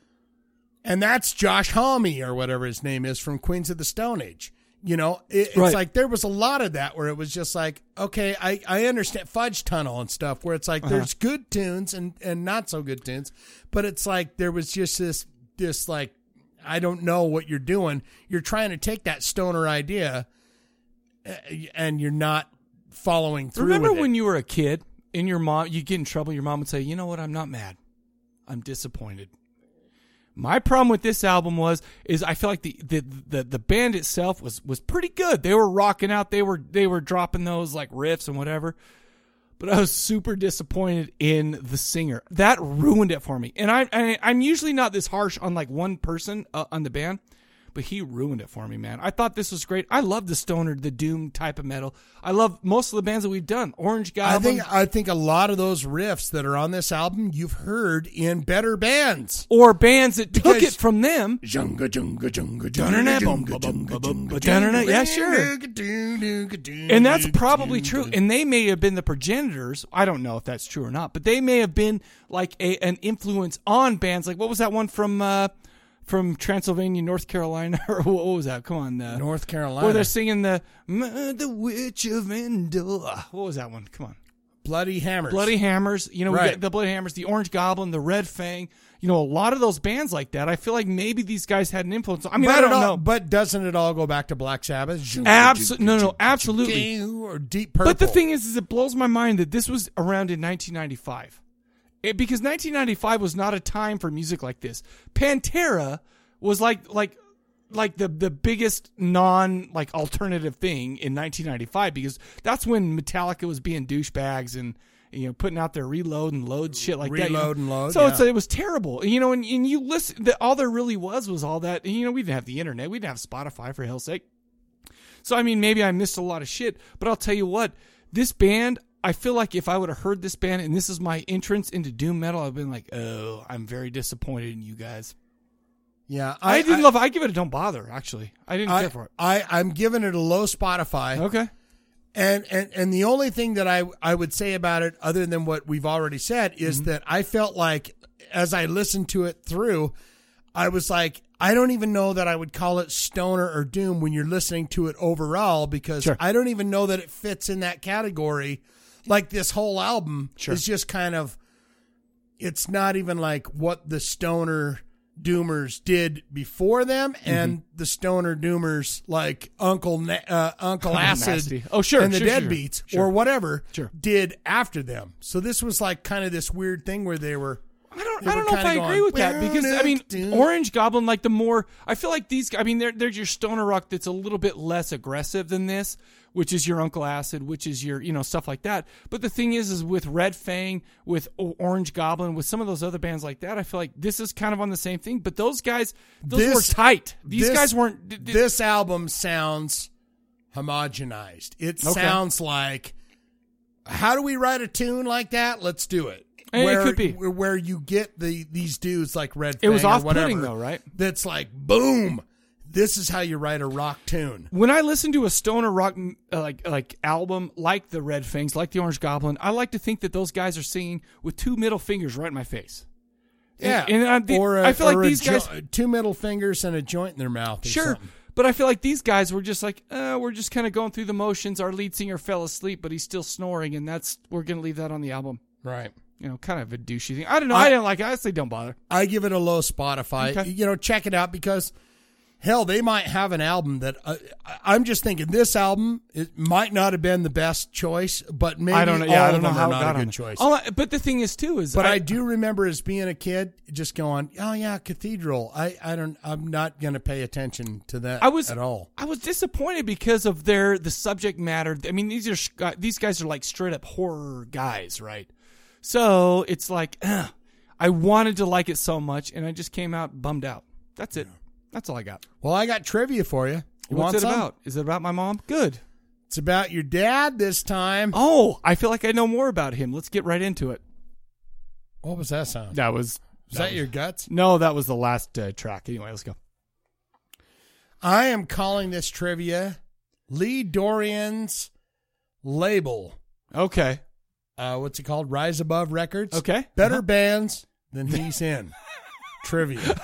Speaker 2: And that's Josh Homme or whatever his name is from Queens of the Stone Age. You know, it, it's
Speaker 1: Right.
Speaker 2: like there was a lot of that where it was just like, okay, I, I understand Fudge Tunnel and stuff where it's like
Speaker 1: Uh-huh.
Speaker 2: there's good tunes and, and not so good tunes, but it's like there was just this this like I don't know what you're doing. You're trying to take that stoner idea uh, and you're not following through.
Speaker 1: Remember
Speaker 2: with it.
Speaker 1: when you were a kid and your mom, you get in trouble, your mom would say, you know what, I'm not mad. I'm disappointed. My problem with this album was is I feel like the the, the the band itself was was pretty good. They were rocking out. They were they were dropping those like riffs and whatever. But I was super disappointed in the singer. That ruined it for me. And I, I I'm usually not this harsh on like one person uh, on the band, but he ruined it for me, man. I thought this was great. I love the stoner, the doom type of metal. I love most of the bands that we've done. Orange
Speaker 2: I
Speaker 1: Goblin.
Speaker 2: think I think a lot of those riffs that are on this album you've heard in better bands
Speaker 1: or bands that took it from them.
Speaker 2: Junga junga junga
Speaker 1: Dun-dun-dun, bum,
Speaker 2: junga junga junga
Speaker 1: dun-dun-dun. Yeah, sure. And
Speaker 2: And
Speaker 1: that's probably true. And they may have been the progenitors. I don't know if that's true or not, but they may have been like a, an influence on bands. Like what was that one from uh, from Transylvania, North Carolina, or what was that? Come on, uh,
Speaker 2: North Carolina.
Speaker 1: Where they're singing the "Murder the Witch of Endor. What was that one? Come on,
Speaker 2: Bloody Hammers.
Speaker 1: Bloody Hammers. You know, we
Speaker 2: Right.
Speaker 1: got the Bloody Hammers, the Orange Goblin, the Red Fang. You know, a lot of those bands like that. I feel like maybe these guys had an influence. I mean,
Speaker 2: But
Speaker 1: I
Speaker 2: it
Speaker 1: don't
Speaker 2: all-
Speaker 1: know.
Speaker 2: But doesn't it all go back to Black Sabbath?
Speaker 1: Absolutely, no, no, absolutely.
Speaker 2: Or Deep
Speaker 1: But the
Speaker 2: Purple.
Speaker 1: thing is, is it blows my mind that this was around in 1995, It- because 1995 was not a time for music like this. Pantera was like like like the the biggest non like alternative thing in 1995 because that's when Metallica was being douchebags and you know putting out their reload and load shit like that. you know?
Speaker 2: Reload and load,
Speaker 1: So it's
Speaker 2: yeah.
Speaker 1: it was terrible, you know. And, and you listen, that all there really was was all that. You know, we didn't have the internet, we didn't have Spotify for hell's sake. So I mean, maybe I missed a lot of shit, but I'll tell you what, this band, I feel like if I would have heard this band and this is my entrance into doom metal, I've been like, oh, I'm very disappointed in you guys.
Speaker 2: Yeah,
Speaker 1: I, didn't love. it. I give it a don't bother. Actually, I didn't care for it.
Speaker 2: I I'm giving it a low Spotify.
Speaker 1: Okay.
Speaker 2: And and and the only thing that I I would say about it, other than what we've already said, is
Speaker 1: Mm-hmm.
Speaker 2: that I felt like as I listened to it through, I was like, I don't even know that I would call it stoner or doom when you're listening to it overall because I don't even know that it fits in that category. Like this whole album
Speaker 1: Sure.
Speaker 2: is just kind of it's not even like what the stoner doomers did before them
Speaker 1: Mm-hmm.
Speaker 2: and the stoner doomers like uncle Na- uh, uncle
Speaker 1: Nasty.
Speaker 2: acid
Speaker 1: Oh, sure,
Speaker 2: and the
Speaker 1: sure, sure,
Speaker 2: deadbeats
Speaker 1: sure.
Speaker 2: or whatever
Speaker 1: Sure.
Speaker 2: did after them so this was like kind of this weird thing where they were
Speaker 1: I don't I don't know if I agree with that because I mean, Orange Goblin, like the more I feel like these, I mean, they're, they're your stoner rock that's a little bit less aggressive than this, which is your Uncle Acid, which is your you know stuff like that. But the thing is, is with Red Fang, with O- Orange Goblin, with some of those other bands like that, I feel like this is kind of on the same thing. But those guys, those
Speaker 2: This-
Speaker 1: were tight. These
Speaker 2: this-
Speaker 1: guys weren't.
Speaker 2: this album sounds homogenized. It
Speaker 1: Okay.
Speaker 2: sounds like how do we write a tune like that? Let's do it.
Speaker 1: And Eh, it could be.
Speaker 2: where, where you get the these dudes like Red.
Speaker 1: It was
Speaker 2: Fang or
Speaker 1: off-putting,
Speaker 2: whatever,
Speaker 1: though, right?
Speaker 2: That's like boom. This is how you write a rock tune.
Speaker 1: When I listen to a stoner rock mm, uh, like like album, like the Red Fangs, like the Orange Goblin, I like to think that those guys are singing with two middle fingers right in my face.
Speaker 2: Yeah,
Speaker 1: Eh, and, and I, the-
Speaker 2: or a-
Speaker 1: I feel like
Speaker 2: or a
Speaker 1: these
Speaker 2: jo-
Speaker 1: guys
Speaker 2: two middle fingers and a joint in their mouth. or
Speaker 1: Sure.
Speaker 2: something.
Speaker 1: But I feel like these guys were just like, uh, we're just kind of going through the motions. Our lead singer fell asleep, but he's still snoring, and that's we're gonna leave that on the album.
Speaker 2: Right.
Speaker 1: You know, kind of a douchey thing. I don't know. I, didn't like. it. I honestly don't bother.
Speaker 2: I give it a low Spotify.
Speaker 1: Okay.
Speaker 2: You know, check it out because hell, they might have an album that uh, I- I'm just thinking this album it might not have been the best choice, but maybe
Speaker 1: I don't know.
Speaker 2: all
Speaker 1: Yeah, I
Speaker 2: of
Speaker 1: don't know
Speaker 2: them
Speaker 1: how
Speaker 2: are
Speaker 1: it got
Speaker 2: not a
Speaker 1: on
Speaker 2: good
Speaker 1: there.
Speaker 2: choice.
Speaker 1: All I- but the thing is, too, is
Speaker 2: but I,
Speaker 1: I-
Speaker 2: do remember as being a kid just going, "Oh yeah, Cathedral." I, I don't. I'm not going to pay attention to that.
Speaker 1: I was
Speaker 2: at all.
Speaker 1: I was disappointed because of their the subject matter. I mean, these are sh- uh, these guys are like straight up horror guys, right? So it's like ugh. I wanted to like it so much, and I just came out bummed out. That's it. That's all I got.
Speaker 2: Well, I got trivia for you. You
Speaker 1: What's
Speaker 2: want
Speaker 1: it
Speaker 2: some?
Speaker 1: about? Is it about my mom? Good.
Speaker 2: It's about your dad this time.
Speaker 1: Oh, I feel like I know more about him. Let's get right into it.
Speaker 2: What was that sound?
Speaker 1: That was.
Speaker 2: Was that your guts?
Speaker 1: No, that was the last uh, track. Anyway, let's go.
Speaker 2: I am calling this trivia Lee Dorian's label.
Speaker 1: Okay.
Speaker 2: Uh, what's it called? Rise Above Records.
Speaker 1: Okay. Uh-huh.
Speaker 2: Better bands than he's in. trivia.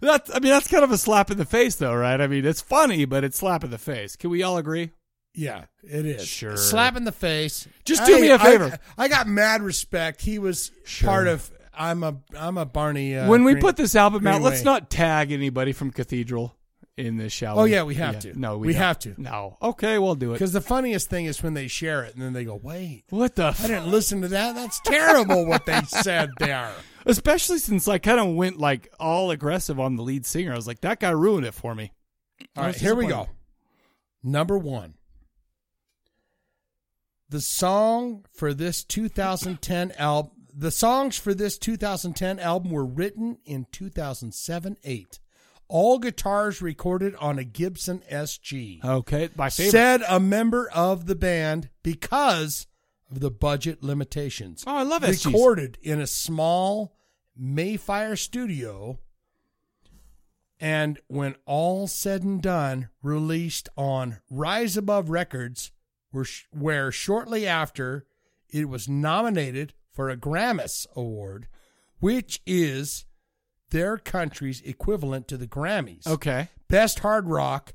Speaker 1: That's. I mean, that's kind of a slap in the face, though, right? I mean, it's funny, but it's slap in the face. Can we all agree?
Speaker 2: Yeah, it is.
Speaker 1: Sure.
Speaker 2: Slap in the face.
Speaker 1: Just do me a
Speaker 2: I-
Speaker 1: favor.
Speaker 2: I, I got mad respect. He was part of. I'm a. I'm a Barney. Uh,
Speaker 1: when we
Speaker 2: Green-
Speaker 1: put this album out,
Speaker 2: Greenway.
Speaker 1: let's not tag anybody from Cathedral in this, shall
Speaker 2: Oh
Speaker 1: we?
Speaker 2: yeah, we have
Speaker 1: Yeah.
Speaker 2: to.
Speaker 1: No, we,
Speaker 2: we
Speaker 1: don't.
Speaker 2: have to.
Speaker 1: No. Okay, we'll do it.
Speaker 2: Because the funniest thing is when they share it and then they go, "Wait,
Speaker 1: what the?
Speaker 2: I didn't listen to that. That's terrible. what they said there."
Speaker 1: Especially since I kind of went like all aggressive on the lead singer. I was like, that guy ruined it for me.
Speaker 2: All
Speaker 1: I
Speaker 2: right,
Speaker 1: was
Speaker 2: here we go.
Speaker 1: disappointed.
Speaker 2: Number one. The song for this 2010 album, the songs for this 2010 album were written in 2007 8. All guitars recorded on a Gibson SG.
Speaker 1: Okay, my favorite.
Speaker 2: Said a member of the band because of the budget limitations.
Speaker 1: Oh, I love SGs.
Speaker 2: Recorded in a small Mayfire studio and when all said and done, released on Rise Above Records, where, sh- where shortly after it was nominated for a Grammys Award, which is their country's equivalent to the Grammys.
Speaker 1: Okay.
Speaker 2: Best Hard Rock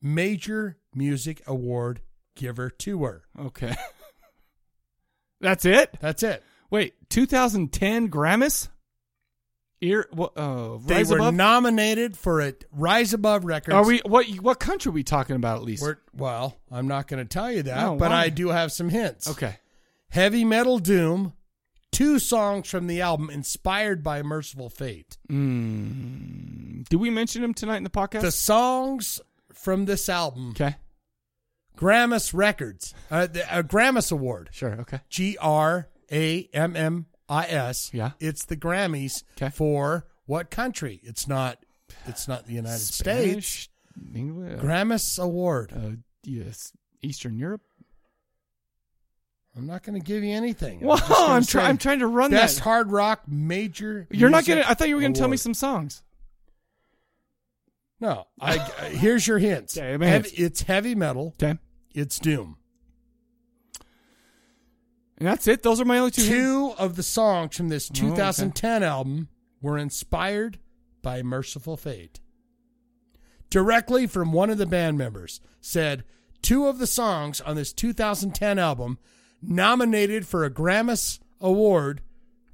Speaker 2: Major Music Award Giver Tour.
Speaker 1: Okay. That's it?
Speaker 2: That's it.
Speaker 1: Wait, 2010 Grammys? Ear, what, uh,
Speaker 2: They
Speaker 1: Rise
Speaker 2: were
Speaker 1: Above?
Speaker 2: nominated for a Rise Above Records.
Speaker 1: Are we, what, what country are we talking about at least?
Speaker 2: We're, well, I'm not going to tell you that,
Speaker 1: No,
Speaker 2: but
Speaker 1: why?
Speaker 2: I do have some hints.
Speaker 1: Oh, Okay.
Speaker 2: Heavy Metal Doom, two songs from the album inspired by Merciful Fate.
Speaker 1: Mm. Did we mention him tonight in the podcast?
Speaker 2: The songs from this album.
Speaker 1: Okay.
Speaker 2: Grammys Records, uh, the, uh, Grammys Award.
Speaker 1: Sure. Okay.
Speaker 2: G R A M M I S.
Speaker 1: Yeah.
Speaker 2: It's the Grammys for what country? It's not. It's not the United States.
Speaker 1: Spanish, English,
Speaker 2: Grammys Award.
Speaker 1: Uh, yes, Eastern Europe.
Speaker 2: I'm not going to give you anything.
Speaker 1: Whoa,
Speaker 2: just gonna
Speaker 1: I'm try-
Speaker 2: say
Speaker 1: I'm trying to run
Speaker 2: best
Speaker 1: that.
Speaker 2: hard rock major.
Speaker 1: You're not
Speaker 2: music
Speaker 1: gonna. I thought you were gonna tell me
Speaker 2: award.
Speaker 1: some songs.
Speaker 2: No, I, I- here's your hints.
Speaker 1: Okay, my
Speaker 2: Heavy-
Speaker 1: hints.
Speaker 2: it's heavy metal.
Speaker 1: Okay.
Speaker 2: It's doom.
Speaker 1: And that's it. Those are my only two. Oh,
Speaker 2: Two of the songs from this
Speaker 1: okay.
Speaker 2: 2010 album were inspired by Merciful Fate. Directly from one of the band members said two of the songs on this 2010 album nominated for a Grammys award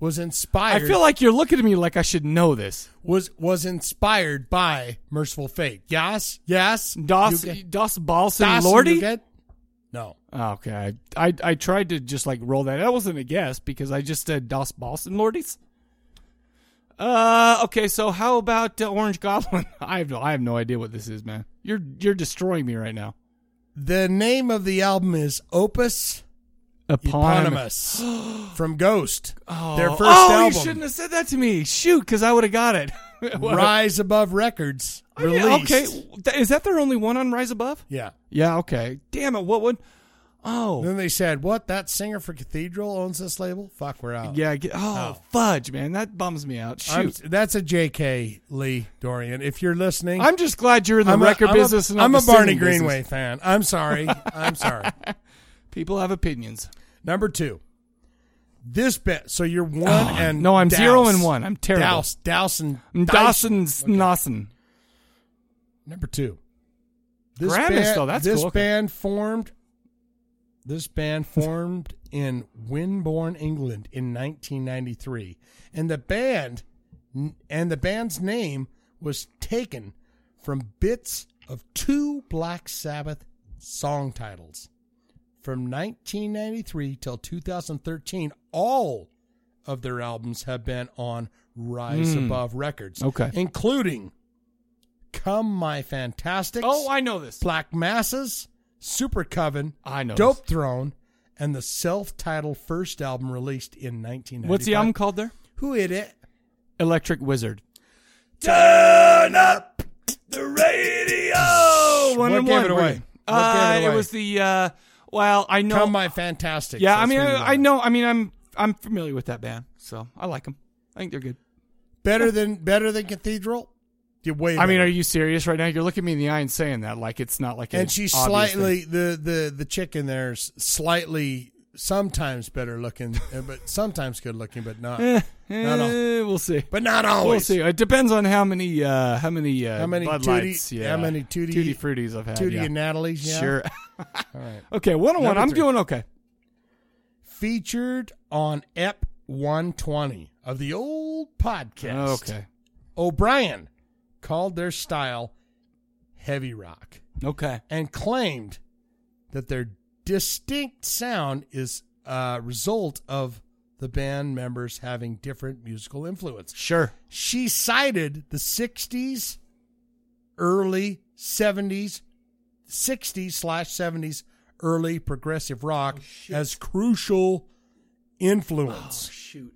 Speaker 2: was
Speaker 1: I
Speaker 2: inspired
Speaker 1: feel like you're looking at me like I should know this.
Speaker 2: was was inspired by Merciful Fate. Yes, yes.
Speaker 1: Das
Speaker 2: You get-
Speaker 1: Das Balsen
Speaker 2: Das, you
Speaker 1: Lordy.
Speaker 2: get- No.
Speaker 1: Okay, I, I I tried to just like roll that. That wasn't a guess because I just said Das Balsen Lordies. Uh, okay, so how about uh, Orange Goblin? I have no, I have no idea what this is, man. You're you're destroying me right now.
Speaker 2: The name of the album is Opus
Speaker 1: Eponymous.
Speaker 2: Eponymous from Ghost. Their first
Speaker 1: oh,
Speaker 2: album.
Speaker 1: you shouldn't have said that to me. Shoot, because I would have got it.
Speaker 2: Rise Above Records released.
Speaker 1: Oh, Okay, Th- is that their only one on Rise Above?
Speaker 2: Yeah.
Speaker 1: Yeah. Okay. Damn it! What would? Oh.
Speaker 2: Then they said, "What? That singer for Cathedral owns this label? Fuck, we're out."
Speaker 1: Yeah. Get, oh, fudge, man. That bums me out.
Speaker 2: I'm-
Speaker 1: Shoot.
Speaker 2: that's a J.K. Lee Dorian. If you're listening,
Speaker 1: I'm, just glad you're in the
Speaker 2: I'm a-
Speaker 1: record
Speaker 2: I'm a-
Speaker 1: business. and not
Speaker 2: I'm
Speaker 1: the
Speaker 2: a Barney
Speaker 1: singing business.
Speaker 2: Greenway fan. I'm sorry. I'm sorry.
Speaker 1: People have opinions.
Speaker 2: Number two, this bet. So you're one
Speaker 1: Oh,
Speaker 2: and
Speaker 1: no, I'm
Speaker 2: douse.
Speaker 1: zero and one. I'm terrible.
Speaker 2: Douse, douse and
Speaker 1: Dawson Snosson.
Speaker 2: Number two.
Speaker 1: Grammys, though, that's
Speaker 2: this
Speaker 1: cool. Okay.
Speaker 2: band formed. This band formed in Winborn, England, in 1993, and the band, and the band's name was taken from bits of two Black Sabbath song titles from 1993 till 2013. All of their albums have been on Rise
Speaker 1: Mm.
Speaker 2: Above Records,
Speaker 1: Okay.
Speaker 2: including Come My Fantastics.
Speaker 1: Oh, I know this.
Speaker 2: Black Masses, Super Coven,
Speaker 1: I know
Speaker 2: Dope Throne, and the self-titled first album released in 1995.
Speaker 1: What's the um, album called there?
Speaker 2: Who hit it?
Speaker 1: Electric Wizard.
Speaker 2: Turn up
Speaker 14: the
Speaker 1: Oh,
Speaker 14: radio.
Speaker 1: one
Speaker 2: What
Speaker 1: and
Speaker 2: gave
Speaker 1: one.
Speaker 2: it
Speaker 1: were
Speaker 2: away?
Speaker 1: you?
Speaker 2: What gave it
Speaker 1: Uh, it
Speaker 2: away?
Speaker 1: was the uh, well, I know.
Speaker 2: Come My Fantastics.
Speaker 1: Yeah, I
Speaker 2: That's
Speaker 1: mean,
Speaker 2: what you
Speaker 1: I, I know. I mean, I'm I'm familiar with that band, so I like them. I think they're good.
Speaker 2: Better than better than Cathedral. You way.
Speaker 1: I mean,
Speaker 2: better.
Speaker 1: are you serious right now? You're looking me in the eye and saying that like it's not like.
Speaker 2: and
Speaker 1: a
Speaker 2: she's
Speaker 1: obvious
Speaker 2: slightly
Speaker 1: thing.
Speaker 2: the the the chick in there's slightly sometimes better looking, uh, but sometimes good looking, but not
Speaker 1: Eh,
Speaker 2: Uh, not all.
Speaker 1: eh, we'll see,
Speaker 2: But not always.
Speaker 1: We'll see. It depends on how many, uh, how many, uh,
Speaker 2: How many
Speaker 1: Bud
Speaker 2: Tutti-
Speaker 1: Lights, yeah,
Speaker 2: how many Tutti-
Speaker 1: Tutti Fruttis I've had,
Speaker 2: Tutti
Speaker 1: yeah.
Speaker 2: and Natalie's, yeah.
Speaker 1: Sure.
Speaker 2: All right.
Speaker 1: Okay, one on one.
Speaker 2: Number
Speaker 1: I'm
Speaker 2: three.
Speaker 1: doing okay.
Speaker 2: featured on EP 120 of the old podcast.
Speaker 1: Okay.
Speaker 2: O'Brien called their style heavy rock.
Speaker 1: Okay.
Speaker 2: And claimed that their distinct sound is a result of the band members having different musical influence.
Speaker 1: Sure.
Speaker 2: She cited the 60s, early 70s, 60s slash 70s early progressive
Speaker 1: Oh,
Speaker 2: rock as crucial influence.
Speaker 1: Oh, shoot.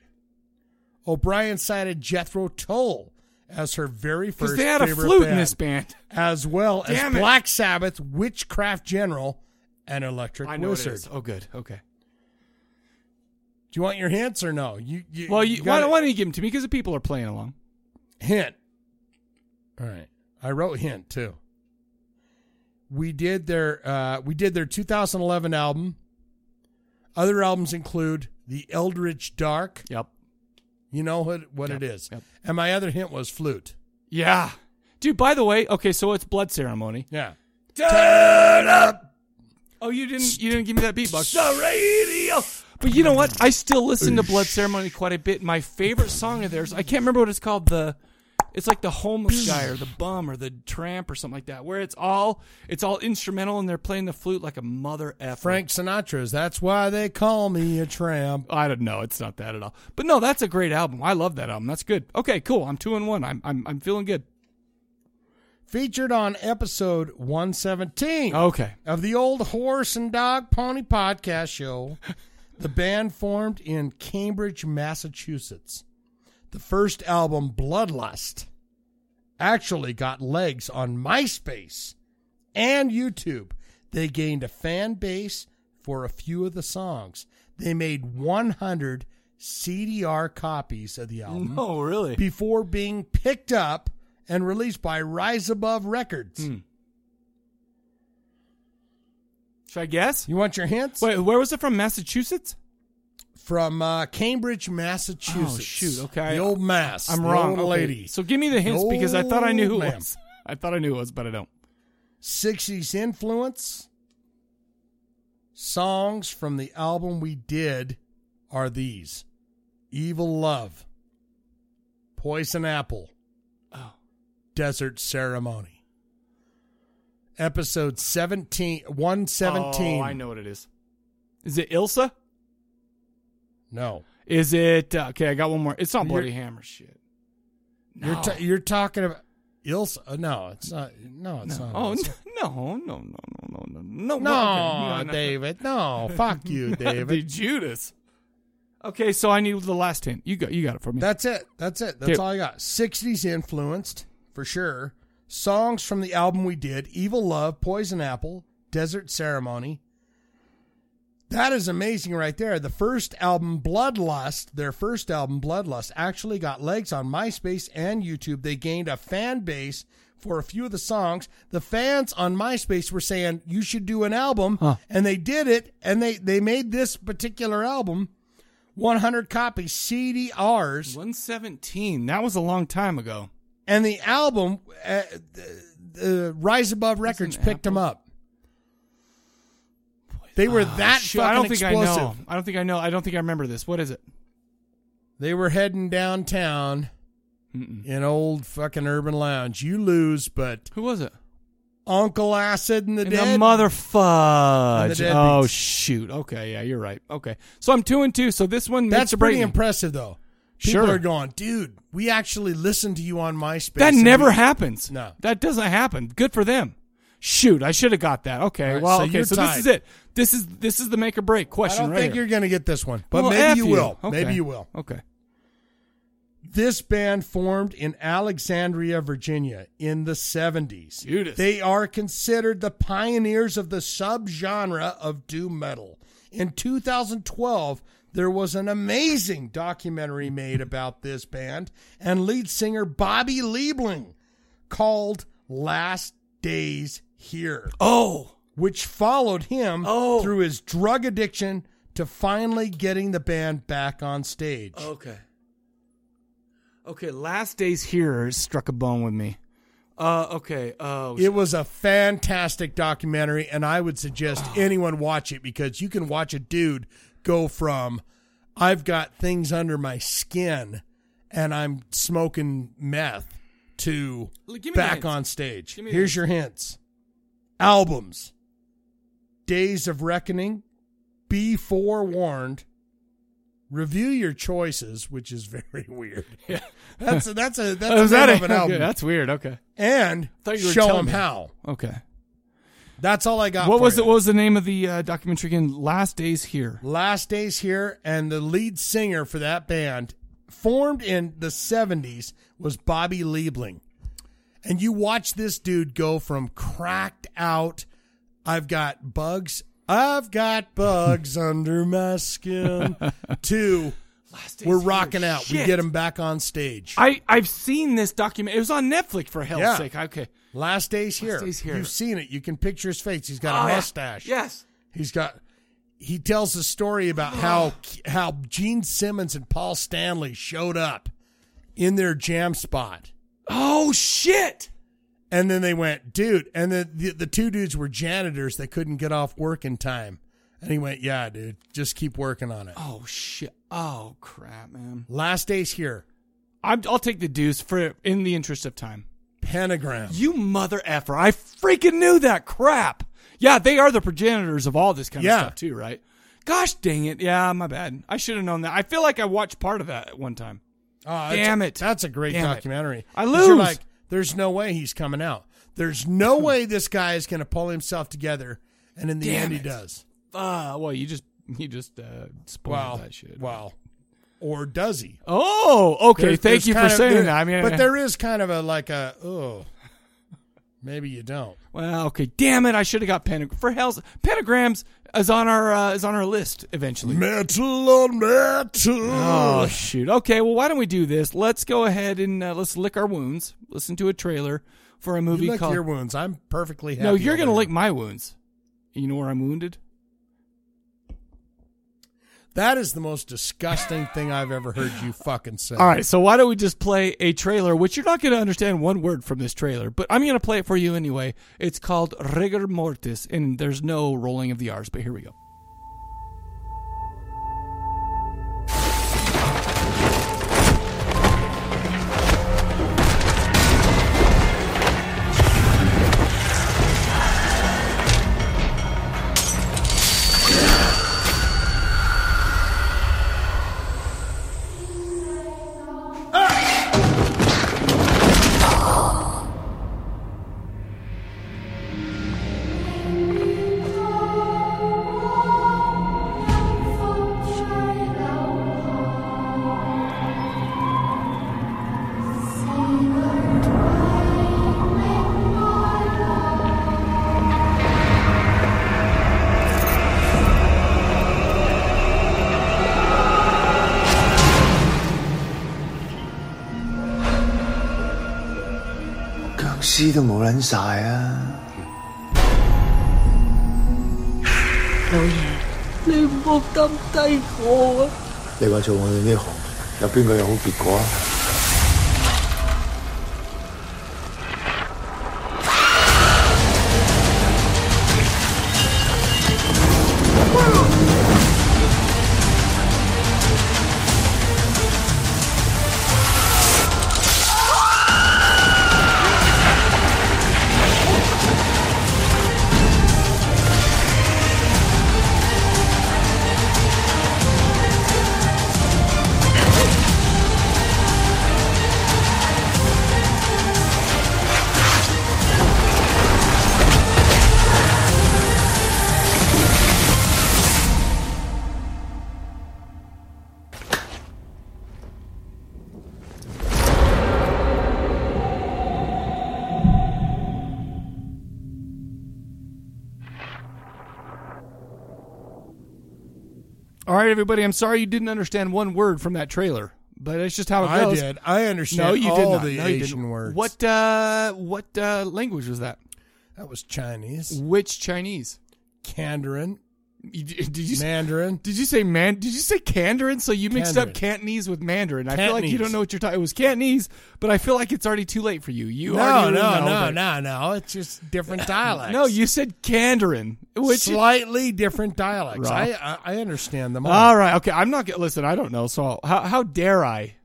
Speaker 2: O'Brien cited Jethro Tull as her very
Speaker 1: Because
Speaker 2: first
Speaker 1: they had a
Speaker 2: favorite
Speaker 1: flute
Speaker 2: band,
Speaker 1: in this band.
Speaker 2: as well
Speaker 1: Damn
Speaker 2: as
Speaker 1: it.
Speaker 2: Black Sabbath, Witchcraft General, and Electric
Speaker 1: I know it
Speaker 2: Wizard.
Speaker 1: is. Oh, good. Okay.
Speaker 2: Do you want your hints or no? You, you
Speaker 1: Well, you, why,
Speaker 2: gotta-
Speaker 1: why don't you give them to me? Because the people are playing along.
Speaker 2: hint. All right, I wrote hint too. We did their uh, we did their 2011 album. Other albums include The Eldritch Dark.
Speaker 1: Yep.
Speaker 2: You know what what it
Speaker 1: Yep,
Speaker 2: is.
Speaker 1: yep.
Speaker 2: And my other hint was flute.
Speaker 1: Yeah, dude. By the way, okay, so it's blood ceremony.
Speaker 2: Yeah.
Speaker 1: Turn up. Oh, you didn't. You didn't give me that beatbox. The radio. But you know what? I still listen to Blood Ceremony quite a bit. My favorite song of theirs, I can't remember what it's called. The, it's like the homeless guy or the bum or the tramp or something like that, where it's all it's all instrumental and they're playing the flute like a mother effer.
Speaker 2: Frank Sinatra's. That's why they call me a tramp.
Speaker 1: I don't know. It's not that at all. But no, that's a great album. I love that album. That's good. Okay, cool. I'm two and one. I'm I'm I'm feeling good.
Speaker 2: Featured on episode 117.
Speaker 1: Okay.
Speaker 2: Of the old horse and dog pony podcast show, the band formed in Cambridge, Massachusetts. The first album, Bloodlust, actually got legs on MySpace and YouTube. They gained a fan base for a few of the songs. They made 100 CDR copies of the album.
Speaker 1: No, really?
Speaker 2: Before being picked up and released by Rise Above Records.
Speaker 1: Hmm. Should I guess?
Speaker 2: You want your hints?
Speaker 1: Wait, where was it from? Massachusetts?
Speaker 2: From uh, Cambridge, Massachusetts.
Speaker 1: Oh shoot! Okay,
Speaker 2: The old mass.
Speaker 1: I'm
Speaker 2: the
Speaker 1: wrong,
Speaker 2: old
Speaker 1: Okay.
Speaker 2: lady.
Speaker 1: So give me the hints
Speaker 2: The
Speaker 1: because I thought I knew who
Speaker 2: old
Speaker 1: it
Speaker 2: ma'am.
Speaker 1: was. I thought I knew who it was, but I don't.
Speaker 2: 60s influence. Songs from the album we did are these Evil Love, Poison Apple,
Speaker 1: Oh.
Speaker 2: Desert Ceremony. Episode 17, 117.
Speaker 1: Oh, I know what it is. Is it Ilsa?
Speaker 2: No.
Speaker 1: Is it uh, okay? I got one more. It's not
Speaker 2: You're-
Speaker 1: Bloody Hammer shit.
Speaker 2: You're ta- you're talking about Ilsa? uh, No, it's not. No, it's not.
Speaker 1: Oh,
Speaker 2: Ilsa.
Speaker 1: no, no, no, no, no, no, no.
Speaker 2: No, David, no. Fuck you,
Speaker 1: Not
Speaker 2: David.
Speaker 1: the Judas. Okay, so I need the last hint. You got, you got it for me.
Speaker 2: That's it. That's it. That's all I got. 60s influenced, for sure. Songs from the album we did Evil Love, Poison Apple, Desert Ceremony. That is amazing right there. The first album, Bloodlust, their first album, Bloodlust, actually got legs on MySpace and YouTube. They gained a fan base for a few of the songs. The fans on MySpace were saying, you should do an album. And they did it. And they, they made this particular album. 100 copies CDRs.
Speaker 1: 117. That was a long time ago.
Speaker 2: And the album, uh, the, uh, Rise Above Records picked them up. They were that
Speaker 1: Ah, Shit,
Speaker 2: fucking
Speaker 1: I don't think
Speaker 2: explosive.
Speaker 1: I know. I don't think I know. I don't think I remember this. What is it?
Speaker 2: They were heading downtown in old fucking Urban Lounge. You lose, but
Speaker 1: who was it?
Speaker 2: Uncle Acid and the
Speaker 1: And the
Speaker 2: Dead. And
Speaker 1: motherfudge.
Speaker 2: the
Speaker 1: Oh
Speaker 2: Deadbeats.
Speaker 1: shoot. Okay, yeah, you're right. Okay, so I'm two and two. So this one makes
Speaker 2: That's
Speaker 1: a break.
Speaker 2: pretty impressive, though. People
Speaker 1: Sure.
Speaker 2: are going, dude. We actually listened to you on MySpace.
Speaker 1: That
Speaker 2: and
Speaker 1: never
Speaker 2: we-"
Speaker 1: happens.
Speaker 2: No.
Speaker 1: that doesn't happen. Good for them. Shoot, I should have got that. Okay,
Speaker 2: All right,
Speaker 1: well,
Speaker 2: so
Speaker 1: okay,
Speaker 2: you're
Speaker 1: so this
Speaker 2: tied.
Speaker 1: is it. This is this is the make or break
Speaker 2: I
Speaker 1: question.
Speaker 2: don't
Speaker 1: right
Speaker 2: think
Speaker 1: here.
Speaker 2: you're going to get this one, but
Speaker 1: Well,
Speaker 2: maybe
Speaker 1: F
Speaker 2: you will.
Speaker 1: Okay.
Speaker 2: Maybe you will.
Speaker 1: Okay.
Speaker 2: This band formed in Alexandria, Virginia in the 70s.
Speaker 1: Judas.
Speaker 2: They are considered the pioneers of the subgenre of doom metal. In 2012, there was an amazing documentary made about this band and lead singer Bobby Liebling called Last Days Here.
Speaker 1: Oh,
Speaker 2: which followed him through his drug addiction to finally getting the band back on stage.
Speaker 1: Okay. Okay, last day's hearers struck a bone with me. Uh, okay. Oh,
Speaker 2: It was a fantastic documentary, and I would suggest anyone watch it because you can watch a dude go from I've got things under my skin and I'm smoking meth to
Speaker 1: Look, give me the
Speaker 2: back
Speaker 1: hints.
Speaker 2: on stage.
Speaker 1: Give me the
Speaker 2: Here's
Speaker 1: hints.
Speaker 2: your hints albums Days of Reckoning, Be Forewarned. Review your choices, which is very weird.
Speaker 1: Yeah.
Speaker 2: That's a, that's a that's
Speaker 1: Oh,
Speaker 2: a
Speaker 1: is that it?
Speaker 2: name of an
Speaker 1: Okay,
Speaker 2: album.
Speaker 1: that's weird. Okay.
Speaker 2: And
Speaker 1: Thought you were
Speaker 2: show
Speaker 1: telling
Speaker 2: them
Speaker 1: me.
Speaker 2: how.
Speaker 1: Okay.
Speaker 2: That's all I got.
Speaker 1: What
Speaker 2: for
Speaker 1: was
Speaker 2: you.
Speaker 1: it? What was the name of the uh, documentary again? Last days here.
Speaker 2: Last Days Here, and the lead singer for that band, formed in the 70s, was Bobby Liebling. And you watch this dude go from cracked out, I've got bugs, I've got bugs under my skin, to we're rocking out. We
Speaker 1: Shit.
Speaker 2: get him back on stage.
Speaker 1: I I've seen this document. It was on Netflix for hell's
Speaker 2: Yeah.
Speaker 1: sake. Okay.
Speaker 2: Last Days Here.
Speaker 1: Days Here.
Speaker 2: You've seen it. You can picture his face. He's got
Speaker 1: Oh,
Speaker 2: a
Speaker 1: yeah.
Speaker 2: mustache.
Speaker 1: Yes.
Speaker 2: He's got. He tells the story about how how Gene Simmons and Paul Stanley showed up in their jam spot.
Speaker 1: Oh shit!
Speaker 2: And then they went, dude. And the, the the two dudes were janitors that couldn't get off work in time. And he went, yeah, dude, just keep working on it.
Speaker 1: Oh shit! Oh crap, man.
Speaker 2: Last days here.
Speaker 1: I'm, I'll take the deuce for in the interest of time.
Speaker 2: Pentagram.
Speaker 1: You mother effer! I freaking knew that crap. Yeah, they are the progenitors of all this kind
Speaker 2: Yeah.
Speaker 1: of stuff too, right? Gosh dang it! Yeah, my bad. I should have known that. I feel like I watched part of that at one time.
Speaker 2: Oh,
Speaker 1: Damn
Speaker 2: it! That's a great
Speaker 1: Damn it.
Speaker 2: documentary.
Speaker 1: I
Speaker 2: 'Cause You're
Speaker 1: lose. Hmm.
Speaker 2: like, there's no way he's coming out. There's no way this guy is going to pull himself together. And in the
Speaker 1: Damn
Speaker 2: end, he
Speaker 1: it.
Speaker 2: does.
Speaker 1: Uh, well, you just you just uh, spoiled
Speaker 2: Wow.
Speaker 1: that shit.
Speaker 2: Wow. Or does he?
Speaker 1: Oh, okay.
Speaker 2: There-
Speaker 1: Thank
Speaker 2: there's
Speaker 1: you for
Speaker 2: kind of-
Speaker 1: saying
Speaker 2: there-
Speaker 1: that. I mean,
Speaker 2: but there is kind of a like a oh, maybe you don't.
Speaker 1: Well, okay. Damn it! I should have got pentagram for hell's pentagrams is on our uh, is on our list eventually.
Speaker 2: Metal on metal.
Speaker 1: Oh shoot. Okay. Well, why don't we do this? Let's go ahead and uh, let's lick our wounds. Listen to a trailer for a movie
Speaker 2: you lick
Speaker 1: called.
Speaker 2: your wounds. I'm perfectly happy.
Speaker 1: no, you're
Speaker 2: over
Speaker 1: gonna
Speaker 2: here.
Speaker 1: lick my wounds. You know where I'm wounded?
Speaker 2: That is the most disgusting thing I've ever heard you fucking say.
Speaker 1: All right. So why don't we just play a trailer, which you're not gonna understand one word from this trailer, but I'm gonna play it for you anyway. It's called Rigor Mortis, and there's no rolling of the R's, but here we go.
Speaker 16: 知都冇撚晒啊！
Speaker 17: 老爺，你唔好咁低我啊！
Speaker 16: 你話做我哋呢行，有邊個有好結果啊？
Speaker 1: All right, everybody. I'm sorry you didn't understand one word from that trailer, but it's just how it
Speaker 2: I
Speaker 1: goes.
Speaker 2: did. I understand
Speaker 1: No, you did
Speaker 2: all
Speaker 1: not.
Speaker 2: the
Speaker 1: No, you didn't.
Speaker 2: Asian words.
Speaker 1: What uh, what uh, language was that?
Speaker 2: That was Chinese.
Speaker 1: Which Chinese?
Speaker 2: Mandarin.
Speaker 1: Did you
Speaker 2: Mandarin?
Speaker 1: Did you say man? Did you say Mandarin? So you mixed up Cantonese with Mandarin. I feel like you
Speaker 2: Cantonese.
Speaker 1: don't know what you're talking. It was Cantonese, but I feel like it's already too late for you. You
Speaker 2: no,
Speaker 1: already
Speaker 2: no,
Speaker 1: know
Speaker 2: no,
Speaker 1: that-
Speaker 2: no, no. It's just different dialects.
Speaker 1: No, you said Mandarin, which
Speaker 2: slightly different dialects.
Speaker 1: Rob.
Speaker 2: I, I I understand them.
Speaker 1: All right, okay. I'm not gonna listen. I don't know. So I'll- how how dare I?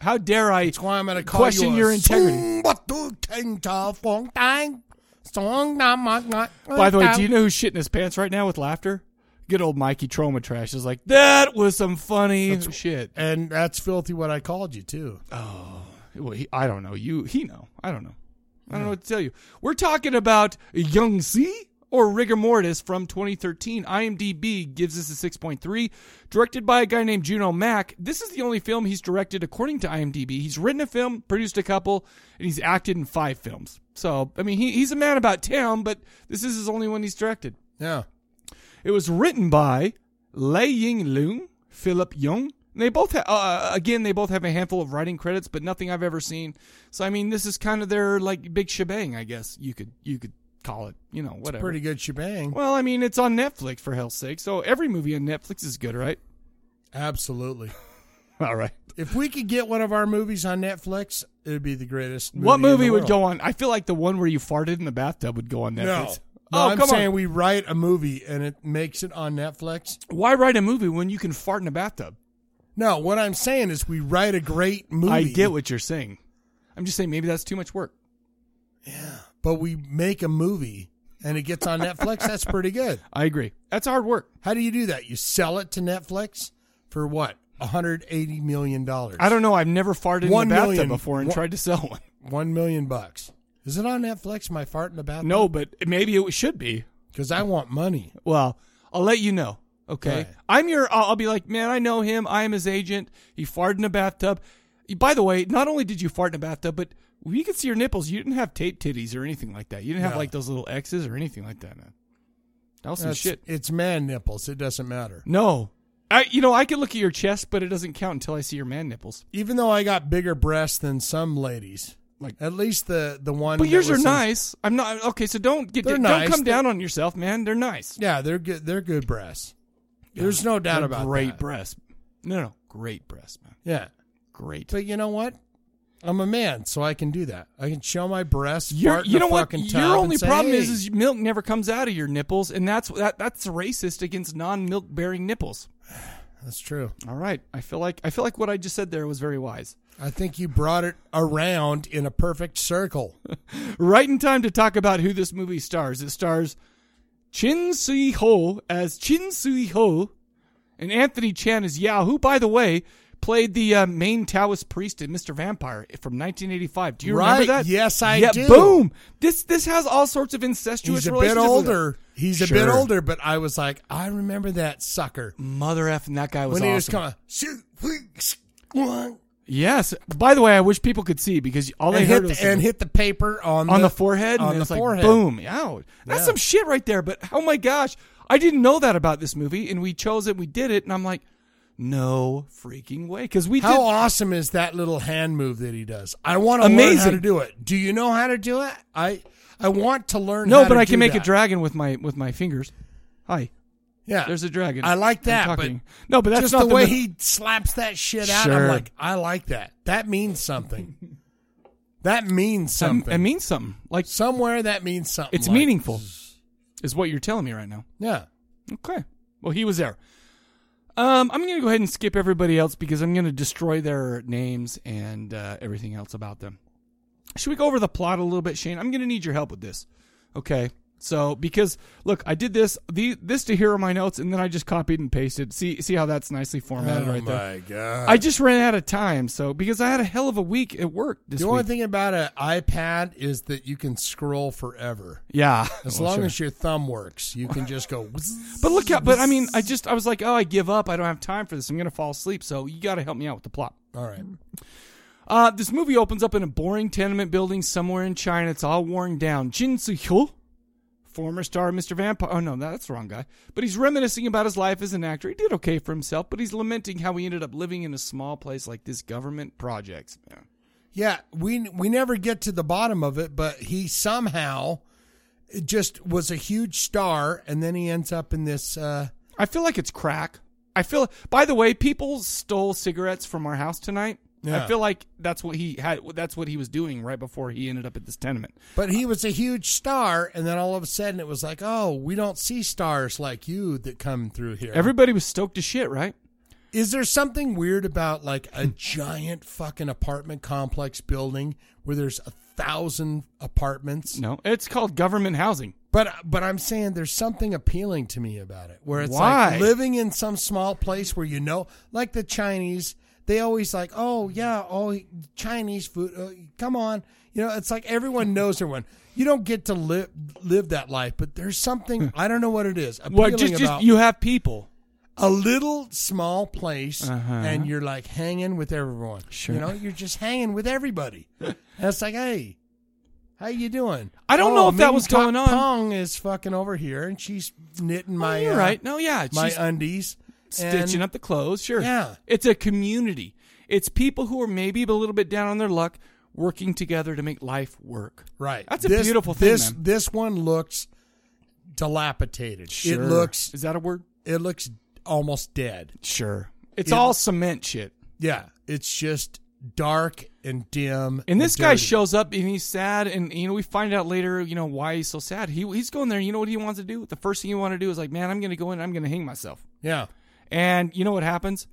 Speaker 1: How dare I? That's
Speaker 2: why I'm gonna call
Speaker 1: question
Speaker 2: you a
Speaker 1: your integrity. By
Speaker 2: By
Speaker 1: the way, do you know who's shitting his pants right now with laughter? Good old Mikey Trauma Trash is like that was some funny shit,
Speaker 2: and that's filthy. What I called you too.
Speaker 1: Oh, well, he, I don't know. You he know. I don't know. I don't know what to tell you. We're talking about Young C or Rigor Mortis from 2013. IMDb gives us a 6.3. Directed by a guy named Juno Mack. This is the only film he's directed, according to IMDb. He's written a film, produced a couple, and he's acted in five films. So, I mean, he, he's a man about town, but this is his only one he's directed.
Speaker 2: Yeah.
Speaker 1: It was written by Lei Ying Lung, Philip Young. They both ha- uh, again, they both have a handful of writing credits, but nothing I've ever seen. So I mean, this is kind of their like big shebang, I guess you could you could call it. You know, whatever.
Speaker 2: pretty good shebang.
Speaker 1: Well, I mean, it's on Netflix for hell's sake. So every movie on Netflix is good, right?
Speaker 2: Absolutely.
Speaker 1: All right.
Speaker 2: If we could get one of our movies on Netflix, it would be the greatest. Movie
Speaker 1: what movie
Speaker 2: in the
Speaker 1: would
Speaker 2: world.
Speaker 1: go on? I feel like the one where you farted in the bathtub would go on Netflix.
Speaker 2: No. No,
Speaker 1: oh,
Speaker 2: I'm
Speaker 1: come
Speaker 2: saying
Speaker 1: on.
Speaker 2: we write a movie and it makes it on Netflix.
Speaker 1: Why write a movie when you can fart in a bathtub?
Speaker 2: No, what I'm saying is we write a great movie.
Speaker 1: I get what you're saying. I'm just saying maybe that's too much work.
Speaker 2: but we make a movie and it gets on Netflix. That's pretty good.
Speaker 1: I agree. That's hard work.
Speaker 2: How do you do that? You sell it to Netflix for what? 180 million dollars.
Speaker 1: I don't know. I've never farted
Speaker 2: One
Speaker 1: in a bathtub
Speaker 2: million-
Speaker 1: before and
Speaker 2: one-
Speaker 1: tried to sell one.
Speaker 2: 1 million bucks. Is it on Netflix? My fart in the bathroom.
Speaker 1: No, but maybe it should be.
Speaker 2: Because I want money.
Speaker 1: Well, I'll let you know. Okay.
Speaker 2: Right.
Speaker 1: I'm your, I'll, I'll be like, man, I know him. I am his agent. He farted in a bathtub. By the way, not only did you fart in a bathtub, but we could see your nipples. You didn't have tape titties or anything like that. You didn't have
Speaker 2: No.
Speaker 1: like those little X's or anything like that, man. That was some
Speaker 2: That's-
Speaker 1: shit.
Speaker 2: It's man nipples. It doesn't matter.
Speaker 1: No. I, you know, I could look at your chest, but it doesn't count until I see your man nipples.
Speaker 2: Even though I got bigger breasts than some ladies, like at least the the one.
Speaker 1: But
Speaker 2: that
Speaker 1: yours are
Speaker 2: was in-
Speaker 1: nice. I'm not okay. So don't get
Speaker 2: They're
Speaker 1: don't
Speaker 2: nice.
Speaker 1: come down
Speaker 2: They're-
Speaker 1: on yourself, man. They're nice.
Speaker 2: Yeah, they're good. They're good breasts. There's no doubt
Speaker 1: They're
Speaker 2: about
Speaker 1: great
Speaker 2: that.
Speaker 1: breasts. No, no, great breasts, man.
Speaker 2: Yeah,
Speaker 1: great.
Speaker 2: But you know what? I'm a man, so I can do that. I can show my breasts.
Speaker 1: Your,
Speaker 2: fart in
Speaker 1: you
Speaker 2: a
Speaker 1: know what?
Speaker 2: fucking tub
Speaker 1: Your
Speaker 2: and
Speaker 1: only
Speaker 2: say,
Speaker 1: problem is,
Speaker 2: "Hey."
Speaker 1: is milk never comes out of your nipples, and that's that that's racist against non-milk bearing nipples.
Speaker 2: That's true.
Speaker 1: All right, I feel like I feel like what I just said there was very wise.
Speaker 2: I think you brought it around in a perfect circle.
Speaker 1: right in time to talk about who this movie stars. It stars Chin Sui Ho as Chin Sui Ho, and Anthony Chan as Yao, who, by the way, played the uh, main Taoist priest in Mr. Vampire from 1985. Do you remember
Speaker 2: Right.
Speaker 1: that?
Speaker 2: Yes, I
Speaker 1: yeah,
Speaker 2: do.
Speaker 1: Boom. This this has all sorts of incestuous.
Speaker 2: He's a bit
Speaker 1: relationships with
Speaker 2: older.
Speaker 1: it.
Speaker 2: He's a bit
Speaker 1: Sure.
Speaker 2: older, but I was like, I remember that sucker.
Speaker 1: Mother f, and that guy was
Speaker 2: when he was
Speaker 1: awesome.
Speaker 2: coming. Shoot, please, one.
Speaker 1: Yes. By the way, I wish people could see because all they
Speaker 2: and
Speaker 1: heard
Speaker 2: hit
Speaker 1: was
Speaker 2: the, and hit the paper on
Speaker 1: on the,
Speaker 2: the,
Speaker 1: forehead
Speaker 2: on
Speaker 1: and
Speaker 2: the
Speaker 1: it's
Speaker 2: forehead.
Speaker 1: like boom ow that's
Speaker 2: Yeah.
Speaker 1: some shit right there but oh my gosh i didn't know that about this movie and we chose it we did it and i'm like No freaking way. Because we
Speaker 2: how
Speaker 1: did.
Speaker 2: awesome is that little hand move that he does? I want to learn how
Speaker 1: Amazing.
Speaker 2: to do it. Do you know how to do it? I I want to learn.
Speaker 1: No,
Speaker 2: how
Speaker 1: but
Speaker 2: to
Speaker 1: I can
Speaker 2: do
Speaker 1: make
Speaker 2: that.
Speaker 1: a dragon with my with my fingers. Hi.
Speaker 2: Yeah,
Speaker 1: There's a dragon.
Speaker 2: I like
Speaker 1: I'm
Speaker 2: that. but
Speaker 1: talking. no, but that's
Speaker 2: just
Speaker 1: not
Speaker 2: the way
Speaker 1: mi-
Speaker 2: he slaps that shit out. I'm
Speaker 1: Sure.
Speaker 2: like, I like that. That means something. that means something.
Speaker 1: It means something. Like
Speaker 2: somewhere that means something.
Speaker 1: It's
Speaker 2: like-
Speaker 1: meaningful, is what you're telling me right now.
Speaker 2: Yeah.
Speaker 1: Okay. Well, he was there. Um, I'm going to go ahead and skip everybody else because I'm going to destroy their names and uh, everything else about them. Should we go over the plot a little bit, Shane? I'm going to need your help with this. Okay. So because look, I did this the this to here are my notes, and then I just copied and pasted. See see how that's nicely formatted
Speaker 2: Oh
Speaker 1: right there.
Speaker 2: my God.
Speaker 1: I just ran out of time, so because I had a hell of a week at work this
Speaker 2: the
Speaker 1: week.
Speaker 2: only thing about an iPad is that you can scroll forever.
Speaker 1: Yeah.
Speaker 2: As
Speaker 1: Well,
Speaker 2: long
Speaker 1: sure.
Speaker 2: as your thumb works, you can just go. whizz.
Speaker 1: But look out! But I mean, I just I was like, oh, I give up. I don't have time for this. I'm gonna fall asleep. So you got to help me out with the plot.
Speaker 2: All right.
Speaker 1: Uh, this movie opens up in a boring tenement building somewhere in China. It's all worn down. Jin Soo-hyul, former star of Mr. Vampire. Oh no, that's the wrong guy. But he's reminiscing about his life as an actor. He did okay for himself, but he's lamenting how he ended up living in a small place like this government projects. Man.
Speaker 2: Yeah, we we never get to the bottom of it, but he somehow just was a huge star, and then he ends up in this. Uh,
Speaker 1: I feel like it's crack. I feel. By the way, people stole cigarettes from our house tonight.
Speaker 2: Yeah.
Speaker 1: I feel like that's what he had. That's what he was doing right before he ended up at this tenement.
Speaker 2: But he was a huge star, and then all of a sudden it was like, oh, we don't see stars like you that come through here.
Speaker 1: Everybody was stoked to shit, right?
Speaker 2: Is there something weird about like a giant fucking apartment complex building where there's a thousand apartments?
Speaker 1: No, it's called government housing.
Speaker 2: But but I'm saying there's something appealing to me about it, where it's
Speaker 1: Why?
Speaker 2: like living in some small place where you know, like the Chinese, they always like, oh yeah, oh Chinese food, oh, come on, you know, it's like everyone knows everyone. You don't get to live live that life, but there's something I don't know what it is.
Speaker 1: Well,
Speaker 2: appealing
Speaker 1: just,
Speaker 2: about-
Speaker 1: just you have people.
Speaker 2: a little small place
Speaker 1: Uh-huh.
Speaker 2: and you're like hanging with everyone.
Speaker 1: Sure.
Speaker 2: You know, you're just hanging with everybody. and it's like, hey, how you doing?
Speaker 1: I don't know if that
Speaker 2: Ming
Speaker 1: was going
Speaker 2: Tok
Speaker 1: on.
Speaker 2: Oh,
Speaker 1: Oh,
Speaker 2: Tong is fucking over here and she's knitting my
Speaker 1: you're
Speaker 2: uh,
Speaker 1: right. No, yeah,
Speaker 2: my
Speaker 1: she's
Speaker 2: undies.
Speaker 1: Stitching
Speaker 2: And-
Speaker 1: up the clothes, sure.
Speaker 2: Yeah.
Speaker 1: It's a community. It's people who are maybe a little bit down on their luck working together to make life work.
Speaker 2: Right.
Speaker 1: That's a
Speaker 2: This-
Speaker 1: beautiful thing,
Speaker 2: This
Speaker 1: man.
Speaker 2: this one looks dilapidated. It
Speaker 1: Sure.
Speaker 2: looks
Speaker 1: Is that a word?
Speaker 2: It looks almost dead.
Speaker 1: Sure. It's all cement shit.
Speaker 2: Yeah. It's just dark and dim.
Speaker 1: And this guy
Speaker 2: Um, dirty.
Speaker 1: shows up and he's sad, and you know we find out later, you know why he's so sad. He he's going there. You know what he wants to do? The first thing he wanted to do is like, man, I'm going to go in. and I'm going to hang myself.
Speaker 2: Yeah.
Speaker 1: And you know what happens?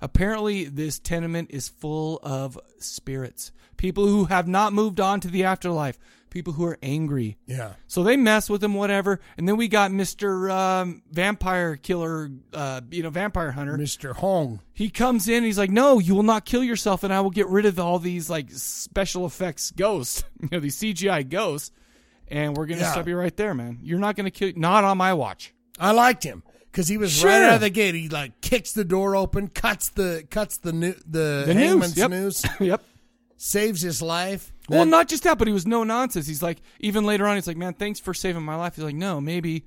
Speaker 1: Apparently, this tenement is full of spirits, people who have not moved on to the afterlife, people who are angry.
Speaker 2: Yeah.
Speaker 1: So they mess with him, whatever. And then we got Mister um, Vampire Killer, uh, you know, Vampire Hunter,
Speaker 2: Mister Hong.
Speaker 1: He comes in. He's like, "No, you will not kill yourself, and I will get rid of all these like special effects ghosts, you know, these CGI ghosts, and we're gonna
Speaker 2: Yeah.
Speaker 1: stop you right there, man. You're not gonna kill. Not on my watch.
Speaker 2: I liked him because he was right
Speaker 1: Sure.
Speaker 2: out of the gate. He like kicks the door open, cuts the cuts the new the,
Speaker 1: The
Speaker 2: hangman's
Speaker 1: noose, yep.
Speaker 2: noose.
Speaker 1: yep.
Speaker 2: Saves his life.
Speaker 1: Well, not just that, but he was no nonsense. He's like, even later on, he's like, man, thanks for saving my life. He's like, no, maybe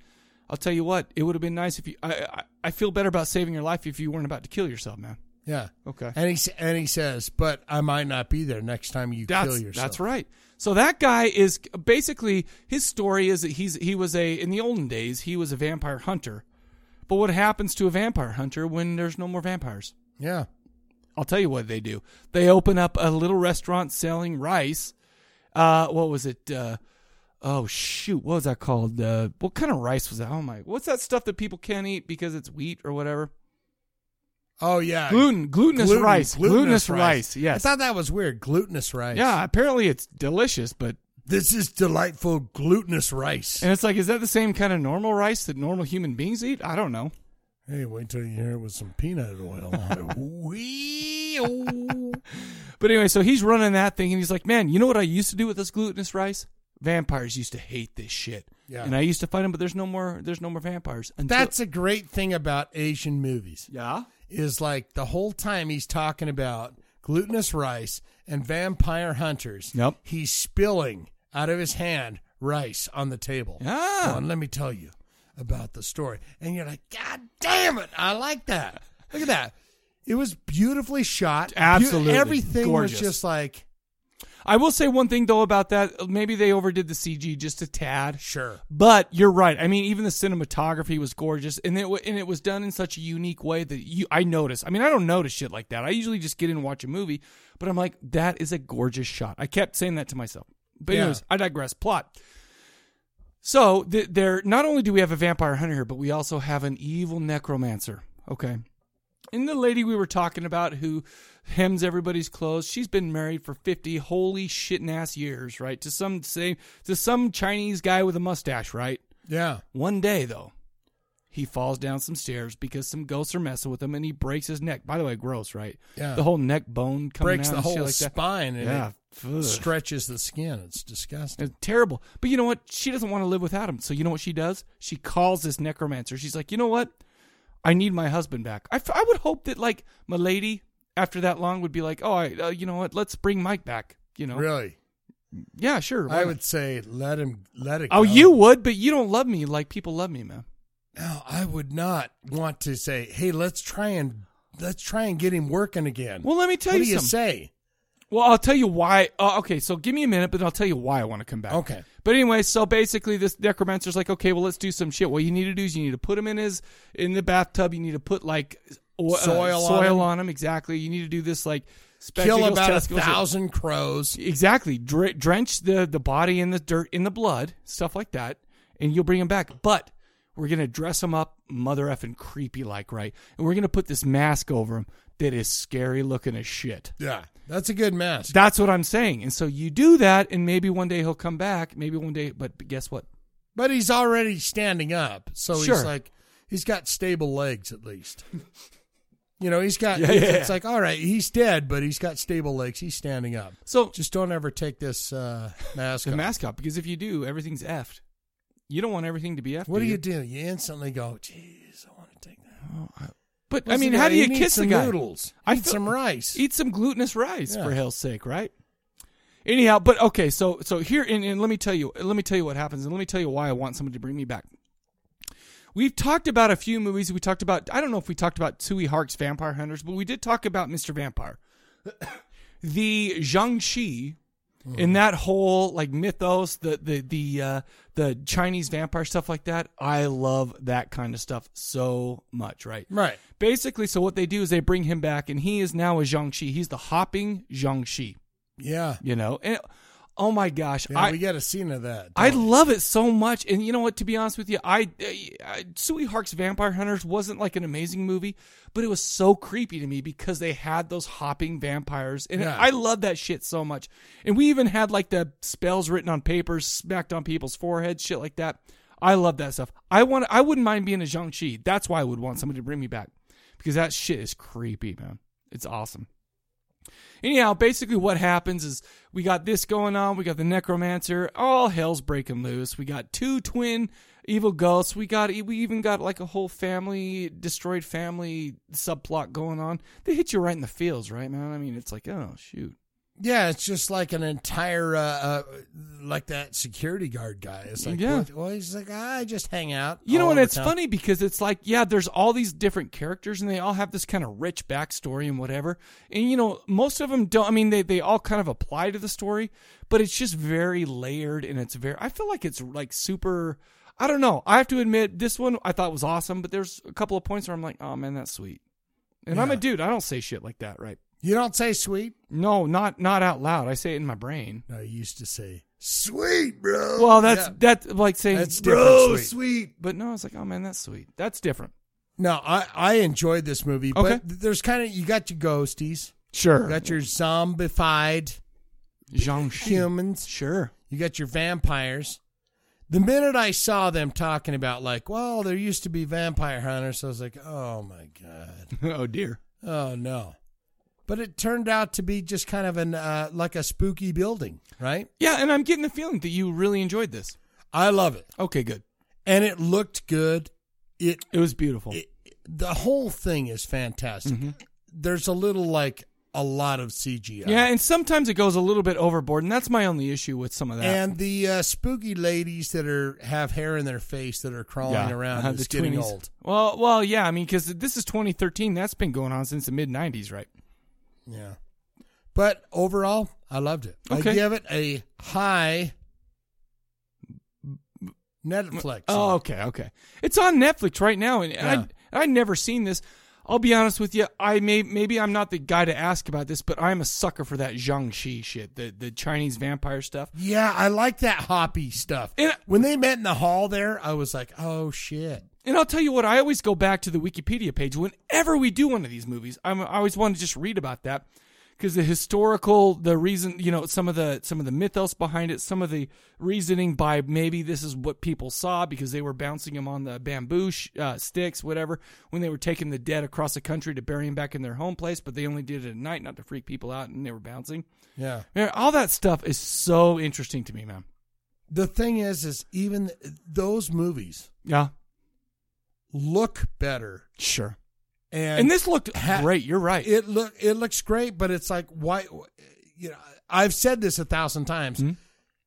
Speaker 1: I'll tell you what, it would have been nice if you. I, I I feel better about saving your life if you weren't about to kill yourself, man.
Speaker 2: Yeah.
Speaker 1: Okay.
Speaker 2: And he s- and he says, "But I might not be there next time you
Speaker 1: That's
Speaker 2: kill yourself."
Speaker 1: that's right. So that guy is basically his story is that he's he was a in the olden days he was a vampire hunter, but what happens to a vampire hunter when there's no more vampires?
Speaker 2: Yeah,
Speaker 1: I'll tell you what they do. They open up a little restaurant selling rice. Uh, what was it? Uh, oh shoot, what was that called? Uh, what kind of rice was that? Oh my, what's that stuff that people can't eat because it's wheat or whatever?
Speaker 2: Oh yeah.
Speaker 1: gluten, glutinous
Speaker 2: Gluten-
Speaker 1: rice,
Speaker 2: glutinous
Speaker 1: glutinous, rice. Yes,
Speaker 2: I thought that was weird. Glutinous rice.
Speaker 1: yeah. Apparently, it's delicious, but
Speaker 2: This is delightful glutinous rice.
Speaker 1: And it's like, is that the same kind of normal rice that normal human beings eat? I don't know.
Speaker 2: Hey, wait till you hear it with some peanut oil. on it. Wee-oh.
Speaker 1: But anyway, so he's running that thing and he's like, man, you know what I used to do with this glutinous rice? Vampires used to hate this shit.
Speaker 2: Yeah.
Speaker 1: And I used to fight them, but there's no more there's no more vampires. Until,
Speaker 2: That's a great thing about Asian movies.
Speaker 1: Yeah.
Speaker 2: Is like the whole time he's talking about glutinous rice and vampire hunters.
Speaker 1: Yep.
Speaker 2: He's spilling out of his hand rice on the table.
Speaker 1: Yeah.
Speaker 2: Going, let me tell you about the story. And you're like, God damn it. I like that. Look at that. It was beautifully shot. Beau-
Speaker 1: Absolutely.
Speaker 2: everything
Speaker 1: Gorgeous.
Speaker 2: was just like
Speaker 1: I will say one thing though about that. Maybe they overdid the CG just a tad.
Speaker 2: Sure.
Speaker 1: But you're right. I mean, even the cinematography was gorgeous, and it wa- and it was done in such a unique way that you I notice. I mean, I don't notice shit like that. I usually just get in and watch a movie, but I'm like, that is a gorgeous shot. I kept saying that to myself. But
Speaker 2: Yeah.
Speaker 1: anyways, I digress. Plot. So th- there, not only do we have a vampire hunter here, but we also have an evil necromancer. Okay. And the lady we were talking about who hems everybody's clothes, she's been married for 50 holy shit and ass years, right? To some say to some Chinese guy with a mustache, right?
Speaker 2: Yeah.
Speaker 1: One day though, he falls down some stairs because some ghosts are messing with him and he breaks his neck. By the way, gross, right?
Speaker 2: Yeah.
Speaker 1: The whole neck bone coming
Speaker 2: breaks
Speaker 1: out
Speaker 2: the
Speaker 1: and shit
Speaker 2: whole
Speaker 1: like that.
Speaker 2: spine and
Speaker 1: yeah.
Speaker 2: it
Speaker 1: Ugh.
Speaker 2: stretches the skin. It's disgusting.
Speaker 1: It's terrible. But you know what? She doesn't want to live without him. So you know what she does? She calls this necromancer. She's like, you know what? I need my husband back. I, f- I would hope that like my lady after that long would be like, oh, I, uh, you know what? Let's bring Mike back. You know?
Speaker 2: Really?
Speaker 1: Yeah, sure. Why
Speaker 2: I
Speaker 1: not?
Speaker 2: would say let him let it.
Speaker 1: Oh,
Speaker 2: go.
Speaker 1: you would, but you don't love me like people love me, man.
Speaker 2: No, I would not want to say, "Hey, let's try and let's try and get him working again."
Speaker 1: Well, let me tell
Speaker 2: what
Speaker 1: you
Speaker 2: do you
Speaker 1: something.
Speaker 2: say?
Speaker 1: Well, I'll tell you why. Uh, okay, so give me a minute, but I'll tell you why I want to come back.
Speaker 2: Okay.
Speaker 1: But anyway, so basically, this necromancer's like, okay, well, let's do some shit. What you need to do is you need to put him in his in the bathtub. You need to put like o- uh,
Speaker 2: Soil on
Speaker 1: soil
Speaker 2: him.
Speaker 1: on him. Exactly. You need to do this like
Speaker 2: Kill
Speaker 1: spectacles,
Speaker 2: about a
Speaker 1: testicles.
Speaker 2: thousand crows.
Speaker 1: Exactly. Dr- drench the the body in the dirt, in the blood, stuff like that, and you'll bring him back. But we're gonna dress him up, mother effing creepy like, right? And we're gonna put this mask over him that is scary looking as shit.
Speaker 2: Yeah, that's a good mask.
Speaker 1: That's what I'm saying. And so you do that, and maybe one day he'll come back. Maybe one day, but guess what?
Speaker 2: But he's already standing up, so
Speaker 1: Sure.
Speaker 2: he's like he's got stable legs at least. you know, he's got
Speaker 1: Yeah, yeah,
Speaker 2: it's
Speaker 1: yeah.
Speaker 2: like all right, he's dead, but he's got stable legs. He's standing up.
Speaker 1: So
Speaker 2: just don't ever take this uh, mask
Speaker 1: The
Speaker 2: off.
Speaker 1: mascot, because if you do, everything's effed. You don't want everything to be effed.
Speaker 2: What do you
Speaker 1: you
Speaker 2: do? You instantly go, "Jeez, I want to take that."
Speaker 1: But I
Speaker 2: Listen
Speaker 1: mean,
Speaker 2: to
Speaker 1: how
Speaker 2: that.
Speaker 1: do you,
Speaker 2: need
Speaker 1: kiss the
Speaker 2: some
Speaker 1: guy?
Speaker 2: Noodles.
Speaker 1: I
Speaker 2: Eat
Speaker 1: feel-
Speaker 2: some rice.
Speaker 1: Eat some glutinous rice
Speaker 2: Yeah.
Speaker 1: for hell's sake, right? Anyhow, but okay, so so here and, and let me tell you, let me tell you what happens, and let me tell you why I want somebody to bring me back. We've talked about a few movies. We talked about I don't know if we talked about Tui Hark's Vampire Hunters, but we did talk about Mr. Vampire, the Zhang Shi,
Speaker 2: Mm-hmm.
Speaker 1: and that whole like mythos, the the the uh, the Chinese vampire stuff like that. I love that kind of stuff so much, right?
Speaker 2: Right.
Speaker 1: Basically, so what they do is they bring him back, and he is now a Zhangxi. He's the hopping Zhangxi.
Speaker 2: Yeah.
Speaker 1: You know, and oh my gosh,
Speaker 2: Yeah,
Speaker 1: I
Speaker 2: we got a scene of that.
Speaker 1: I love it so much. And you know what? To be honest with you, I, I Sui Hark's Vampire Hunters wasn't like an amazing movie, but it was so creepy to me because they had those hopping vampires, and
Speaker 2: Yeah.
Speaker 1: I love that shit so much. And we even had like the spells written on papers, smacked on people's foreheads, shit like that. I love that stuff. I want. I wouldn't mind being a Zhangxi. That's why I would want somebody to bring me back because that shit is creepy, man. It's awesome. Anyhow, basically what happens is we got this going on. We got the necromancer. All hell's breaking loose. We got two twin evil ghosts. We got e, we even got like a whole family destroyed family subplot going on. They hit you right in the feels, right, man? I mean, it's like oh shoot.
Speaker 2: Yeah, it's just like an entire, uh, uh, like that security guard guy. It's like,
Speaker 1: Yeah.
Speaker 2: yeah. well, he's like, "Ah, I just hang out.
Speaker 1: You know,
Speaker 2: all
Speaker 1: and
Speaker 2: over
Speaker 1: it's
Speaker 2: town."
Speaker 1: funny because it's like, yeah, there's all these different characters and they all have this kind of rich backstory and whatever. And, you know, most of them don't, I mean, they, they all kind of apply to the story, but it's just very layered and it's very, I feel like it's like super, I don't know. I have to admit, this one I thought was awesome, but there's a couple of points where I'm like, oh man, that's sweet. And I'm a
Speaker 2: Yeah.
Speaker 1: dude, I don't say shit like that, right?
Speaker 2: You don't say sweet?
Speaker 1: No, not not out loud. I say it in my brain.
Speaker 2: I used to say sweet, bro.
Speaker 1: Well, that's
Speaker 2: Yeah.
Speaker 1: that's like saying
Speaker 2: That's
Speaker 1: bro,
Speaker 2: different
Speaker 1: sweet.
Speaker 2: sweet."
Speaker 1: But no, it's like, oh man, that's sweet. That's different.
Speaker 2: No, I, I enjoyed this movie,
Speaker 1: Okay.
Speaker 2: but there's kind of, you got your ghosties.
Speaker 1: Sure.
Speaker 2: You got your zombified humans.
Speaker 1: Sure.
Speaker 2: You got your vampires. The minute I saw them talking about, like, well, there used to be vampire hunters, I was like, oh my God.
Speaker 1: oh dear.
Speaker 2: Oh no. But it turned out to be just kind of an uh, like a spooky building, right?
Speaker 1: Yeah, and I'm getting the feeling that you really enjoyed this.
Speaker 2: I love it.
Speaker 1: Okay, good.
Speaker 2: And it looked good. It
Speaker 1: it was beautiful. Mm-hmm.
Speaker 2: the whole thing is fantastic. There's a little like a lot of CGI.
Speaker 1: Yeah, and sometimes it goes a little bit overboard, and that's my only issue with some of that.
Speaker 2: And the uh, spooky ladies that are have hair in their face that are crawling
Speaker 1: Yeah,
Speaker 2: around
Speaker 1: uh,
Speaker 2: is getting
Speaker 1: 20s.
Speaker 2: old.
Speaker 1: Well, well, yeah. I mean, because this is 2013. That's been going on since the mid 90s, right?
Speaker 2: Yeah. But overall, I loved it. I
Speaker 1: Okay.
Speaker 2: give it a high Netflix.
Speaker 1: Oh, okay, okay. It's on Netflix right now, and
Speaker 2: Yeah.
Speaker 1: I I never seen this. I'll be honest with you. I may maybe I'm not the guy to ask about this, but I'm a sucker for that Zhangxi shit, the the Chinese vampire stuff.
Speaker 2: Yeah, I like that hoppy stuff. when they met in the hall there, I was like, oh shit.
Speaker 1: And I'll tell you what, I always go back to the Wikipedia page whenever we do one of these movies. I'm, I always want to just read about that because the historical, the reason, you know, some of the some of the mythos behind it, some of the reasoning by maybe this is what people saw because they were bouncing them on the bamboo sh- uh, sticks, whatever, when they were taking the dead across the country to bury them back in their home place, but they only did it at night, not to freak people out, and they were bouncing.
Speaker 2: Yeah.
Speaker 1: Man, all that stuff is so interesting to me, man.
Speaker 2: The thing is, is even those movies
Speaker 1: Yeah,
Speaker 2: look better.
Speaker 1: sure.
Speaker 2: And,
Speaker 1: And this looked great. You're right.
Speaker 2: It look it looks great, but it's like why you know I've said this a thousand times.
Speaker 1: Hmm?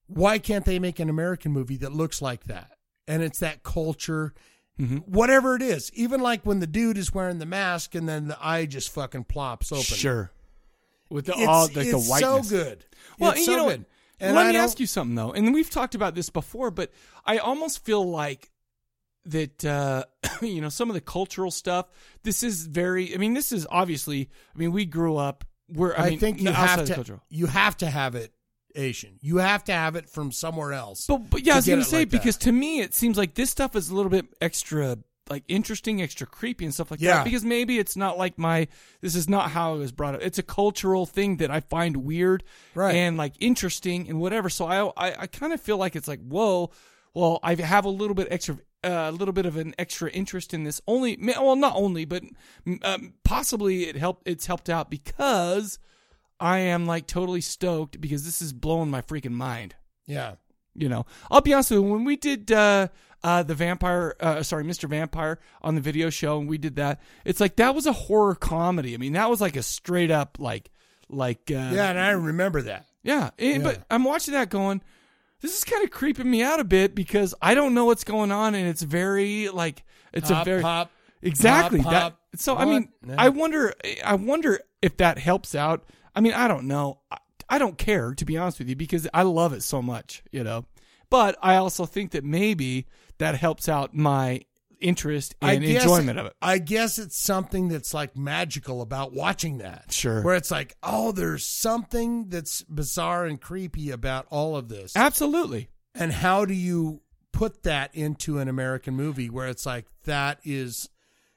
Speaker 2: Why can't they make an American movie that looks like that? And it's that culture,
Speaker 1: Mm-hmm.
Speaker 2: whatever it is. Even like when the dude is wearing the mask and then the eye just fucking plops open.
Speaker 1: Sure. With the,
Speaker 2: It's-
Speaker 1: all like the
Speaker 2: it's so
Speaker 1: whiteness.
Speaker 2: good.
Speaker 1: Well,
Speaker 2: It's
Speaker 1: and
Speaker 2: so
Speaker 1: you know
Speaker 2: good.
Speaker 1: what?
Speaker 2: And
Speaker 1: Let
Speaker 2: I
Speaker 1: me
Speaker 2: don't-
Speaker 1: ask you something though, and we've talked about this before, but I almost feel like that uh, you know some of the cultural stuff. This is very. I mean, this is obviously. I mean, we grew up. We're. I,
Speaker 2: I,
Speaker 1: mean,
Speaker 2: think you
Speaker 1: no, outside
Speaker 2: have
Speaker 1: of
Speaker 2: to
Speaker 1: Cultural.
Speaker 2: you have to have it Asian. You have to have it from somewhere else.
Speaker 1: But, But yeah, I was
Speaker 2: going
Speaker 1: gonna say because to me it seems like this stuff is a little bit extra like interesting, extra creepy and stuff like
Speaker 2: Yeah.
Speaker 1: that. Because maybe it's not like my this is not how it was brought up. It's a cultural thing that I find weird and like interesting and whatever. So I I, I kind of feel like it's like whoa, well I have a little bit extra. uh, A little bit of an extra interest in this, only ma- well, not only, but um, possibly it helped. It's helped out because I am like totally stoked because this is blowing my freaking mind.
Speaker 2: yeah.
Speaker 1: You know, I'll be honest with you. When we did uh, uh, the vampire, uh, sorry, Mr. Vampire on the video show, and we did that, it's like that was a horror comedy. I mean, that was like a straight up like like uh,
Speaker 2: Yeah, and I remember that.
Speaker 1: yeah, and- but I'm watching that going, this is kind of creeping me out a bit because I don't know what's going on, and it's very like it's
Speaker 2: Pop,
Speaker 1: a very
Speaker 2: pop,
Speaker 1: exactly
Speaker 2: pop,
Speaker 1: that.
Speaker 2: pop.
Speaker 1: So I
Speaker 2: What?
Speaker 1: mean,
Speaker 2: Yeah.
Speaker 1: I wonder, I wonder if that helps out. I mean, I don't know. I, I don't care to be honest with you because I love it so much, you know. But I also think that maybe that helps out my interest and
Speaker 2: guess-
Speaker 1: enjoyment of it.
Speaker 2: I guess it's something that's like magical about watching that.
Speaker 1: Sure.
Speaker 2: Where it's like, oh, there's something that's bizarre and creepy about all of this.
Speaker 1: Absolutely.
Speaker 2: And how do you put that into an American movie where it's like that is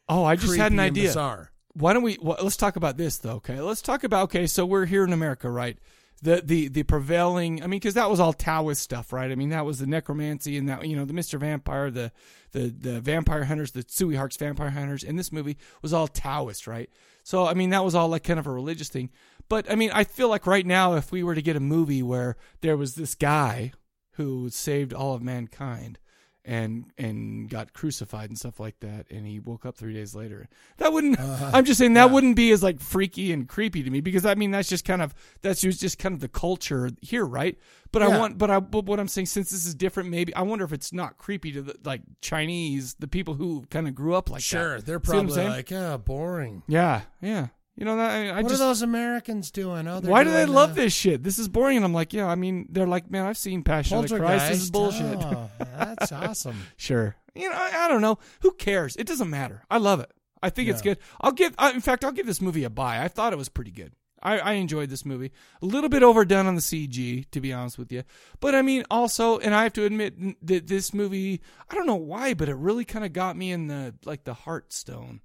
Speaker 1: Oh, I just had an
Speaker 2: creepy and
Speaker 1: idea.
Speaker 2: bizarre.
Speaker 1: Why don't we? Well, let's talk about this though. Okay, let's talk about. Okay, so we're here in America, right? The the the prevailing. I mean, because that was all Taoist stuff, right? I mean, that was the necromancy and that you know the Mister Vampire, the the the vampire hunters, the Tsui Hark's vampire hunters, and this movie was all Taoist, right? So I mean, that was all like kind of a religious thing. But I mean, I feel like right now, if we were to get a movie where there was this guy who saved all of mankind and and got crucified and stuff like that and he woke up 3 days later. That wouldn't I'm just saying that wouldn't be as like freaky and creepy to me because I mean that's just kind of that's just just kind of the culture here, right? But I
Speaker 2: Yeah.
Speaker 1: want but I but what I'm saying since this is different maybe I wonder if it's not creepy to the like Chinese, the people who kind of grew up like that.
Speaker 2: Sure, they're
Speaker 1: See what I'm
Speaker 2: probably
Speaker 1: saying?
Speaker 2: like, oh, boring.
Speaker 1: Yeah, yeah. You know that I, I
Speaker 2: what
Speaker 1: just
Speaker 2: are those Americans doing? Oh, they're
Speaker 1: why do they
Speaker 2: doing,
Speaker 1: love
Speaker 2: uh,
Speaker 1: this shit? This is boring. And I'm like, yeah, I mean, they're like, man, I've seen Passion of the Christ. This is
Speaker 2: Poltergeist?
Speaker 1: bullshit.
Speaker 2: Oh, that's awesome.
Speaker 1: Sure. You know, I, I don't know. Who cares? It doesn't matter. I love it. I think it's
Speaker 2: Yeah.
Speaker 1: good. I'll give. I, in fact, I'll give this movie a buy. I thought it was pretty good. I, I enjoyed this movie. A little bit overdone on the CG, to be honest with you. But I mean, also, and I have to admit n- that this movie, I don't know why, but it really kind of got me in the like the heartstone.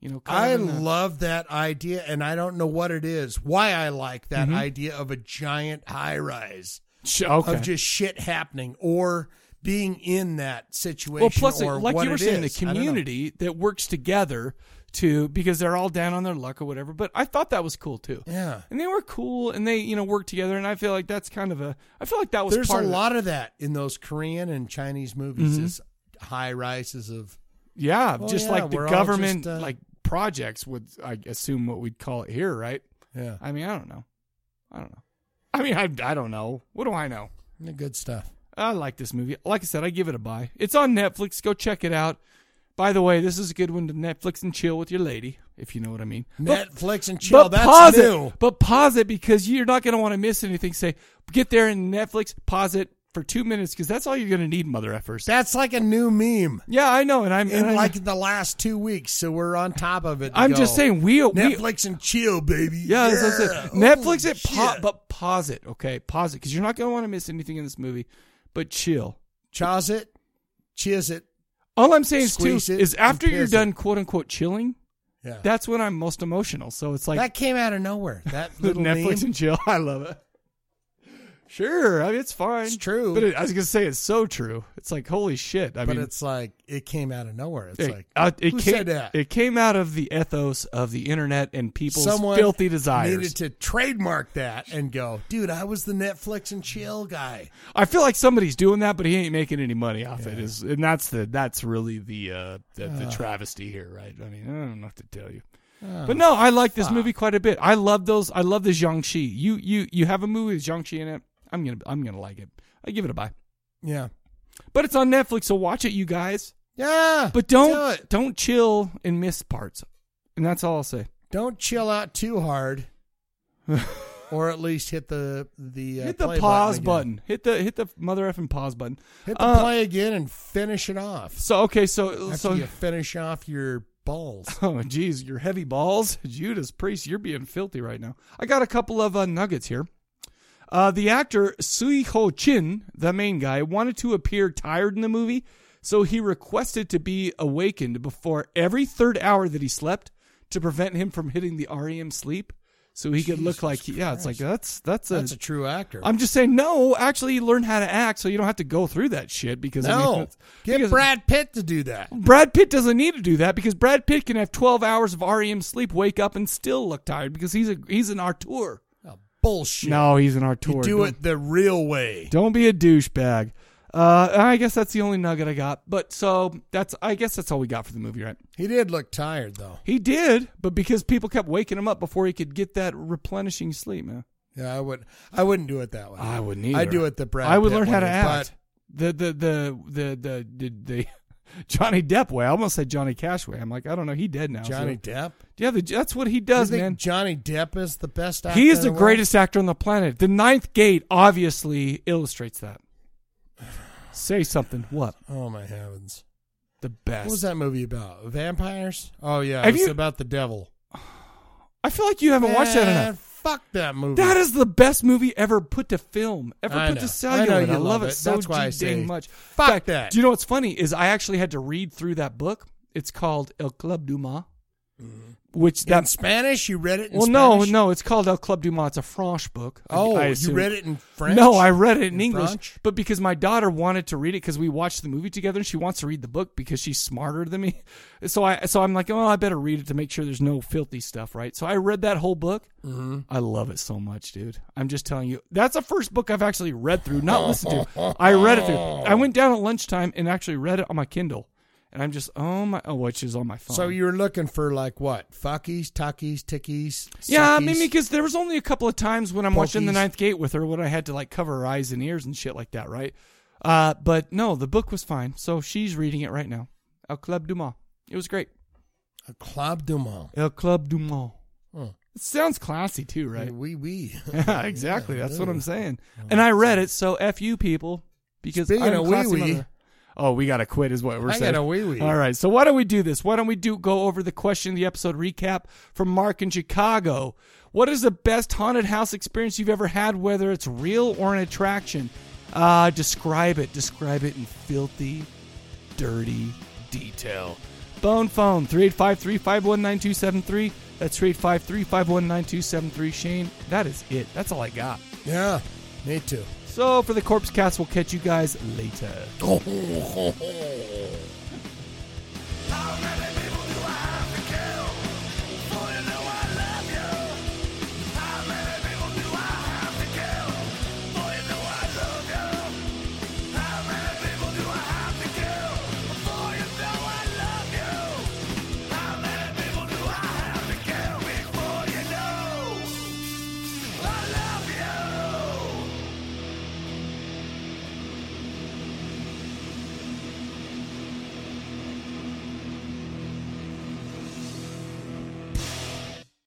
Speaker 1: You know, kind
Speaker 2: I
Speaker 1: of in the-
Speaker 2: love that idea, and I don't know what it is. Why I like that
Speaker 1: Mhm.
Speaker 2: idea of a giant high rise
Speaker 1: Sh- okay.
Speaker 2: of just shit happening or being in that situation.
Speaker 1: Well, plus,
Speaker 2: or
Speaker 1: like
Speaker 2: what
Speaker 1: you were
Speaker 2: it
Speaker 1: saying,
Speaker 2: is.
Speaker 1: the
Speaker 2: I don't know.
Speaker 1: community that works together to because they're all down on their luck or whatever. But I thought that was cool too.
Speaker 2: Yeah.
Speaker 1: and they were cool, and they you know worked together, and I feel like that's kind of a I feel like that was
Speaker 2: There's
Speaker 1: part
Speaker 2: a
Speaker 1: of it.
Speaker 2: lot of that in those Korean and Chinese movies.
Speaker 1: Mhm.
Speaker 2: Is high rises of
Speaker 1: yeah,
Speaker 2: Oh,
Speaker 1: just
Speaker 2: yeah,
Speaker 1: like the
Speaker 2: we're all
Speaker 1: government
Speaker 2: just, uh,
Speaker 1: like projects would I assume what we'd call it here, right?
Speaker 2: Yeah.
Speaker 1: I mean, I don't know. I don't know. I mean, I, I don't know. What do I know?
Speaker 2: The good stuff.
Speaker 1: I like this movie. Like I said, I give it a buy. It's on Netflix. Go check it out. By the way, this is a good one to Netflix and chill with your lady, if you know what I mean. But-
Speaker 2: Netflix and chill. That's
Speaker 1: pause
Speaker 2: new.
Speaker 1: It, but pause it because you're not going to want to miss anything. Say, get there and Netflix, pause it for two minutes because that's all you're going to need, mother effers.
Speaker 2: That's like a new meme.
Speaker 1: Yeah, I know, and I'm
Speaker 2: in
Speaker 1: and I'm-
Speaker 2: like the last two weeks, so we're on top of it. to
Speaker 1: I'm
Speaker 2: go,
Speaker 1: just saying, we- we-
Speaker 2: Netflix and chill, baby.
Speaker 1: Yeah, that's what I'm saying.
Speaker 2: Yeah.
Speaker 1: Netflix it, pa- but pause it, okay? Pause it because you're not going to want to miss anything in this movie. But chill,
Speaker 2: pause it, chiz it.
Speaker 1: All I'm saying is too
Speaker 2: Squeeze
Speaker 1: is
Speaker 2: it and
Speaker 1: after you're
Speaker 2: piss it.
Speaker 1: done, quote unquote, chilling.
Speaker 2: Yeah.
Speaker 1: that's when I'm most emotional. So it's like
Speaker 2: that came out of nowhere. That
Speaker 1: the
Speaker 2: little
Speaker 1: Netflix
Speaker 2: meme.
Speaker 1: and chill. I love it. Sure, I mean it's fine. It's
Speaker 2: true,
Speaker 1: but it, I was gonna say it's so true. It's like holy shit. I
Speaker 2: but
Speaker 1: mean,
Speaker 2: it's like it came out of nowhere. It's
Speaker 1: it,
Speaker 2: like
Speaker 1: uh, it
Speaker 2: who
Speaker 1: came,
Speaker 2: said that?
Speaker 1: It came out of the ethos of the internet and people's
Speaker 2: Someone
Speaker 1: filthy desires.
Speaker 2: needed to trademark that and go, dude. I was the Netflix and chill guy.
Speaker 1: I feel like somebody's doing that, but he ain't making any money off it. Is and that's the that's really the uh, the, the
Speaker 2: Ah.
Speaker 1: travesty here, right? I mean, I don't know what to tell you.
Speaker 2: Ah,
Speaker 1: but no, I like this
Speaker 2: fuck.
Speaker 1: movie quite a bit. I love those. I love the Zhang Shi. You you you have a movie with Zhang Shi in it. I'm gonna I'm gonna like it. I give it a buy.
Speaker 2: Yeah.
Speaker 1: But it's on Netflix, so watch it, you guys.
Speaker 2: Yeah.
Speaker 1: But don't do not chill and miss parts. And that's all I'll say.
Speaker 2: Don't chill out too hard, or at least hit the the uh,
Speaker 1: hit the
Speaker 2: play
Speaker 1: pause
Speaker 2: again.
Speaker 1: button, Uh, Hit the hit the mother effing pause button.
Speaker 2: Hit the play again and finish it off.
Speaker 1: So okay, so
Speaker 2: After
Speaker 1: so
Speaker 2: you finish off your balls.
Speaker 1: Oh, geez, your heavy balls. Judas Priest, you're being filthy right now. I got a couple of uh, nuggets here. Uh, the actor Sui Ho Chin, the main guy, wanted to appear tired in the movie, so he requested to be awakened before every third hour that he slept to prevent him from hitting the REM sleep. So he could look like, he- yeah, it's like that's that's a
Speaker 2: That's a true actor.
Speaker 1: I'm just saying, no, actually learn how to act, so you don't have to go through that shit. Because I mean,
Speaker 2: No.
Speaker 1: that's-
Speaker 2: Get Brad Pitt to do that.
Speaker 1: Brad Pitt doesn't need to do that because Brad Pitt can have 12 hours of REM sleep, wake up, and still look tired because he's a he's an artur.
Speaker 2: Oh, Bullshit.
Speaker 1: No, he's an artur.
Speaker 2: You do
Speaker 1: Don't-
Speaker 2: it the real way.
Speaker 1: Don't be a douchebag. Uh, I guess that's the only nugget I got. But so that's I guess that's all we got for the movie, right?
Speaker 2: He did look tired though.
Speaker 1: He did, but because people kept waking him up before he could get that replenishing sleep, man.
Speaker 2: Yeah, I would. I wouldn't do it that way. I
Speaker 1: wouldn't either.
Speaker 2: I do it the Brad.
Speaker 1: I would
Speaker 2: Pitt
Speaker 1: learn how
Speaker 2: way,
Speaker 1: to
Speaker 2: but
Speaker 1: act. The the the the the the, the Johnny Depp way. I almost said Johnny Cash way. I'm like, I don't know. He dead now. so-
Speaker 2: Johnny Depp.
Speaker 1: Yeah, the, that's what he does,
Speaker 2: you think
Speaker 1: man.
Speaker 2: Johnny Depp is the best. actor
Speaker 1: He is
Speaker 2: in
Speaker 1: the
Speaker 2: world?
Speaker 1: greatest actor on the planet. The Ninth Gate obviously illustrates that. Say something. What?
Speaker 2: Oh my heavens!
Speaker 1: The best.
Speaker 2: What was that movie about? Vampires? Oh yeah,
Speaker 1: Have
Speaker 2: it's
Speaker 1: you-
Speaker 2: about the devil.
Speaker 1: I feel like you haven't watched that
Speaker 2: Man,
Speaker 1: enough.
Speaker 2: Fuck that movie.
Speaker 1: That is the best movie ever put to film, ever
Speaker 2: I
Speaker 1: put
Speaker 2: know.
Speaker 1: to
Speaker 2: I know
Speaker 1: celluloid.
Speaker 2: you
Speaker 1: I, love
Speaker 2: love
Speaker 1: it,
Speaker 2: it.
Speaker 1: so
Speaker 2: That's why I
Speaker 1: gee
Speaker 2: say,
Speaker 1: dang much. In
Speaker 2: fuck
Speaker 1: fact,
Speaker 2: that.
Speaker 1: Do you know what's funny is I actually had to read through that book. It's called El Club du Mal, which that
Speaker 2: Mm-hmm. in Spanish. You read it? In
Speaker 1: well,
Speaker 2: Spanish?
Speaker 1: no, no, it's called El Club du Monde. It's a French book. I-
Speaker 2: Oh,
Speaker 1: I
Speaker 2: you
Speaker 1: assume.
Speaker 2: read it in French?
Speaker 1: No, I read it in,
Speaker 2: In
Speaker 1: English,
Speaker 2: French?
Speaker 1: but because my daughter wanted to read it because we watched the movie together, and she wants to read the book because she's smarter than me. So I, so I'm like, oh, I better read it to make sure there's no filthy stuff, right? So I read that whole book.
Speaker 2: Mhm.
Speaker 1: I love it so much, dude. I'm just telling you, that's the first book I've actually read through, not listened to. I read it through. I went down at lunchtime and actually read it on my Kindle, and I'm just, oh my, oh, which is on my phone.
Speaker 2: So you were looking for like what? Fuckies, tuckies, tickies.
Speaker 1: Yeah, I
Speaker 2: suckies?
Speaker 1: mean, because there was only a couple of times when I'm watching The
Speaker 2: Pokies.
Speaker 1: Ninth Gate with her when I had to like cover her eyes and ears and shit like that, right? Uh, but no, the book was fine. So she's reading it right now. El Club du Mal. It was great.
Speaker 2: a club du monde.
Speaker 1: El Club du Mal.
Speaker 2: Huh.
Speaker 1: It sounds classy too, right?
Speaker 2: Oui, oui.
Speaker 1: Yeah, exactly. That's what I'm
Speaker 2: Yeah.
Speaker 1: saying. And I read it, so F you people, because
Speaker 2: Speaking
Speaker 1: I'm
Speaker 2: of
Speaker 1: classy
Speaker 2: wee-wee.
Speaker 1: mother- Oh, we gotta quit, is what we're
Speaker 2: I
Speaker 1: saying.
Speaker 2: gotta wee-wee.
Speaker 1: All right, so why don't we do this? Why don't we do go over the question of the episode recap from Mark in Chicago? What is the best haunted house experience you've ever had, whether it's real or an attraction? Uh, describe it. Describe it in filthy, dirty detail. Bone phone 385 351 That's 385 351 Shane, that is it. That's all I got.
Speaker 2: Yeah, me too.
Speaker 1: So for the Corpse Cast, we'll catch you guys later.